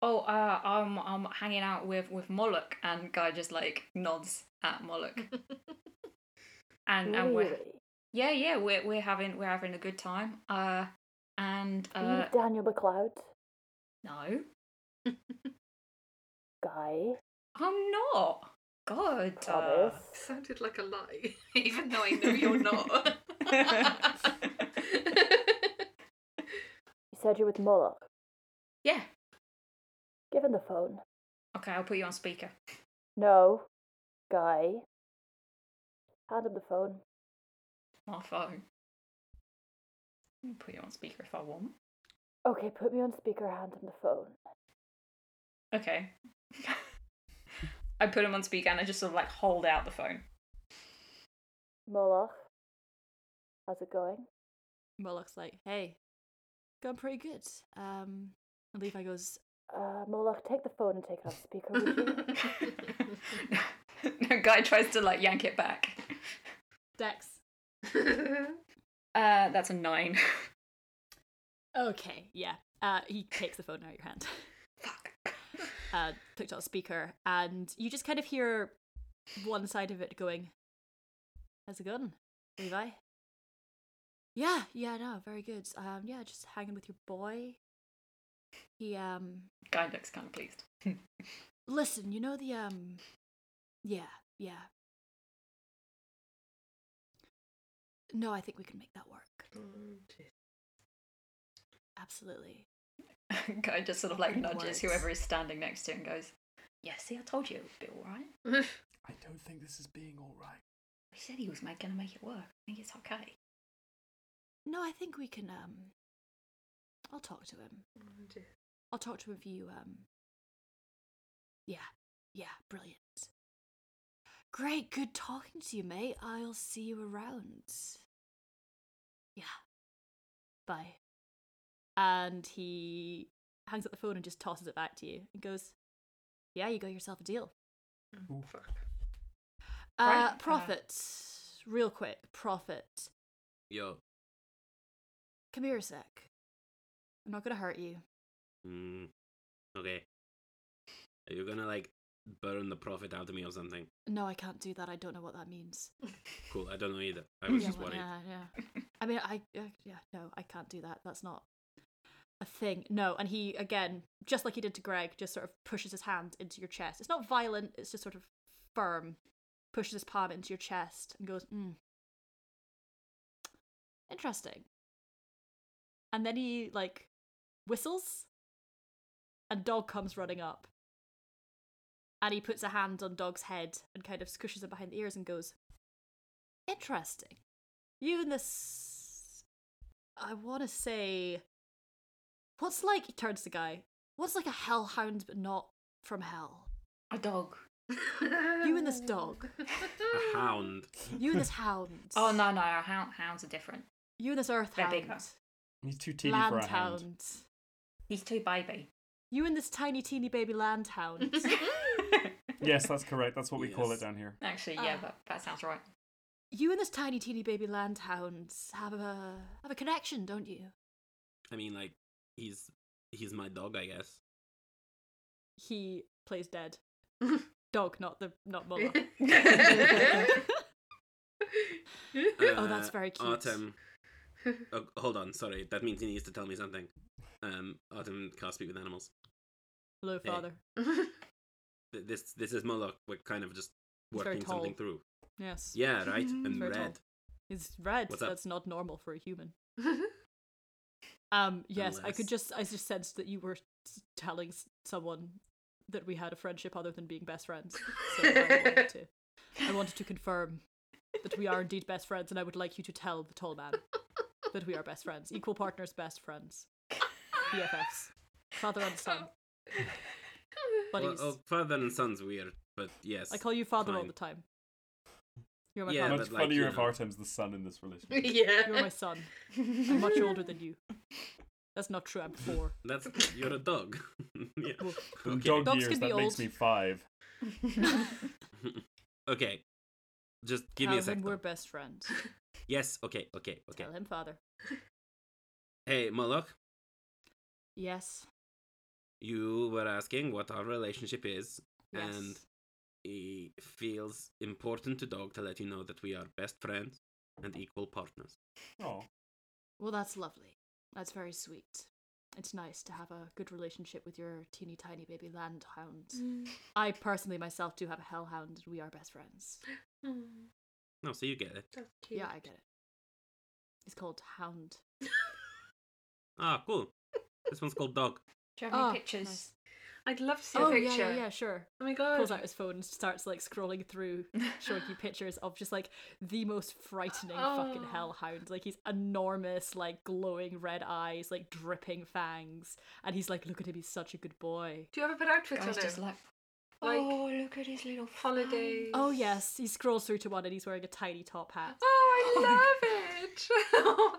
[SPEAKER 6] Oh, uh, I'm I'm hanging out with with Moloch, and guy just like nods at Moloch, and and we're
[SPEAKER 8] Really?
[SPEAKER 6] yeah yeah we're we're having we're having a good time. Uh, and
[SPEAKER 8] are you
[SPEAKER 6] uh,
[SPEAKER 8] with Daniel McLeod?
[SPEAKER 6] no,
[SPEAKER 8] Guy?
[SPEAKER 6] I'm not. God, uh,
[SPEAKER 8] Thomas?
[SPEAKER 5] Sounded like a lie, even though I know you're not.
[SPEAKER 8] You said you're with Moloch.
[SPEAKER 6] yeah.
[SPEAKER 8] Give him the phone.
[SPEAKER 6] Okay, I'll put you on speaker.
[SPEAKER 8] No. Guy. Hand him the phone.
[SPEAKER 6] My phone. I'll put you on speaker if I want.
[SPEAKER 8] Okay, put me on speaker, hand him the phone.
[SPEAKER 6] Okay. I put him on speaker and I just sort of like hold out the phone.
[SPEAKER 8] Moloch. How's it going?
[SPEAKER 3] Moloch's like, hey, going pretty good. Um, and Levi goes,
[SPEAKER 8] Uh, Moloch, take the phone and take it off speaker, would you?
[SPEAKER 6] no, guy tries to like yank it back.
[SPEAKER 3] Dex.
[SPEAKER 6] Uh, that's a nine.
[SPEAKER 3] Okay, yeah. Uh, he takes the phone out of your hand,
[SPEAKER 6] Fuck.
[SPEAKER 3] uh, puts it on speaker, and you just kind of hear one side of it going, how's it going, Levi? Yeah, yeah, no, very good. Um, yeah, just hanging with your boy. He, um,
[SPEAKER 6] Guy looks kind of pleased.
[SPEAKER 3] listen, you know the, um, yeah, yeah. No, I think we can make that work. Absolutely.
[SPEAKER 6] guy just sort of like
[SPEAKER 3] It
[SPEAKER 6] nudges
[SPEAKER 3] works.
[SPEAKER 6] whoever is standing next to him and goes, "Yeah, see, I told you it would be all right."
[SPEAKER 4] I don't think this is being all right.
[SPEAKER 6] He said he was ma- gonna make it work. I think it's okay.
[SPEAKER 3] No, I think we can. Um, I'll talk to him. I'll talk to him if you. Um, yeah, yeah, brilliant. Great, good talking to you, mate. I'll see you around. Yeah, bye. And he hangs up the phone and just tosses it back to you and goes, "Yeah, you got yourself a deal." Mm.
[SPEAKER 5] Oh, fuck.
[SPEAKER 3] Uh,
[SPEAKER 6] Right, uh,
[SPEAKER 3] profit, real quick, profit.
[SPEAKER 7] Yo.
[SPEAKER 3] Come here a sec. I'm not gonna hurt you.
[SPEAKER 7] Mm, okay. Are you gonna like burn the profit out of me or something?
[SPEAKER 3] No, I can't do that. I don't know what that means.
[SPEAKER 7] Cool. I don't know either. I was
[SPEAKER 3] yeah,
[SPEAKER 7] just
[SPEAKER 3] well,
[SPEAKER 7] worried.
[SPEAKER 3] yeah, yeah. I mean, I uh, yeah, no, I can't do that. That's not a thing. No, and he again, just like he did to Greg, just sort of pushes his hand into your chest. It's not violent. It's just sort of firm. Pushes his palm into your chest and goes, mm. "Interesting." And then he like whistles, and dog comes running up. And he puts a hand on Dog's head and kind of squishes him behind the ears and goes, Interesting. You and this. I want to say. What's like. He turns to the guy. What's like a hellhound but not from hell?
[SPEAKER 6] A dog.
[SPEAKER 3] You and this dog.
[SPEAKER 7] A hound.
[SPEAKER 3] You and this hound.
[SPEAKER 6] Oh no no, our hound, hounds are different.
[SPEAKER 3] You and this earth
[SPEAKER 6] They're big,
[SPEAKER 3] hound.
[SPEAKER 4] He's too teeny for
[SPEAKER 3] Land
[SPEAKER 4] a hound.
[SPEAKER 3] hound.
[SPEAKER 6] He's too baby.
[SPEAKER 3] You and this tiny, teeny baby land hound.
[SPEAKER 4] Yes, that's correct. That's what we call
[SPEAKER 7] Yes.
[SPEAKER 4] it down here.
[SPEAKER 6] Actually, yeah,
[SPEAKER 3] Ah.
[SPEAKER 6] that, that sounds right.
[SPEAKER 3] you and this tiny, teeny baby land hound have a, have a connection, don't you?
[SPEAKER 7] I mean, like he's he's my dog, I guess.
[SPEAKER 3] He plays dead. Dog, not the not Muller. Oh, that's
[SPEAKER 7] Uh,
[SPEAKER 3] very cute.
[SPEAKER 7] Artem. Oh, hold on. Sorry. That means he needs to tell me something. Um, Artem can't speak with animals.
[SPEAKER 3] Hello,
[SPEAKER 7] Hey.
[SPEAKER 3] father.
[SPEAKER 7] Th- This this is Moloch. We're kind of just
[SPEAKER 3] He's very
[SPEAKER 7] working something
[SPEAKER 3] tall.
[SPEAKER 7] through.
[SPEAKER 3] Yes.
[SPEAKER 7] Yeah, right. And
[SPEAKER 3] Very tall.
[SPEAKER 7] red.
[SPEAKER 3] It's red.
[SPEAKER 7] What's up?
[SPEAKER 3] That's not normal for a human. Um. Yes, I could
[SPEAKER 7] Unless-
[SPEAKER 3] just I just sensed that you were s- telling s- someone that we had a friendship other than being best friends. So I wanted to, I wanted to confirm that we are indeed best friends, and I would like you to tell the tall man that we are best friends, equal partners, best friends, BFFs, father and son,
[SPEAKER 7] Well,
[SPEAKER 3] buddies.
[SPEAKER 7] oh, father and son's weird, but yes.
[SPEAKER 3] I call you father all
[SPEAKER 7] fine.
[SPEAKER 3] the time. You're my
[SPEAKER 7] Yeah,
[SPEAKER 3] father.
[SPEAKER 7] but
[SPEAKER 4] Much
[SPEAKER 7] like,
[SPEAKER 4] funnier
[SPEAKER 7] you
[SPEAKER 4] if
[SPEAKER 7] know.
[SPEAKER 4] Artem's the son in this relationship.
[SPEAKER 3] You're
[SPEAKER 5] yeah.
[SPEAKER 3] my son. I'm much older than you. That's not true. I'm four.
[SPEAKER 7] That's you're a dog. yeah.
[SPEAKER 4] In
[SPEAKER 7] Okay.
[SPEAKER 4] Dog
[SPEAKER 3] Dogs
[SPEAKER 4] years,
[SPEAKER 3] can be
[SPEAKER 4] that
[SPEAKER 3] old.
[SPEAKER 4] makes me five.
[SPEAKER 7] okay. Just give me a
[SPEAKER 3] Calvin,
[SPEAKER 7] second.
[SPEAKER 3] We're best friends.
[SPEAKER 7] Yes. Okay. Okay. Okay.
[SPEAKER 3] Tell him, father.
[SPEAKER 7] Hey, Moloch.
[SPEAKER 3] Yes.
[SPEAKER 7] You were asking what our relationship is,
[SPEAKER 3] Yes.
[SPEAKER 7] and it feels important to Dog to let you know that we are best friends and equal partners.
[SPEAKER 4] Oh,
[SPEAKER 3] Well, that's lovely. That's very sweet. It's nice to have a good relationship with your teeny tiny baby landhound. I personally myself do have a hellhound, and we are best friends.
[SPEAKER 7] No, so you get it.
[SPEAKER 3] Yeah, I get it. It's called Hound.
[SPEAKER 7] Ah, cool. This one's called Dog.
[SPEAKER 6] Do you have
[SPEAKER 5] Ah,
[SPEAKER 6] any
[SPEAKER 3] Oh,
[SPEAKER 6] pictures?
[SPEAKER 3] nice.
[SPEAKER 5] I'd love to see
[SPEAKER 3] Oh
[SPEAKER 5] a
[SPEAKER 3] yeah,
[SPEAKER 5] picture.
[SPEAKER 3] yeah, yeah, sure.
[SPEAKER 5] Oh my god.
[SPEAKER 3] Pulls out his phone and starts like scrolling through, showing you pictures of just like the most frightening fucking
[SPEAKER 5] Oh.
[SPEAKER 3] hellhound. Like he's enormous, like glowing red eyes, like dripping fangs, and he's like, look at him, he's such a good boy.
[SPEAKER 5] Do you have a bit outfit on
[SPEAKER 6] Guys just
[SPEAKER 5] him?
[SPEAKER 6] like,
[SPEAKER 5] Like,
[SPEAKER 6] oh look at his little
[SPEAKER 5] Holidays.
[SPEAKER 3] Oh yes, he scrolls through to one and he's wearing a tiny top hat.
[SPEAKER 5] Oh, I love it.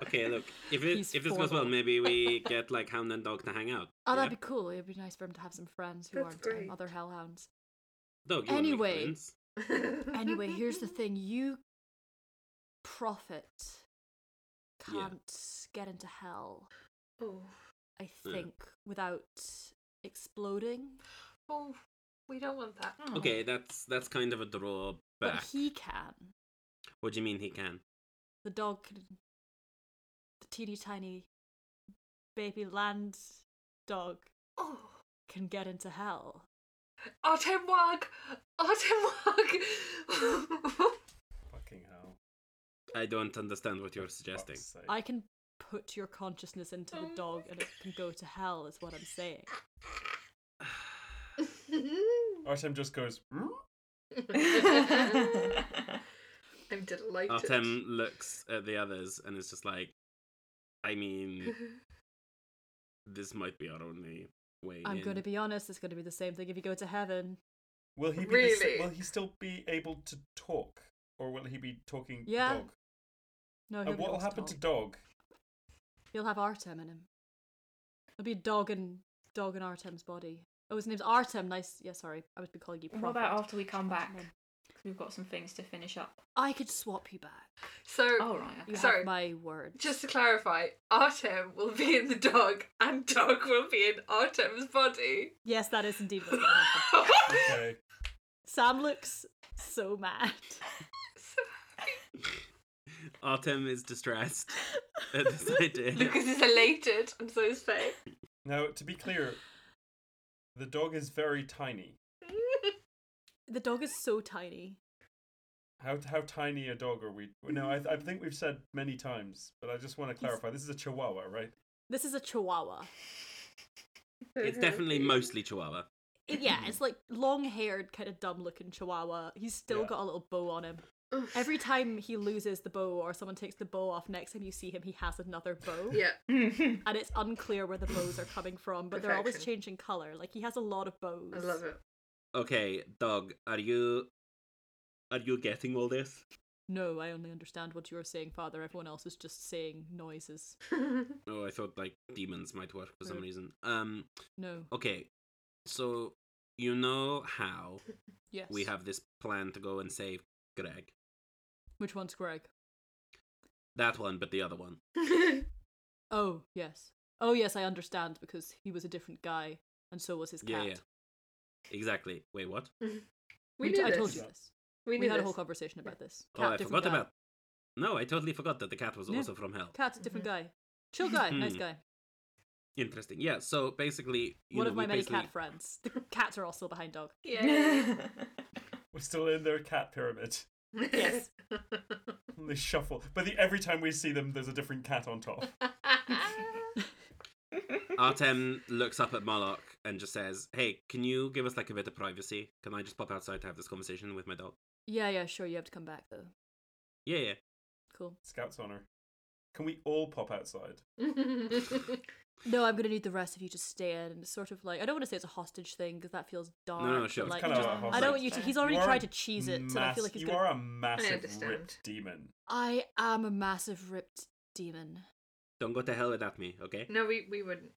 [SPEAKER 7] Okay, look. If it,
[SPEAKER 3] He's
[SPEAKER 7] if this goes well,
[SPEAKER 3] formal.
[SPEAKER 7] maybe we get like Hound and Dog to hang out.
[SPEAKER 3] Oh,
[SPEAKER 7] yeah?
[SPEAKER 3] that'd be cool. It'd be nice for him to have some friends who
[SPEAKER 5] That's
[SPEAKER 3] aren't um,
[SPEAKER 5] great.
[SPEAKER 3] other hellhounds.
[SPEAKER 7] Dog. You wanna make
[SPEAKER 3] Anyway.
[SPEAKER 7] friends?
[SPEAKER 3] Anyway, here's the thing: you prophet
[SPEAKER 7] Yeah.
[SPEAKER 3] can't get into hell.
[SPEAKER 5] Oh.
[SPEAKER 3] I
[SPEAKER 7] Yeah.
[SPEAKER 3] think without exploding,
[SPEAKER 5] oh, we don't want that.
[SPEAKER 6] Oh.
[SPEAKER 7] Okay, that's that's kind of a drawback.
[SPEAKER 3] but he can.
[SPEAKER 7] What do you mean he can?
[SPEAKER 3] The dog can. The teeny tiny baby land dog
[SPEAKER 5] Oh,
[SPEAKER 3] can get into hell.
[SPEAKER 5] Artem Wag. Artem Wag.
[SPEAKER 4] fucking hell.
[SPEAKER 7] I don't understand what you're suggesting.
[SPEAKER 4] Fuck's sake.
[SPEAKER 3] I can put your consciousness into the
[SPEAKER 5] Oh.
[SPEAKER 3] dog and it can go to hell, is what I'm saying.
[SPEAKER 4] Artem just goes, "Hmm?"
[SPEAKER 5] I'm delighted.
[SPEAKER 7] Artem Ah, looks at the others and is just like, I mean, this might be our only way.
[SPEAKER 3] I'm
[SPEAKER 7] in.
[SPEAKER 3] going to be honest, it's going to be the same thing if you go to heaven.
[SPEAKER 4] Will he be the sa-
[SPEAKER 5] Really?
[SPEAKER 4] will he still be able to talk, or will he be talking
[SPEAKER 3] Yeah,
[SPEAKER 4] dog?
[SPEAKER 3] No, he'll
[SPEAKER 4] And
[SPEAKER 3] be
[SPEAKER 4] what will
[SPEAKER 3] able
[SPEAKER 4] happen to
[SPEAKER 3] talk.
[SPEAKER 4] dog?
[SPEAKER 3] He'll have Artem in him. It'll be a dog and dog in Artem's body. Oh, his name's Artem. Nice. Yeah, sorry, I would be calling you. Prophet.
[SPEAKER 6] What about after we come back?
[SPEAKER 3] Artem.
[SPEAKER 6] We've got some things to finish up.
[SPEAKER 3] I could swap you back.
[SPEAKER 5] So,
[SPEAKER 6] Oh, right.
[SPEAKER 3] You
[SPEAKER 6] Okay.
[SPEAKER 5] Sorry.
[SPEAKER 3] have my word.
[SPEAKER 5] just to clarify, Artem will be in the dog, and dog will be in Artem's body.
[SPEAKER 3] yes, that is indeed what's going to happen.
[SPEAKER 4] Okay.
[SPEAKER 3] Sam looks so mad.
[SPEAKER 7] Artem is distressed at this idea.
[SPEAKER 5] Lucas is elated, and so is Faye.
[SPEAKER 4] Now, to be clear, the dog is very tiny.
[SPEAKER 3] The dog is so tiny.
[SPEAKER 4] How how tiny a dog are we? No, I, I think we've said many times, but I just want to clarify. This is a Chihuahua, right?
[SPEAKER 3] This is a Chihuahua.
[SPEAKER 7] It's definitely mostly Chihuahua.
[SPEAKER 3] It- yeah, it's like long-haired, kind of dumb-looking Chihuahua. He's still
[SPEAKER 4] Yeah.
[SPEAKER 3] got a little bow on him. Every time he loses the bow or someone takes the bow off, next time you see him, he has another bow.
[SPEAKER 5] Yeah.
[SPEAKER 3] and it's unclear where the bows are coming from, but they're always
[SPEAKER 5] Perfection.
[SPEAKER 3] changing color. Like he has a lot of bows.
[SPEAKER 5] I love it.
[SPEAKER 7] Okay, dog, are you are you getting all this?
[SPEAKER 3] No, I only understand what you're saying, Father. Everyone else is just saying noises.
[SPEAKER 7] Oh, I thought like demons might work for some
[SPEAKER 3] Mm.
[SPEAKER 7] reason. Um,
[SPEAKER 3] No.
[SPEAKER 7] okay, so you know how
[SPEAKER 3] Yes.
[SPEAKER 7] we have this plan to go and save Greg.
[SPEAKER 3] Which one's Greg?
[SPEAKER 7] That one, but the other one.
[SPEAKER 3] Oh yes. Oh yes, I understand because he was a different guy, and so was his cat.
[SPEAKER 7] Yeah, yeah. Exactly. Wait, what?
[SPEAKER 5] we
[SPEAKER 3] t-
[SPEAKER 5] knew
[SPEAKER 3] I
[SPEAKER 5] this.
[SPEAKER 3] told you this.
[SPEAKER 5] We
[SPEAKER 3] We,
[SPEAKER 5] knew
[SPEAKER 3] had
[SPEAKER 5] this.
[SPEAKER 3] a whole conversation about this.
[SPEAKER 7] oh, I
[SPEAKER 3] different
[SPEAKER 7] forgot
[SPEAKER 3] guy.
[SPEAKER 7] about. No, I totally forgot that the cat was
[SPEAKER 3] Yeah.
[SPEAKER 7] also from hell.
[SPEAKER 3] Cat's a different
[SPEAKER 5] Mm-hmm.
[SPEAKER 3] guy. Chill guy, nice
[SPEAKER 7] Hmm.
[SPEAKER 3] guy.
[SPEAKER 7] Interesting. Yeah. So basically, you
[SPEAKER 3] One
[SPEAKER 7] know,
[SPEAKER 3] of
[SPEAKER 7] we
[SPEAKER 3] my many
[SPEAKER 7] basically...
[SPEAKER 3] cat friends. The cats are all still behind dog.
[SPEAKER 5] yeah.
[SPEAKER 4] We're still in their cat pyramid.
[SPEAKER 3] Yes.
[SPEAKER 4] They shuffle, but the, every time we see them, there's a different cat on top.
[SPEAKER 7] Artem looks up at Moloch and just says, "Hey, can you give us like a bit of privacy? Can I just pop outside to have this conversation with my dog?"
[SPEAKER 3] Yeah, yeah, sure. You have to come back though.
[SPEAKER 7] Yeah, yeah.
[SPEAKER 3] Cool.
[SPEAKER 4] Scouts honor. Can we all pop outside?
[SPEAKER 3] No, I'm gonna need the rest of you to stay in. And it's sort of like I don't want to say it's a hostage thing because that feels dark.
[SPEAKER 7] no,
[SPEAKER 3] but,
[SPEAKER 7] sure, it's
[SPEAKER 3] Like,
[SPEAKER 4] kinda
[SPEAKER 3] you
[SPEAKER 4] a
[SPEAKER 3] I
[SPEAKER 4] hostage
[SPEAKER 3] don't want you to.
[SPEAKER 6] thing.
[SPEAKER 3] He's already
[SPEAKER 4] You are
[SPEAKER 3] tried to
[SPEAKER 4] a
[SPEAKER 3] cheese it, so I feel
[SPEAKER 4] mass-
[SPEAKER 3] like he's
[SPEAKER 4] you
[SPEAKER 3] gonna.
[SPEAKER 4] are a massive
[SPEAKER 5] understand.
[SPEAKER 4] ripped demon.
[SPEAKER 3] I am a massive ripped demon.
[SPEAKER 7] Don't go to hell without me,
[SPEAKER 3] Mm.
[SPEAKER 7] okay?
[SPEAKER 5] no, we, we wouldn't.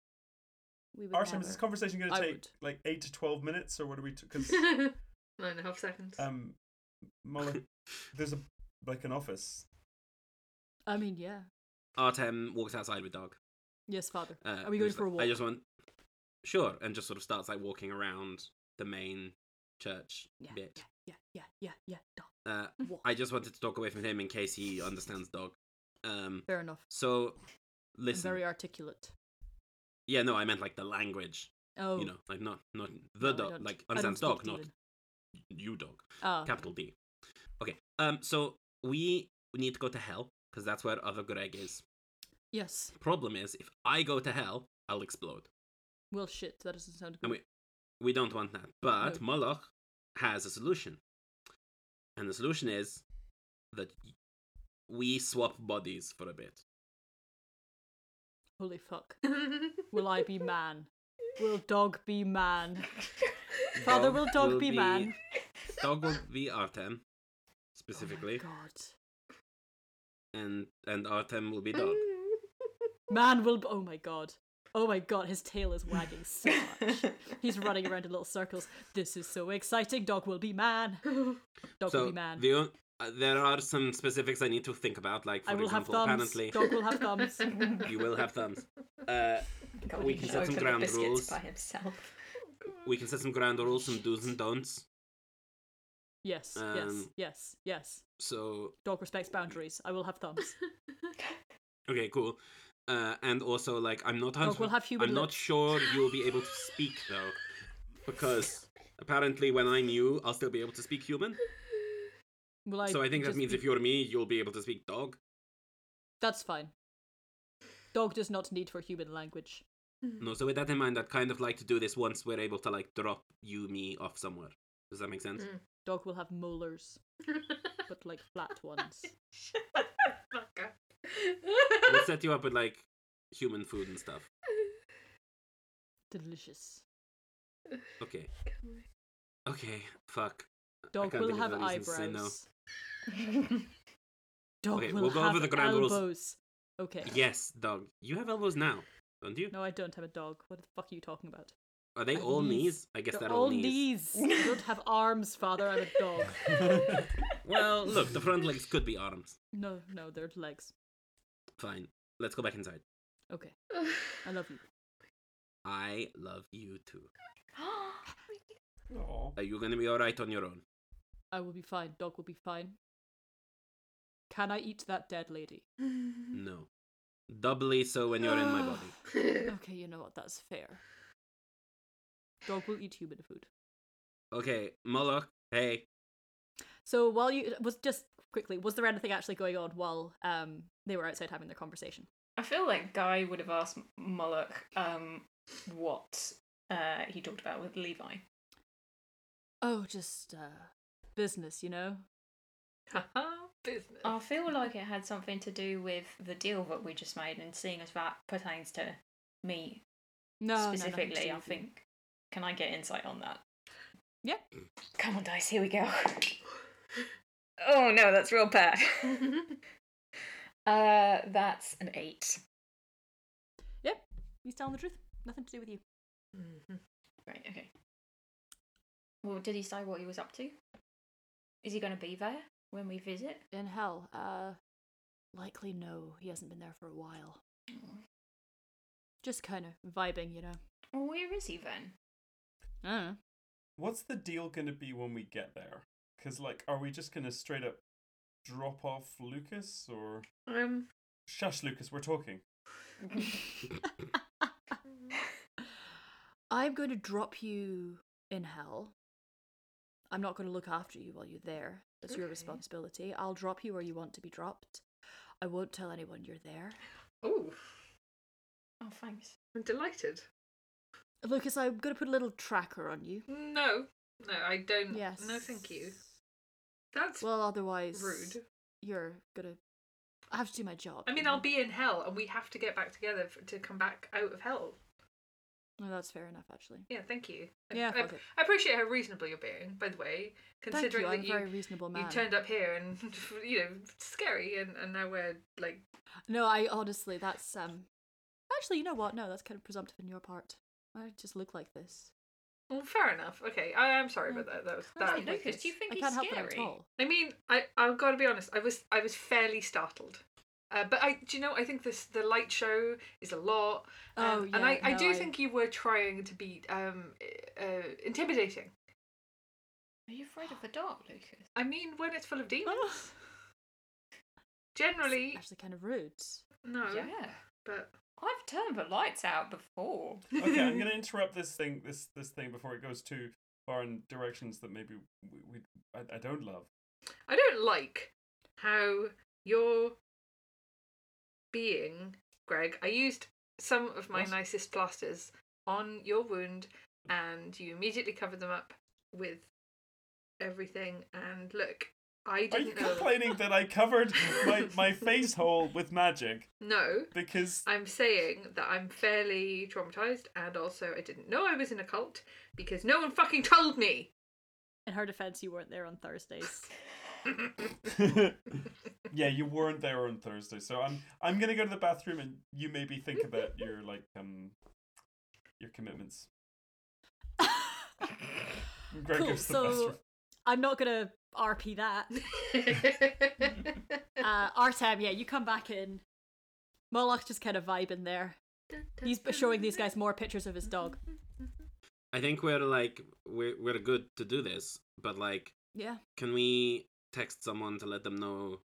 [SPEAKER 3] We would
[SPEAKER 4] Artem, is
[SPEAKER 3] never.
[SPEAKER 4] this conversation going to
[SPEAKER 3] I
[SPEAKER 4] take
[SPEAKER 3] would.
[SPEAKER 4] like eight to twelve minutes, or what are we? Because
[SPEAKER 5] Nine and a half seconds.
[SPEAKER 4] um, Moloch, there's a like an office.
[SPEAKER 3] I mean, yeah.
[SPEAKER 7] Artem walks outside with dog.
[SPEAKER 3] Yes, Father.
[SPEAKER 7] Uh,
[SPEAKER 3] are we
[SPEAKER 7] and
[SPEAKER 3] going
[SPEAKER 7] just
[SPEAKER 3] for a
[SPEAKER 7] like,
[SPEAKER 3] walk?
[SPEAKER 7] I just want, sure, and just sort of starts like walking around the main church
[SPEAKER 3] Yeah, yeah,
[SPEAKER 7] bit.
[SPEAKER 3] yeah, yeah, yeah, yeah. Dog.
[SPEAKER 7] Uh,
[SPEAKER 3] Walk.
[SPEAKER 7] I just wanted to talk away from him in case he understands dog. Um,
[SPEAKER 3] Fair enough.
[SPEAKER 7] so
[SPEAKER 3] I'm
[SPEAKER 7] listen,
[SPEAKER 3] very articulate.
[SPEAKER 7] yeah, no, I meant like the language,
[SPEAKER 3] Oh,
[SPEAKER 7] you know, like not not the
[SPEAKER 3] no, I
[SPEAKER 7] dog,
[SPEAKER 3] don't-
[SPEAKER 7] like
[SPEAKER 3] I don't
[SPEAKER 7] understands dog,
[SPEAKER 3] speak
[SPEAKER 7] not
[SPEAKER 3] demon.
[SPEAKER 7] you dog.
[SPEAKER 3] Ah,
[SPEAKER 7] capital D. Okay. Um. So we need to go to hell because that's where other Greg is.
[SPEAKER 3] yes.
[SPEAKER 7] Problem is, if I go to hell, I'll explode,
[SPEAKER 3] Well, shit. That doesn't sound good.
[SPEAKER 7] and we we don't want that. But
[SPEAKER 3] No.
[SPEAKER 7] Moloch has a solution, and the solution is that y- we swap bodies for a bit.
[SPEAKER 3] Holy fuck. Will I be man? Will dog be man? Father, will dog be man?
[SPEAKER 7] Dog will be Artem, specifically,
[SPEAKER 3] Oh my god.
[SPEAKER 7] and and Artem will be dog.
[SPEAKER 3] Man will. Oh my god. Oh my god, his tail is wagging so much. He's running around in little circles. This is so exciting. Dog will be man. Dog will
[SPEAKER 7] so
[SPEAKER 3] be man.
[SPEAKER 7] the on- uh, there are some specifics I need to think about, like for
[SPEAKER 3] I will
[SPEAKER 7] example,
[SPEAKER 3] have thumbs.
[SPEAKER 7] apparently.
[SPEAKER 3] Dog will have thumbs.
[SPEAKER 7] You will have thumbs. Uh,
[SPEAKER 6] God,
[SPEAKER 7] We
[SPEAKER 6] he
[SPEAKER 7] can
[SPEAKER 6] could
[SPEAKER 7] set some
[SPEAKER 6] open the
[SPEAKER 7] ground
[SPEAKER 6] biscuits
[SPEAKER 7] rules.
[SPEAKER 6] by himself.
[SPEAKER 7] we can set some ground rules, some do's and don'ts.
[SPEAKER 3] Yes, yes,
[SPEAKER 7] Um,
[SPEAKER 3] yes, yes.
[SPEAKER 7] So
[SPEAKER 3] Dog respects boundaries. I will have thumbs.
[SPEAKER 7] okay, cool. Uh, and also, like, I'm not.
[SPEAKER 3] Dog will have human
[SPEAKER 7] I'm not
[SPEAKER 3] lips.
[SPEAKER 7] sure you'll be able to speak though, because apparently, when I'm you, I'll still be able to speak human.
[SPEAKER 3] Will I
[SPEAKER 7] so I think that
[SPEAKER 3] just
[SPEAKER 7] means
[SPEAKER 3] be-
[SPEAKER 7] if you're me, you'll be able to speak dog.
[SPEAKER 3] That's fine. Dog does not need for human language.
[SPEAKER 7] No, so with that in mind, I'd kind of like to do this once we're able to like drop you me off somewhere. Does that make sense?
[SPEAKER 3] Dog will have molars. but like flat ones.
[SPEAKER 5] Shut the fuck up.
[SPEAKER 3] Mm.
[SPEAKER 7] We'll set you up with like human food and stuff.
[SPEAKER 3] Delicious.
[SPEAKER 7] Okay. Okay. Fuck.
[SPEAKER 3] Dog
[SPEAKER 7] can't
[SPEAKER 3] will
[SPEAKER 7] think of
[SPEAKER 3] have
[SPEAKER 7] a reason to say no.
[SPEAKER 3] eyebrows. Dog
[SPEAKER 7] Okay,
[SPEAKER 3] will
[SPEAKER 7] we'll go
[SPEAKER 3] have
[SPEAKER 7] over the ground rules.
[SPEAKER 3] elbows. Okay.
[SPEAKER 7] Yes, dog. You have elbows now, don't you?
[SPEAKER 3] No, I don't have a dog. What the fuck are you talking about?
[SPEAKER 7] Are they
[SPEAKER 3] I have
[SPEAKER 7] all
[SPEAKER 3] knees.
[SPEAKER 7] knees? I guess
[SPEAKER 3] They're
[SPEAKER 7] they're,
[SPEAKER 3] all knees. I don't have arms, father. I'm a dog.
[SPEAKER 7] Well, look, the front legs could be arms.
[SPEAKER 3] No, no, they're legs.
[SPEAKER 7] Fine. Let's go back inside.
[SPEAKER 3] Okay. I love you.
[SPEAKER 7] I love you too.
[SPEAKER 4] Aw.
[SPEAKER 7] Are you gonna be alright on your own?
[SPEAKER 3] I will be fine. Dog will be fine. Can I eat that dead lady?
[SPEAKER 7] No. Doubly so when you're in my body.
[SPEAKER 3] Okay, you know what? That's fair. Dog will eat human food.
[SPEAKER 7] Okay, Moloch, hey.
[SPEAKER 3] So while you was just quickly, was there anything actually going on while um they were outside having their conversation?
[SPEAKER 6] I feel like Guy would have asked Moloch um, what uh, he talked about with Levi.
[SPEAKER 3] Oh, just uh business, you know.
[SPEAKER 5] Business.
[SPEAKER 3] Oh.
[SPEAKER 6] I feel like it had something to do with the deal that we just made, and seeing as that pertains to me Oh,
[SPEAKER 3] No, no, nothing to
[SPEAKER 6] specifically,
[SPEAKER 3] do
[SPEAKER 6] I
[SPEAKER 3] with you.
[SPEAKER 6] think. Can I get insight on that?
[SPEAKER 3] Yeah.
[SPEAKER 6] Come on, dice. Here we go. oh no, that's real bad. uh, that's an eight.
[SPEAKER 3] Yep, he's telling the truth. Nothing to do with you.
[SPEAKER 5] Mm-hmm.
[SPEAKER 6] Right. Okay. Well, did he say what he was up to? Is he going to be there when we visit?
[SPEAKER 3] In hell, uh, likely no. He hasn't been there for a while.
[SPEAKER 6] Mm.
[SPEAKER 3] Just kind of vibing, you know.
[SPEAKER 6] Well, where is he then?
[SPEAKER 3] I don't know.
[SPEAKER 4] What's the deal gonna be when we get there? Cause like, are we just gonna straight up drop off Lucas or
[SPEAKER 5] Um,
[SPEAKER 4] shush Lucas? We're talking.
[SPEAKER 3] I'm going to drop you in hell. I'm not going to look after you while you're there. That's your
[SPEAKER 5] Okay.
[SPEAKER 3] responsibility. I'll drop you where you want to be dropped. I won't tell anyone you're there.
[SPEAKER 5] oh,
[SPEAKER 6] Oh, thanks.
[SPEAKER 5] I'm delighted.
[SPEAKER 3] Lucas, I'm going to put a little tracker on you.
[SPEAKER 5] No, no, I don't.
[SPEAKER 3] Yes.
[SPEAKER 5] Mm, No, thank you. That's
[SPEAKER 3] Well, otherwise,
[SPEAKER 5] rude.
[SPEAKER 3] you're going to. I have to do my job.
[SPEAKER 5] I mean,
[SPEAKER 3] you
[SPEAKER 5] I'll
[SPEAKER 3] know?
[SPEAKER 5] be in hell, and we have to get back together f to come back out of hell.
[SPEAKER 3] No, that's fair enough, actually.
[SPEAKER 5] Yeah, thank you. I-
[SPEAKER 3] Yeah,
[SPEAKER 5] I,
[SPEAKER 3] fuck it.
[SPEAKER 5] I appreciate how reasonable you're being, by the way. Considering
[SPEAKER 3] Thank you. I'm a
[SPEAKER 5] that
[SPEAKER 3] very
[SPEAKER 5] you
[SPEAKER 3] reasonable man.
[SPEAKER 5] you turned up here and you know scary, and, and now we're like
[SPEAKER 3] No, I honestly, that's um. Actually, you know what? No, that's kind of presumptive on your part. I just look like this.
[SPEAKER 5] well, fair enough. Okay, I am sorry about that. That was
[SPEAKER 3] I
[SPEAKER 5] that.
[SPEAKER 3] don't
[SPEAKER 6] Lucas, do you think
[SPEAKER 3] I
[SPEAKER 6] he's
[SPEAKER 3] can't help
[SPEAKER 6] scary?
[SPEAKER 3] that at all.
[SPEAKER 5] I mean, I I've got to be honest. I was I was fairly startled. Uh, but I do you know I think this the light show is a lot.
[SPEAKER 3] Oh,
[SPEAKER 5] Um, and I,
[SPEAKER 3] yeah,
[SPEAKER 5] I
[SPEAKER 3] no,
[SPEAKER 5] do
[SPEAKER 3] I-
[SPEAKER 5] think you were trying to be um uh, intimidating.
[SPEAKER 6] Are you afraid of the dark, Lucas?
[SPEAKER 5] I mean, when it's full of
[SPEAKER 3] Oh.
[SPEAKER 5] demons. Generally,
[SPEAKER 3] Actually, kind of rude.
[SPEAKER 5] no.
[SPEAKER 6] Yeah.
[SPEAKER 5] But
[SPEAKER 6] I've turned the lights out before.
[SPEAKER 4] Okay, I'm gonna interrupt this thing, this this thing before it goes too far in directions that maybe we, we I, I don't love.
[SPEAKER 5] I don't like how you're being, Greg. I used some of my
[SPEAKER 4] What?
[SPEAKER 5] nicest plasters on your wound, and you immediately covered them up with everything. And look, I
[SPEAKER 4] Are you
[SPEAKER 5] didn't know.
[SPEAKER 4] complaining that I covered my my face hole with magic
[SPEAKER 5] No,
[SPEAKER 4] because
[SPEAKER 5] I'm saying that I'm fairly traumatized, and also I didn't know I was in a cult because no one fucking told me.
[SPEAKER 3] In her defense, you weren't there on Thursdays.
[SPEAKER 4] yeah, you weren't there on Thursday, so I'm I'm gonna go to the bathroom and you maybe think about your like um your commitments. Greg
[SPEAKER 3] cool.
[SPEAKER 4] goes to the
[SPEAKER 3] So
[SPEAKER 4] bathroom.
[SPEAKER 3] I'm not gonna RP that. Uh, Artem, yeah, you come back in. Moloch's just kind of vibing there. He's b- showing these guys more pictures of his dog.
[SPEAKER 7] I think we're like we're we're good to do this, but like
[SPEAKER 3] Yeah.
[SPEAKER 7] can we text someone to let them know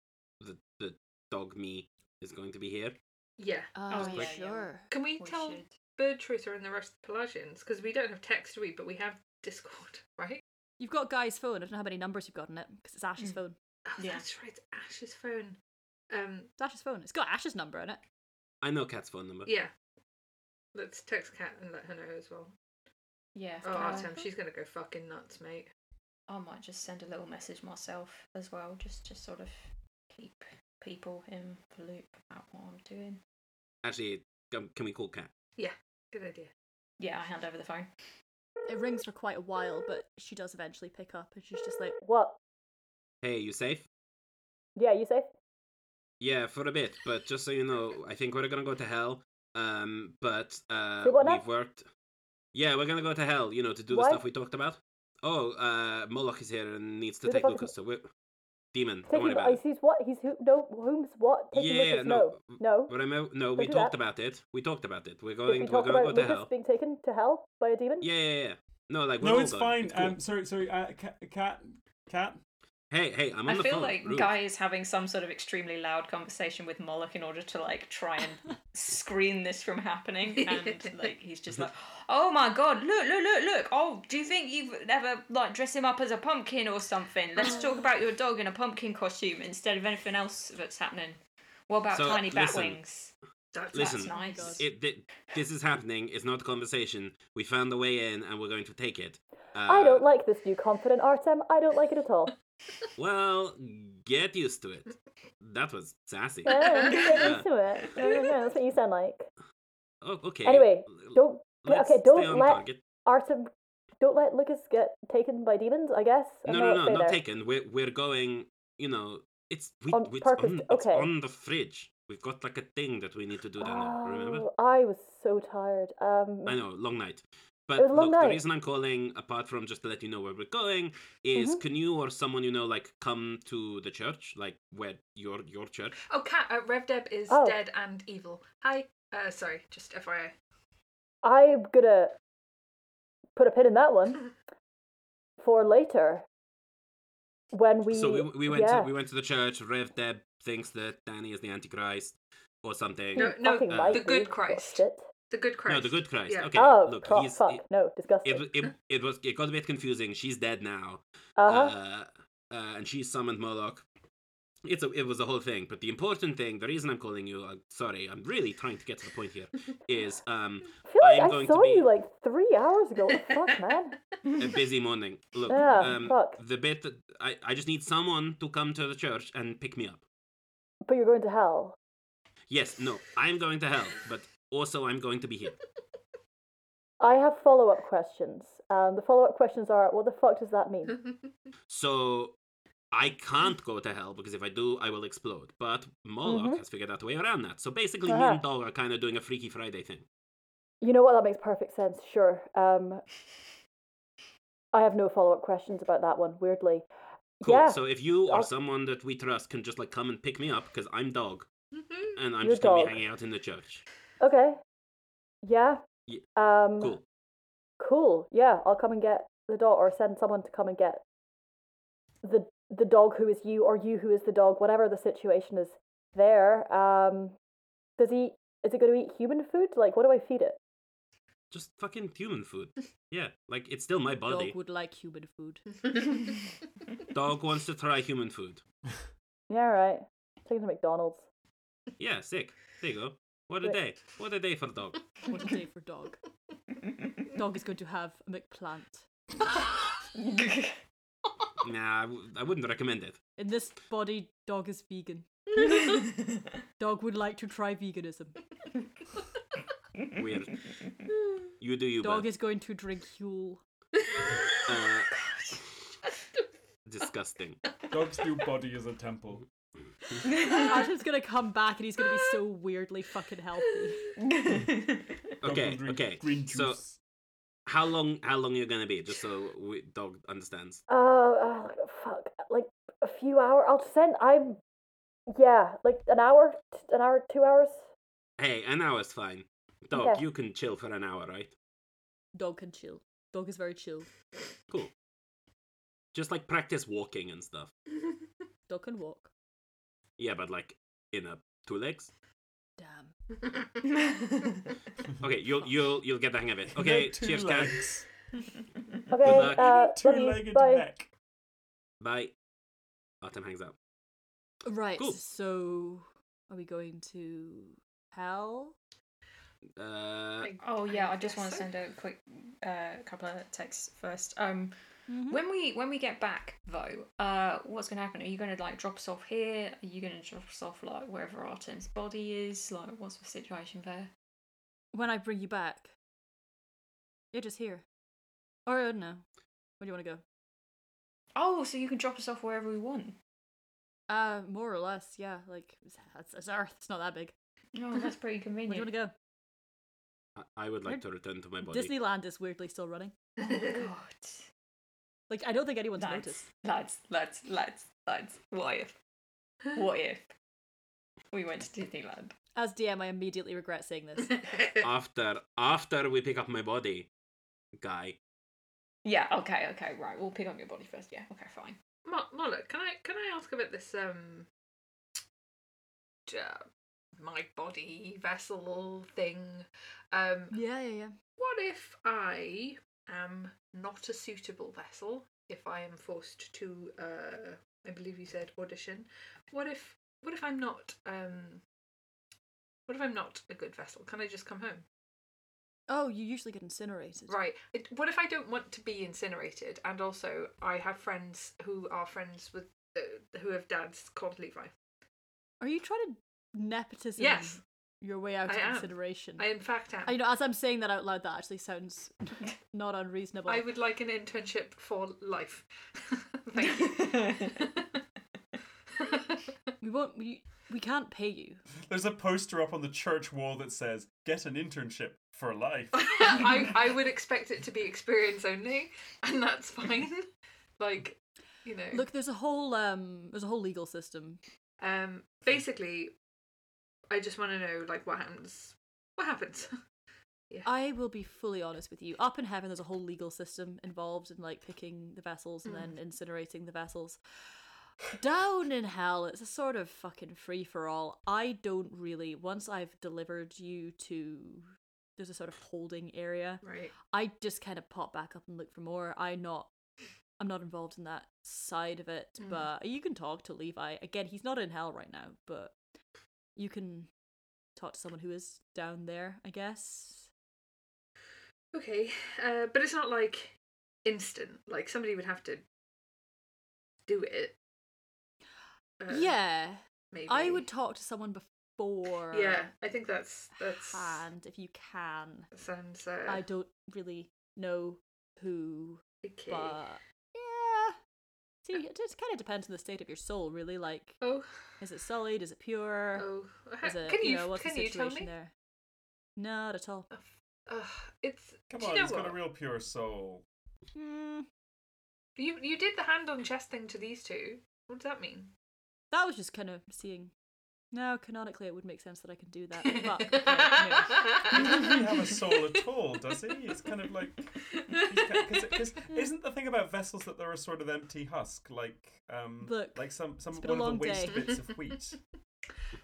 [SPEAKER 7] that the dog me is going to be here?
[SPEAKER 5] Yeah.
[SPEAKER 3] Oh,
[SPEAKER 6] yeah, yeah.
[SPEAKER 3] sure.
[SPEAKER 5] Can we,
[SPEAKER 6] We
[SPEAKER 5] tell
[SPEAKER 6] should.
[SPEAKER 5] Bird Truther and the rest of the Pelagians? Because we don't have text, do we? But we have Discord, right?
[SPEAKER 3] You've got Guy's phone. I don't know how many numbers you've got on it because it's Ash's
[SPEAKER 6] Mm.
[SPEAKER 3] phone.
[SPEAKER 5] Oh,
[SPEAKER 6] Yeah.
[SPEAKER 5] that's right. It's Ash's phone. Um,
[SPEAKER 3] It's Ash's phone. It's got Ash's number on it.
[SPEAKER 7] I know Cat's phone number.
[SPEAKER 5] yeah. Let's text Kat and let her know as well.
[SPEAKER 6] Yeah.
[SPEAKER 5] Oh,
[SPEAKER 6] uh,
[SPEAKER 5] Artem, she's gonna go fucking nuts, mate.
[SPEAKER 6] I might just send a little message myself as well, just to sort of keep people in the loop about what I'm doing.
[SPEAKER 7] Actually, um, can we call Cat?
[SPEAKER 5] Good idea.
[SPEAKER 6] Yeah, I hand over the phone.
[SPEAKER 3] It rings for quite a while, but she does eventually pick up, and she's just like,
[SPEAKER 8] What?
[SPEAKER 7] Hey, you safe?
[SPEAKER 8] Yeah, you safe?
[SPEAKER 7] Yeah, for a bit, but just so you know, I think we're gonna go to hell. Um, but uh,
[SPEAKER 8] To what now?
[SPEAKER 7] we've worked. Yeah, we're gonna go to hell. You know, to do
[SPEAKER 8] What?
[SPEAKER 7] the stuff we talked about. Oh, uh, Moloch is here and needs to
[SPEAKER 8] Who the
[SPEAKER 7] take
[SPEAKER 8] fuck is
[SPEAKER 7] Lucas. So we're demon. Don't worry
[SPEAKER 8] Taking,
[SPEAKER 7] about
[SPEAKER 8] I
[SPEAKER 7] it.
[SPEAKER 8] sees what? oh, He's who? No, whom's what? Taking
[SPEAKER 7] Yeah,
[SPEAKER 8] Lucas?
[SPEAKER 7] no,
[SPEAKER 8] no. No.
[SPEAKER 7] Remember? No, we
[SPEAKER 8] do
[SPEAKER 7] talked
[SPEAKER 8] that.
[SPEAKER 7] about it. We talked about it. We're
[SPEAKER 8] Did we
[SPEAKER 7] going. We're
[SPEAKER 8] talk
[SPEAKER 7] gonna go
[SPEAKER 8] about
[SPEAKER 7] to
[SPEAKER 8] Lucas
[SPEAKER 7] hell.
[SPEAKER 8] being taken to hell by a demon?
[SPEAKER 7] Yeah, yeah, yeah. No, like we're
[SPEAKER 4] No,
[SPEAKER 7] all
[SPEAKER 4] it's
[SPEAKER 7] going.
[SPEAKER 4] fine.
[SPEAKER 7] cool.
[SPEAKER 4] Um, sorry, sorry. Uh, cat, cat, cat.
[SPEAKER 7] hey, hey, I'm on
[SPEAKER 6] I
[SPEAKER 7] the
[SPEAKER 6] feel
[SPEAKER 7] phone.
[SPEAKER 6] like
[SPEAKER 7] Rude.
[SPEAKER 6] Guy is having some sort of extremely loud conversation with Moloch in order to like try and screen this from happening, and like he's just like, "Oh my god, look, look, look, look! Oh, do you think you've ever like dress him up as a pumpkin or something? Let's talk about your dog in a pumpkin costume instead of anything else that's happening. What about
[SPEAKER 7] So,
[SPEAKER 6] tiny bat
[SPEAKER 7] listen.
[SPEAKER 6] wings?
[SPEAKER 5] That's
[SPEAKER 7] Listen,
[SPEAKER 6] that's nice.
[SPEAKER 7] It, thi- this is happening. It's not a conversation. We found the way in, and we're going to take it. Uh,
[SPEAKER 8] I don't like this new confident Artem. I don't like it at all.
[SPEAKER 7] Well, get used to it. That was sassy.
[SPEAKER 8] Eh, get used to it. No, no, no, that's what you sound like.
[SPEAKER 7] Oh, okay.
[SPEAKER 8] Anyway,
[SPEAKER 7] L-
[SPEAKER 8] Don't.
[SPEAKER 7] let's
[SPEAKER 8] okay,
[SPEAKER 7] stay
[SPEAKER 8] don't
[SPEAKER 7] on
[SPEAKER 8] let
[SPEAKER 7] target.
[SPEAKER 8] Artem. Don't let Lucas get taken by demons. I guess. I'm
[SPEAKER 7] No, no,
[SPEAKER 8] not
[SPEAKER 7] no,
[SPEAKER 8] saying
[SPEAKER 7] not
[SPEAKER 8] that.
[SPEAKER 7] taken. We're we're going. You know, it's we,
[SPEAKER 8] On
[SPEAKER 7] we- it's,
[SPEAKER 8] purpose,
[SPEAKER 7] on, it's
[SPEAKER 8] okay.
[SPEAKER 7] on the fridge. We've got like a thing that we need to do down there. Remember?
[SPEAKER 8] Oh, I was so tired. Um,
[SPEAKER 7] I know, long night. But
[SPEAKER 8] was a long
[SPEAKER 7] look,
[SPEAKER 8] night.
[SPEAKER 7] the reason I'm calling, apart from just to let you know where we're going, is
[SPEAKER 8] Mhm.
[SPEAKER 7] can you or someone you know like come to the church, like where your your church?
[SPEAKER 5] Oh, Cat, uh, Rev Deb is
[SPEAKER 8] Oh.
[SPEAKER 5] dead and evil. Hi. Uh, sorry, just FYI.
[SPEAKER 8] I'm gonna put a pin in that one for later when we.
[SPEAKER 7] so we, we went
[SPEAKER 8] yeah.
[SPEAKER 7] to we went to the church. Rev Deb thinks that Danny is the Antichrist or something.
[SPEAKER 5] No,
[SPEAKER 8] He
[SPEAKER 5] no,
[SPEAKER 8] fucking
[SPEAKER 7] uh,
[SPEAKER 8] might
[SPEAKER 5] the
[SPEAKER 8] be,
[SPEAKER 5] good
[SPEAKER 8] but
[SPEAKER 5] Christ.
[SPEAKER 8] shit.
[SPEAKER 5] The good Christ.
[SPEAKER 7] No, the good Christ.
[SPEAKER 5] Yeah.
[SPEAKER 7] Okay,
[SPEAKER 8] oh,
[SPEAKER 7] look,
[SPEAKER 8] cro-
[SPEAKER 7] he's
[SPEAKER 8] fuck.
[SPEAKER 7] it,
[SPEAKER 8] no, disgusting.
[SPEAKER 7] it, wa- it, it was it got a bit confusing. She's dead now.
[SPEAKER 8] uh-huh.
[SPEAKER 7] Uh, uh, and she summoned Moloch. It's a, it was a whole thing, but the important thing, the reason I'm calling you, uh, sorry, I'm really trying to get to the point here, is um,
[SPEAKER 8] I feel like
[SPEAKER 7] I'm
[SPEAKER 8] I
[SPEAKER 7] going to
[SPEAKER 8] saw
[SPEAKER 7] be-
[SPEAKER 8] you like three hours ago. What the fuck, man?
[SPEAKER 7] a busy morning. Look,
[SPEAKER 8] Yeah,
[SPEAKER 7] um,
[SPEAKER 8] fuck.
[SPEAKER 7] the bit that I, I just need someone to come to the church and pick me up.
[SPEAKER 8] But you're going to hell.
[SPEAKER 7] Yes, no, I'm going to hell, but also I'm going to be here.
[SPEAKER 8] I have follow-up questions. Um, the follow-up questions are, what the fuck does that mean?
[SPEAKER 7] So I can't go to hell because if I do, I will explode. But Moloch
[SPEAKER 8] Mhm.
[SPEAKER 7] has figured out a way around that. So basically, me
[SPEAKER 8] Ah.
[SPEAKER 7] and Dog are kind of doing a Freaky Friday thing.
[SPEAKER 8] You know what? That makes perfect sense. Sure. Um, I have no follow-up questions about that one. Weirdly,
[SPEAKER 7] Cool.
[SPEAKER 8] yeah.
[SPEAKER 7] So if you or
[SPEAKER 8] I'll-
[SPEAKER 7] someone that we trust can just like come and pick me up because I'm Dog and I'm
[SPEAKER 8] You're
[SPEAKER 7] just going to
[SPEAKER 8] Dog.
[SPEAKER 7] be hanging out in the church.
[SPEAKER 8] Okay. Yeah.
[SPEAKER 7] Ye-
[SPEAKER 8] Um,
[SPEAKER 7] Cool.
[SPEAKER 8] cool. Yeah, I'll come and get the dog, or send someone to come and get the the dog who is you, or you who is the dog, whatever the situation is. There. Um, does he? Is it going to eat human food? Like, what do I feed it?
[SPEAKER 7] Just fucking human food. Yeah, like it's still my body.
[SPEAKER 3] Dog would like human food.
[SPEAKER 7] Dog wants to try human food.
[SPEAKER 8] Yeah, right. Take it to McDonald's.
[SPEAKER 7] Yeah, sick. There you go. What a
[SPEAKER 8] But-
[SPEAKER 7] day. What a day for dog.
[SPEAKER 3] What a day for dog. Dog is going to have a McPlant.
[SPEAKER 7] nah, I, w- I wouldn't recommend it.
[SPEAKER 3] In this body, dog is vegan. Dog would like to try veganism.
[SPEAKER 7] Weird. You do you,
[SPEAKER 3] Dog
[SPEAKER 7] bud.
[SPEAKER 3] is going to drink Huel.
[SPEAKER 7] Uh, disgusting.
[SPEAKER 4] Dog's new body is a temple.
[SPEAKER 3] Arthur's going to come back and he's going to be so weirdly fucking healthy.
[SPEAKER 4] Dog will
[SPEAKER 7] Okay,
[SPEAKER 4] drink
[SPEAKER 7] okay.
[SPEAKER 4] Green
[SPEAKER 7] So
[SPEAKER 4] juice.
[SPEAKER 7] how long? How long you're gonna be? Just so we, dog understands.
[SPEAKER 8] Uh, uh, fuck. Like a few hours. I'll send. I'm. Yeah, like an hour, t- an hour, two hours.
[SPEAKER 7] Hey, an hour's fine. Dog,
[SPEAKER 8] Okay.
[SPEAKER 7] you can chill for an hour, right?
[SPEAKER 3] Dog can chill. Dog is very chill.
[SPEAKER 7] Cool. Just like practice walking and stuff.
[SPEAKER 3] Dog can walk.
[SPEAKER 7] Yeah, but like in a two legs.
[SPEAKER 3] Damn.
[SPEAKER 7] Okay, you'll you'll you'll get the hang of it. Okay,
[SPEAKER 4] two
[SPEAKER 7] cheers, cat.
[SPEAKER 4] legs.
[SPEAKER 8] Okay.
[SPEAKER 7] luck.
[SPEAKER 8] Uh, love you,
[SPEAKER 4] Two-legged
[SPEAKER 8] Bye.
[SPEAKER 4] neck.
[SPEAKER 7] Bye. Autumn hangs up.
[SPEAKER 3] Right,
[SPEAKER 7] Cool.
[SPEAKER 3] so are we going to hell?
[SPEAKER 7] Uh,
[SPEAKER 6] oh yeah, I just want to send a quick uh, couple of texts first. Um,
[SPEAKER 3] Mhm.
[SPEAKER 6] When we when we get back though, uh, what's gonna happen? Are you gonna like drop us off here? Are you gonna drop us off like wherever Artem's body is? Like, what's the situation there?
[SPEAKER 3] When I bring you back, you're just here. Or uh, no, where do you want to go?
[SPEAKER 6] Oh, so you can drop us off wherever we want.
[SPEAKER 3] Uh, more or less, yeah. Like it's, it's, it's Earth. It's not that big.
[SPEAKER 6] Oh, that's pretty
[SPEAKER 3] Where do
[SPEAKER 6] convenient.
[SPEAKER 3] you want to go?
[SPEAKER 7] I, I would like to return to my body.
[SPEAKER 3] Disneyland is weirdly still running.
[SPEAKER 6] Oh, God.
[SPEAKER 3] Like I don't think anyone's
[SPEAKER 6] Lads,
[SPEAKER 3] noticed.
[SPEAKER 6] lads, lads, lads, lads. What if? What if we went to Disneyland?
[SPEAKER 3] As DM, I immediately regret saying this.
[SPEAKER 7] after after we pick up my body, guy.
[SPEAKER 6] Yeah. Okay. Okay. Right. We'll pick up your body first. Yeah. Okay. Fine.
[SPEAKER 5] Mar- Marla, can I can I ask about this um uh, my body vessel thing? Um
[SPEAKER 3] yeah, yeah, yeah.
[SPEAKER 5] what if I am not a suitable vessel if I am forced to uh I believe you said audition. What if what if I'm not um what if I'm not a good vessel? Can I just come home?
[SPEAKER 3] Oh, you usually get incinerated.
[SPEAKER 5] Right. It, what if I don't want to be incinerated? And also, I have friends who are friends with uh, who have dads called Levi.
[SPEAKER 3] Are you trying to nepotism
[SPEAKER 5] Yes.
[SPEAKER 3] your way out
[SPEAKER 5] I
[SPEAKER 3] of
[SPEAKER 5] am.
[SPEAKER 3] incineration?
[SPEAKER 5] I in fact am.
[SPEAKER 3] I, you know, as I'm saying that out loud, that actually sounds not unreasonable.
[SPEAKER 5] I would like an internship for life. Thank you.
[SPEAKER 3] We won't. We, we can't pay you.
[SPEAKER 4] There's a poster up on the church wall that says, Get an internship for life.
[SPEAKER 5] I, I would expect it to be experience only, and that's fine. Like, you know.
[SPEAKER 3] Look, there's a whole um, there's a whole legal system.
[SPEAKER 5] Um, basically, I just want to know like what happens. What happens?
[SPEAKER 3] I will be fully honest with you. Up in heaven, there's a whole legal system involved in like picking the vessels and then incinerating the vessels. Down in hell, it's a sort of fucking free for all. I don't really. Once I've delivered you to, there's a sort of holding area.
[SPEAKER 5] Right.
[SPEAKER 3] I just kind of pop back up and look for more. I not I'm not involved in that side of it,
[SPEAKER 5] Mm.
[SPEAKER 3] but you can talk to Levi. Again, he's not in hell right now, but you can talk to someone who is down there, I guess.
[SPEAKER 5] Okay, uh, but it's not like instant. Like somebody would have to do it. Uh,
[SPEAKER 3] yeah.
[SPEAKER 5] maybe.
[SPEAKER 3] I would talk to someone before
[SPEAKER 5] Yeah, I think that's that's
[SPEAKER 3] hand if you can.
[SPEAKER 5] sounds. Uh,
[SPEAKER 3] I don't really know who
[SPEAKER 5] okay.
[SPEAKER 3] but yeah. See, it just kind of depends on the state of your soul, really. Like,
[SPEAKER 5] Oh,
[SPEAKER 3] is it solid? Is it pure?
[SPEAKER 5] oh.
[SPEAKER 3] Is it,
[SPEAKER 5] can
[SPEAKER 3] you,
[SPEAKER 5] you,
[SPEAKER 3] know, what's
[SPEAKER 5] can
[SPEAKER 3] the
[SPEAKER 5] you
[SPEAKER 3] situation
[SPEAKER 5] tell me? Oh,
[SPEAKER 3] there? Not at all.
[SPEAKER 5] Ugh, it's
[SPEAKER 4] Come
[SPEAKER 5] do
[SPEAKER 4] on,
[SPEAKER 5] you know
[SPEAKER 4] he's
[SPEAKER 5] what?
[SPEAKER 4] got a real pure soul.
[SPEAKER 3] Mm,
[SPEAKER 5] You you did the hand on chest thing to these two. What does that mean?
[SPEAKER 3] that was just kind of seeing. No, canonically, it would make sense that I can do that. But okay,
[SPEAKER 4] He doesn't really have a soul at all, does he? It's kind of like. Because isn't the thing about vessels that they're a sort of empty husk, like um,
[SPEAKER 3] Look,
[SPEAKER 4] like some some
[SPEAKER 3] it's
[SPEAKER 4] one
[SPEAKER 3] been a long
[SPEAKER 4] of the waste
[SPEAKER 3] day.
[SPEAKER 4] bits of wheat,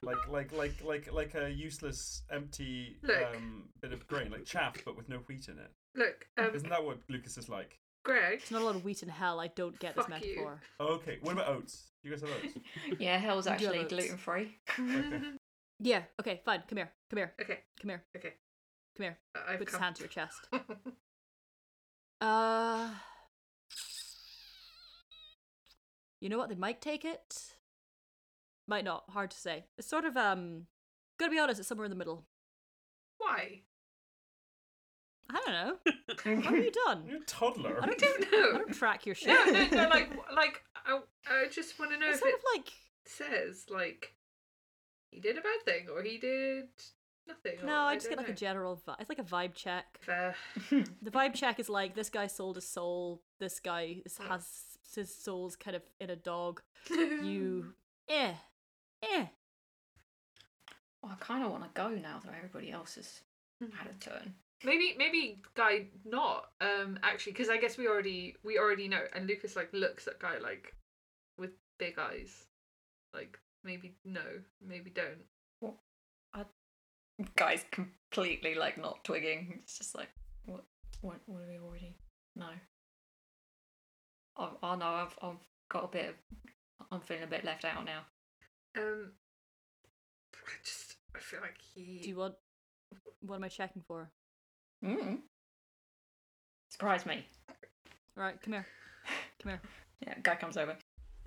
[SPEAKER 4] like like like like like a useless empty
[SPEAKER 5] Look.
[SPEAKER 4] um, bit of grain, like chaff, but with no wheat in it.
[SPEAKER 5] Look, um,
[SPEAKER 4] Isn't that what Lucas is like?
[SPEAKER 5] Greg.
[SPEAKER 3] There's not a lot of wheat in hell. I don't get this
[SPEAKER 5] Fuck you.
[SPEAKER 3] metaphor.
[SPEAKER 4] Okay, what about oats? You guys have oats?
[SPEAKER 6] Yeah. Hell's
[SPEAKER 3] You do
[SPEAKER 6] actually
[SPEAKER 3] have oats.
[SPEAKER 6] gluten free.
[SPEAKER 4] Okay.
[SPEAKER 3] Yeah. Okay. Fine. Come here. Come here.
[SPEAKER 5] Okay,
[SPEAKER 3] Come here.
[SPEAKER 5] okay.
[SPEAKER 3] Come here.
[SPEAKER 5] I- I've
[SPEAKER 3] Put his
[SPEAKER 5] come.
[SPEAKER 3] hand to your chest. Uh. You know what? They might take it. Might not. Hard to say. It's sort of um. Gotta be honest. It's somewhere in the middle.
[SPEAKER 5] Why?
[SPEAKER 3] I don't know. What have you done?
[SPEAKER 4] You're a toddler.
[SPEAKER 3] I don't,
[SPEAKER 5] don't
[SPEAKER 3] I
[SPEAKER 5] know.
[SPEAKER 3] don't track your shit.
[SPEAKER 5] No, no, no. Like, like I, I just want to know
[SPEAKER 3] it's
[SPEAKER 5] if
[SPEAKER 3] sort
[SPEAKER 5] it
[SPEAKER 3] of like
[SPEAKER 5] says like he did a bad thing or he did nothing.
[SPEAKER 3] no.
[SPEAKER 5] or,
[SPEAKER 3] I just
[SPEAKER 5] don't
[SPEAKER 3] get like a
[SPEAKER 5] know.
[SPEAKER 3] general. Vi- it's like a vibe check.
[SPEAKER 5] Fair.
[SPEAKER 3] The vibe check is like this guy sold his soul. This guy is- has his soul's kind of in a dog. You eh
[SPEAKER 5] Mm.
[SPEAKER 3] eh.
[SPEAKER 6] Oh, I kind of want to go now that everybody else has had a turn.
[SPEAKER 5] Maybe maybe guy not um actually because I guess we already we already know and Lucas like looks at guy like with big eyes like maybe no maybe don't
[SPEAKER 6] Guys, completely like not twigging. It's just like, what? What? What are we already? No. I, I know. I've I've got a bit. Of, I'm feeling a bit left out now.
[SPEAKER 5] um I just I feel like he
[SPEAKER 3] Do you want? What am I checking for?
[SPEAKER 6] Mm. Surprise me.
[SPEAKER 3] All right, come here. Come here.
[SPEAKER 6] Yeah, guy comes over.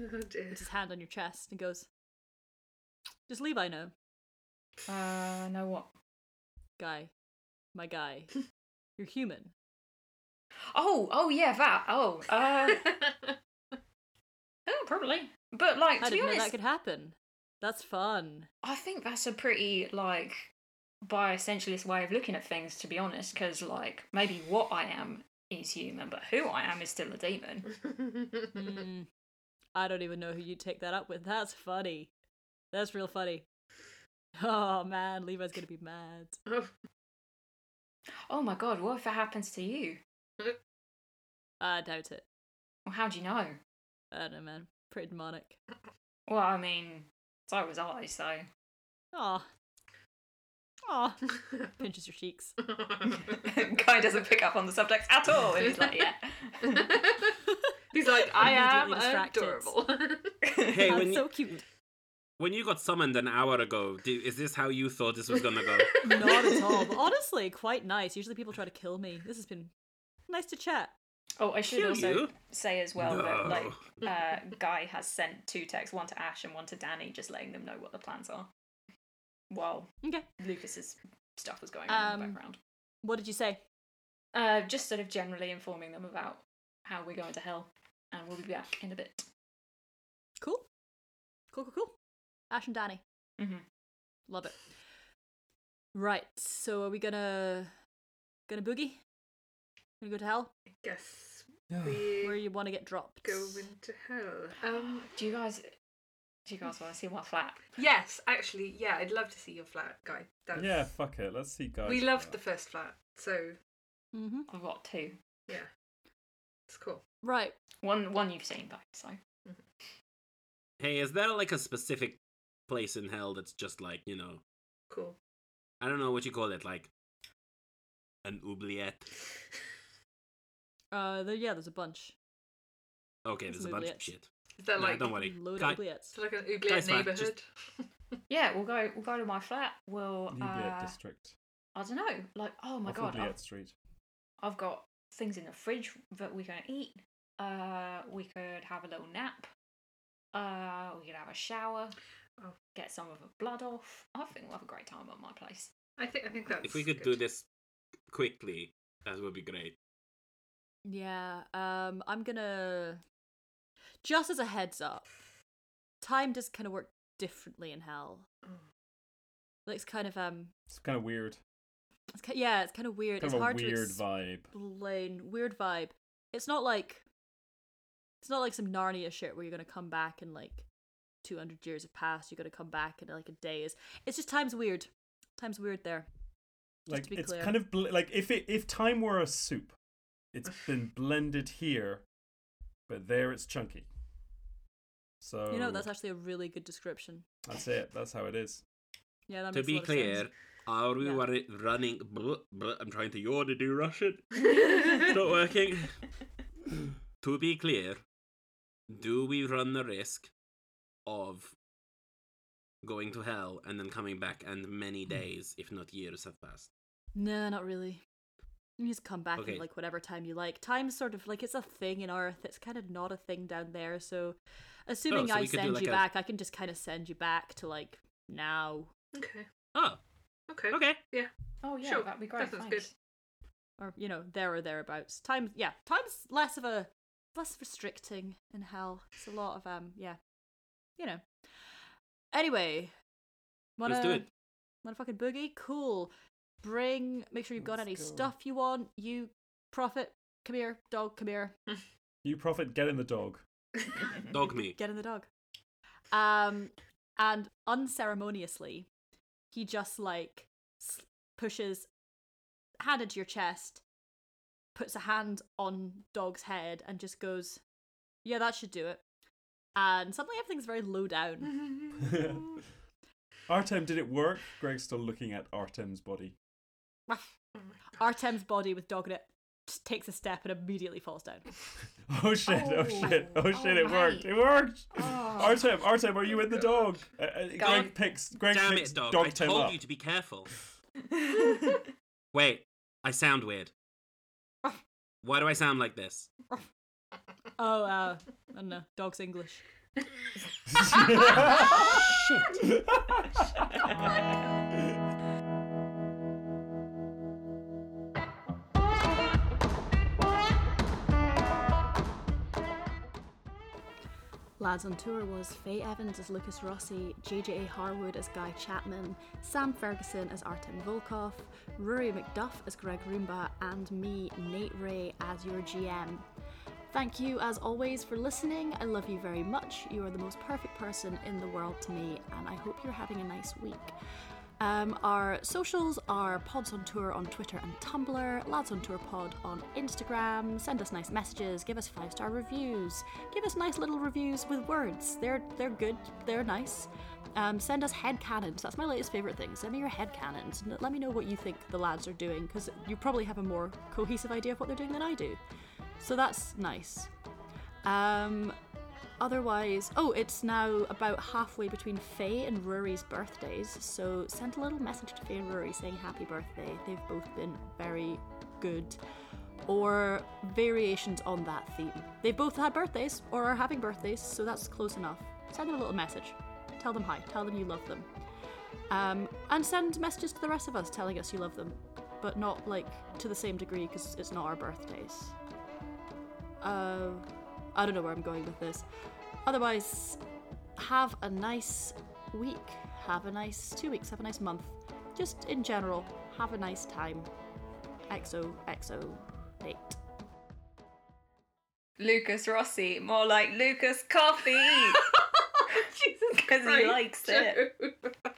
[SPEAKER 5] Oh dear.
[SPEAKER 3] Puts his hand on your chest and goes, Does Levi know?
[SPEAKER 6] Uh, know what?
[SPEAKER 3] Guy. My guy. You're human.
[SPEAKER 6] Oh, oh yeah, that. Oh, uh, oh, probably. But like,
[SPEAKER 3] I
[SPEAKER 6] to be
[SPEAKER 3] didn't know that
[SPEAKER 6] honest,
[SPEAKER 3] could happen. That's fun.
[SPEAKER 6] I think that's a pretty like bi-essentialist way of looking at things. To be honest, because like maybe what I am is human, but who I am is still a demon.
[SPEAKER 3] Mm. I don't even know who you'd take that up with. That's funny. That's real funny. Oh man, Levi's gonna be mad.
[SPEAKER 6] Oh my god, what if that happens to you?
[SPEAKER 3] I doubt it.
[SPEAKER 6] Well, how do you know?
[SPEAKER 3] I don't know, man. Pretty demonic.
[SPEAKER 6] Well, I mean, so was I. So
[SPEAKER 3] Aw. Aw. Pinches your cheeks.
[SPEAKER 6] guy doesn't pick up on the subject at all, and he's like, yeah.
[SPEAKER 5] He's like, I am
[SPEAKER 3] Immediately distracted.
[SPEAKER 5] adorable.
[SPEAKER 7] Hey,
[SPEAKER 3] That's
[SPEAKER 7] when
[SPEAKER 3] so
[SPEAKER 7] you,
[SPEAKER 3] cute.
[SPEAKER 7] when you got summoned an hour ago, do, is this how you thought this was gonna go?
[SPEAKER 3] Not at all. But honestly, quite nice. Usually people try to kill me. This has been nice to chat.
[SPEAKER 6] Oh, I should
[SPEAKER 7] Kill
[SPEAKER 6] also
[SPEAKER 7] you?
[SPEAKER 6] say as well that
[SPEAKER 7] No.
[SPEAKER 6] like uh, Guy has sent two texts, one to Ash and one to Danny, just letting them know what the plans are. While
[SPEAKER 3] Okay.
[SPEAKER 6] Lucas's stuff was going on in
[SPEAKER 3] Um,
[SPEAKER 6] the background.
[SPEAKER 3] What did you say?
[SPEAKER 6] Uh, just sort of generally informing them about how we're going to hell, and we'll be back in a bit.
[SPEAKER 3] Cool. Cool, cool, cool. Ash and Danny.
[SPEAKER 6] hmm
[SPEAKER 3] Love it. Right, so are we gonna gonna boogie? Gonna go to hell?
[SPEAKER 5] Guess
[SPEAKER 3] Where
[SPEAKER 5] we
[SPEAKER 3] you wanna get dropped?
[SPEAKER 5] go into hell. Um,
[SPEAKER 6] Do you guys? Do you guys want to see my flat?
[SPEAKER 5] yes, actually, yeah, I'd love to see your flat, guy. That's,
[SPEAKER 4] Yeah, fuck it. Let's see, guys.
[SPEAKER 5] we loved the first flat, so
[SPEAKER 3] Mm-hmm.
[SPEAKER 6] I've got two.
[SPEAKER 5] yeah, it's cool.
[SPEAKER 3] Right.
[SPEAKER 6] One, one you've seen though. So
[SPEAKER 7] hey, is there like a specific place in hell that's just like you know,
[SPEAKER 5] Cool.
[SPEAKER 7] I don't know what you call it, like an oubliette?
[SPEAKER 3] Uh there, yeah, there's a bunch.
[SPEAKER 7] Okay,
[SPEAKER 3] It's
[SPEAKER 7] there's a
[SPEAKER 3] an
[SPEAKER 7] bunch of
[SPEAKER 3] oubliette.
[SPEAKER 7] shit.
[SPEAKER 5] Is that
[SPEAKER 7] Nah,
[SPEAKER 5] like
[SPEAKER 7] don't worry.
[SPEAKER 3] Load
[SPEAKER 7] Guy-
[SPEAKER 3] of oubliettes.
[SPEAKER 5] It's like an
[SPEAKER 7] Guys,
[SPEAKER 5] oubliette
[SPEAKER 7] fine,
[SPEAKER 5] neighborhood.
[SPEAKER 6] yeah, we'll go. We'll go to my flat. We'll. Uh,
[SPEAKER 4] district.
[SPEAKER 6] I don't know. Like, oh my
[SPEAKER 4] Off
[SPEAKER 6] god, I've-
[SPEAKER 4] Oubliette Street.
[SPEAKER 6] I've got things in the fridge that we're gonna eat. Uh, we could have a little nap. Uh, we could have a shower.
[SPEAKER 5] Oh.
[SPEAKER 6] Get some of the blood off. I think we'll have a great time at my place.
[SPEAKER 5] I think I think that's.
[SPEAKER 7] If we could do
[SPEAKER 5] good.
[SPEAKER 7] this quickly, that would be great.
[SPEAKER 3] Yeah, um, I'm gonna. Just as a heads up, time does kind of work differently in hell. Like it's kind of um,
[SPEAKER 4] It's kind of weird.
[SPEAKER 3] it's ki- yeah, it's kind of weird.
[SPEAKER 4] Kind
[SPEAKER 3] it's
[SPEAKER 4] of a
[SPEAKER 3] hard
[SPEAKER 4] weird
[SPEAKER 3] to
[SPEAKER 4] vibe.
[SPEAKER 3] explain. Weird vibe. It's not like, it's not like some Narnia shit where you're gonna come back and like, 200 years have passed. You're gonna come back and like a day is. It's just time's weird. Time's weird there. Just
[SPEAKER 4] Like
[SPEAKER 3] to be
[SPEAKER 4] it's
[SPEAKER 3] clear.
[SPEAKER 4] kind of bl- like if it if time were a soup, it's been blended here, but there it's chunky. So
[SPEAKER 3] You know,
[SPEAKER 4] Oh.
[SPEAKER 3] that's actually a really good description.
[SPEAKER 4] that's it. That's how it is.
[SPEAKER 3] Yeah, that
[SPEAKER 7] to
[SPEAKER 3] makes a
[SPEAKER 7] be
[SPEAKER 3] lot of sense.
[SPEAKER 7] clear, are we
[SPEAKER 3] Yeah.
[SPEAKER 7] worri- running? Blah, blah, I'm trying to yawn to do Russian. it's not working. to be clear, do we run the risk of going to hell and then coming back and many days, if not years, have passed?
[SPEAKER 3] No, not really. You just come back
[SPEAKER 7] Okay.
[SPEAKER 3] in like whatever time you like. Time's sort of like it's a thing in Earth. It's kind of not a thing down there. So, assuming
[SPEAKER 7] Oh, so
[SPEAKER 3] I
[SPEAKER 7] we could do,
[SPEAKER 3] send
[SPEAKER 7] like,
[SPEAKER 3] you
[SPEAKER 7] a-
[SPEAKER 3] back, I can just kind of send you back to like now
[SPEAKER 5] Okay.
[SPEAKER 7] Oh,
[SPEAKER 5] Okay.
[SPEAKER 7] okay.
[SPEAKER 6] Oh yeah,
[SPEAKER 5] Sure,
[SPEAKER 6] that'd be great.
[SPEAKER 5] that sounds
[SPEAKER 6] thanks.
[SPEAKER 3] or you know there or thereabouts. Time's yeah, time's less of a less restricting in hell. It's a lot of um yeah, you know. Anyway, wanna
[SPEAKER 7] Let's do it.
[SPEAKER 3] wanna fucking boogie? Cool. Bring. Make sure you've got
[SPEAKER 4] Let's
[SPEAKER 3] any
[SPEAKER 4] go.
[SPEAKER 3] stuff you want. You prophet, come here, dog, come here.
[SPEAKER 4] You prophet, get in the dog.
[SPEAKER 7] Dog me.
[SPEAKER 3] get in the dog. Um, and unceremoniously, he just like s- pushes hand into your chest, puts a hand on dog's head, and just goes, "Yeah, that should do it." And suddenly everything's very low down.
[SPEAKER 4] Artem, did it work? Greg's still looking at Artem's body.
[SPEAKER 3] Artem's body with dog in it just takes a step and immediately falls down.
[SPEAKER 4] Oh shit! Oh,
[SPEAKER 6] Oh.
[SPEAKER 4] shit! Oh shit! it
[SPEAKER 6] Oh,
[SPEAKER 4] worked!
[SPEAKER 6] mate.
[SPEAKER 4] It worked!
[SPEAKER 6] Oh.
[SPEAKER 4] Artem, Artem, are you in the dog? Uh, uh, Greg
[SPEAKER 6] on.
[SPEAKER 4] picks. Greg
[SPEAKER 7] Damn
[SPEAKER 4] picks
[SPEAKER 7] it, dog! I
[SPEAKER 4] Tim
[SPEAKER 7] told
[SPEAKER 4] up.
[SPEAKER 7] you to be careful. Wait, I sound weird. Why do I sound like this?
[SPEAKER 3] Oh, uh, I don't know. Dog's English. Oh, Lads on Tour was Faye Evans as Lucas Rossi, JJA Harwood as Guy Chapman, Sam Ferguson as Artem Volkov, Rory McDuff as Greg Roomba, and me, Nate Ray, as your GM. Thank you, as always, for listening. I love you very much. You are the most perfect person in the world to me, and I hope you're having a nice week. Um, our socials are Pods on Tour on Twitter and Tumblr, Lads on Tour Pod on Instagram. Send us nice messages, give us five star reviews, give us nice little reviews with words. They're they're good, they're nice. Um, send us head cannons. That's my latest favorite thing. Send me your head cannons. N- Let me know what you think the lads are doing because you probably have a more cohesive idea of what they're doing than I do. So that's nice. Um, Otherwise, oh, it's now about halfway between Faye and Rory's birthdays, so send a little message to Faye and Rory saying happy birthday. They've both been very good, or variations on that theme. They've both had birthdays or are having birthdays, so that's close enough. Send them a little message. Tell them hi, tell them you love them. Um, and send messages to the rest of us telling us you love them, but not like to the same degree because it's not our birthdays. Uh, I don't know where I'm going with this. Otherwise, have a nice week. Have a nice two weeks. Have a nice month. Just in general, have a nice time. XO XO Nate.
[SPEAKER 6] Lucas Rossi, more like Lucas Coffee,
[SPEAKER 5] Jesus
[SPEAKER 6] because he likes it.
[SPEAKER 5] Christ, Joe.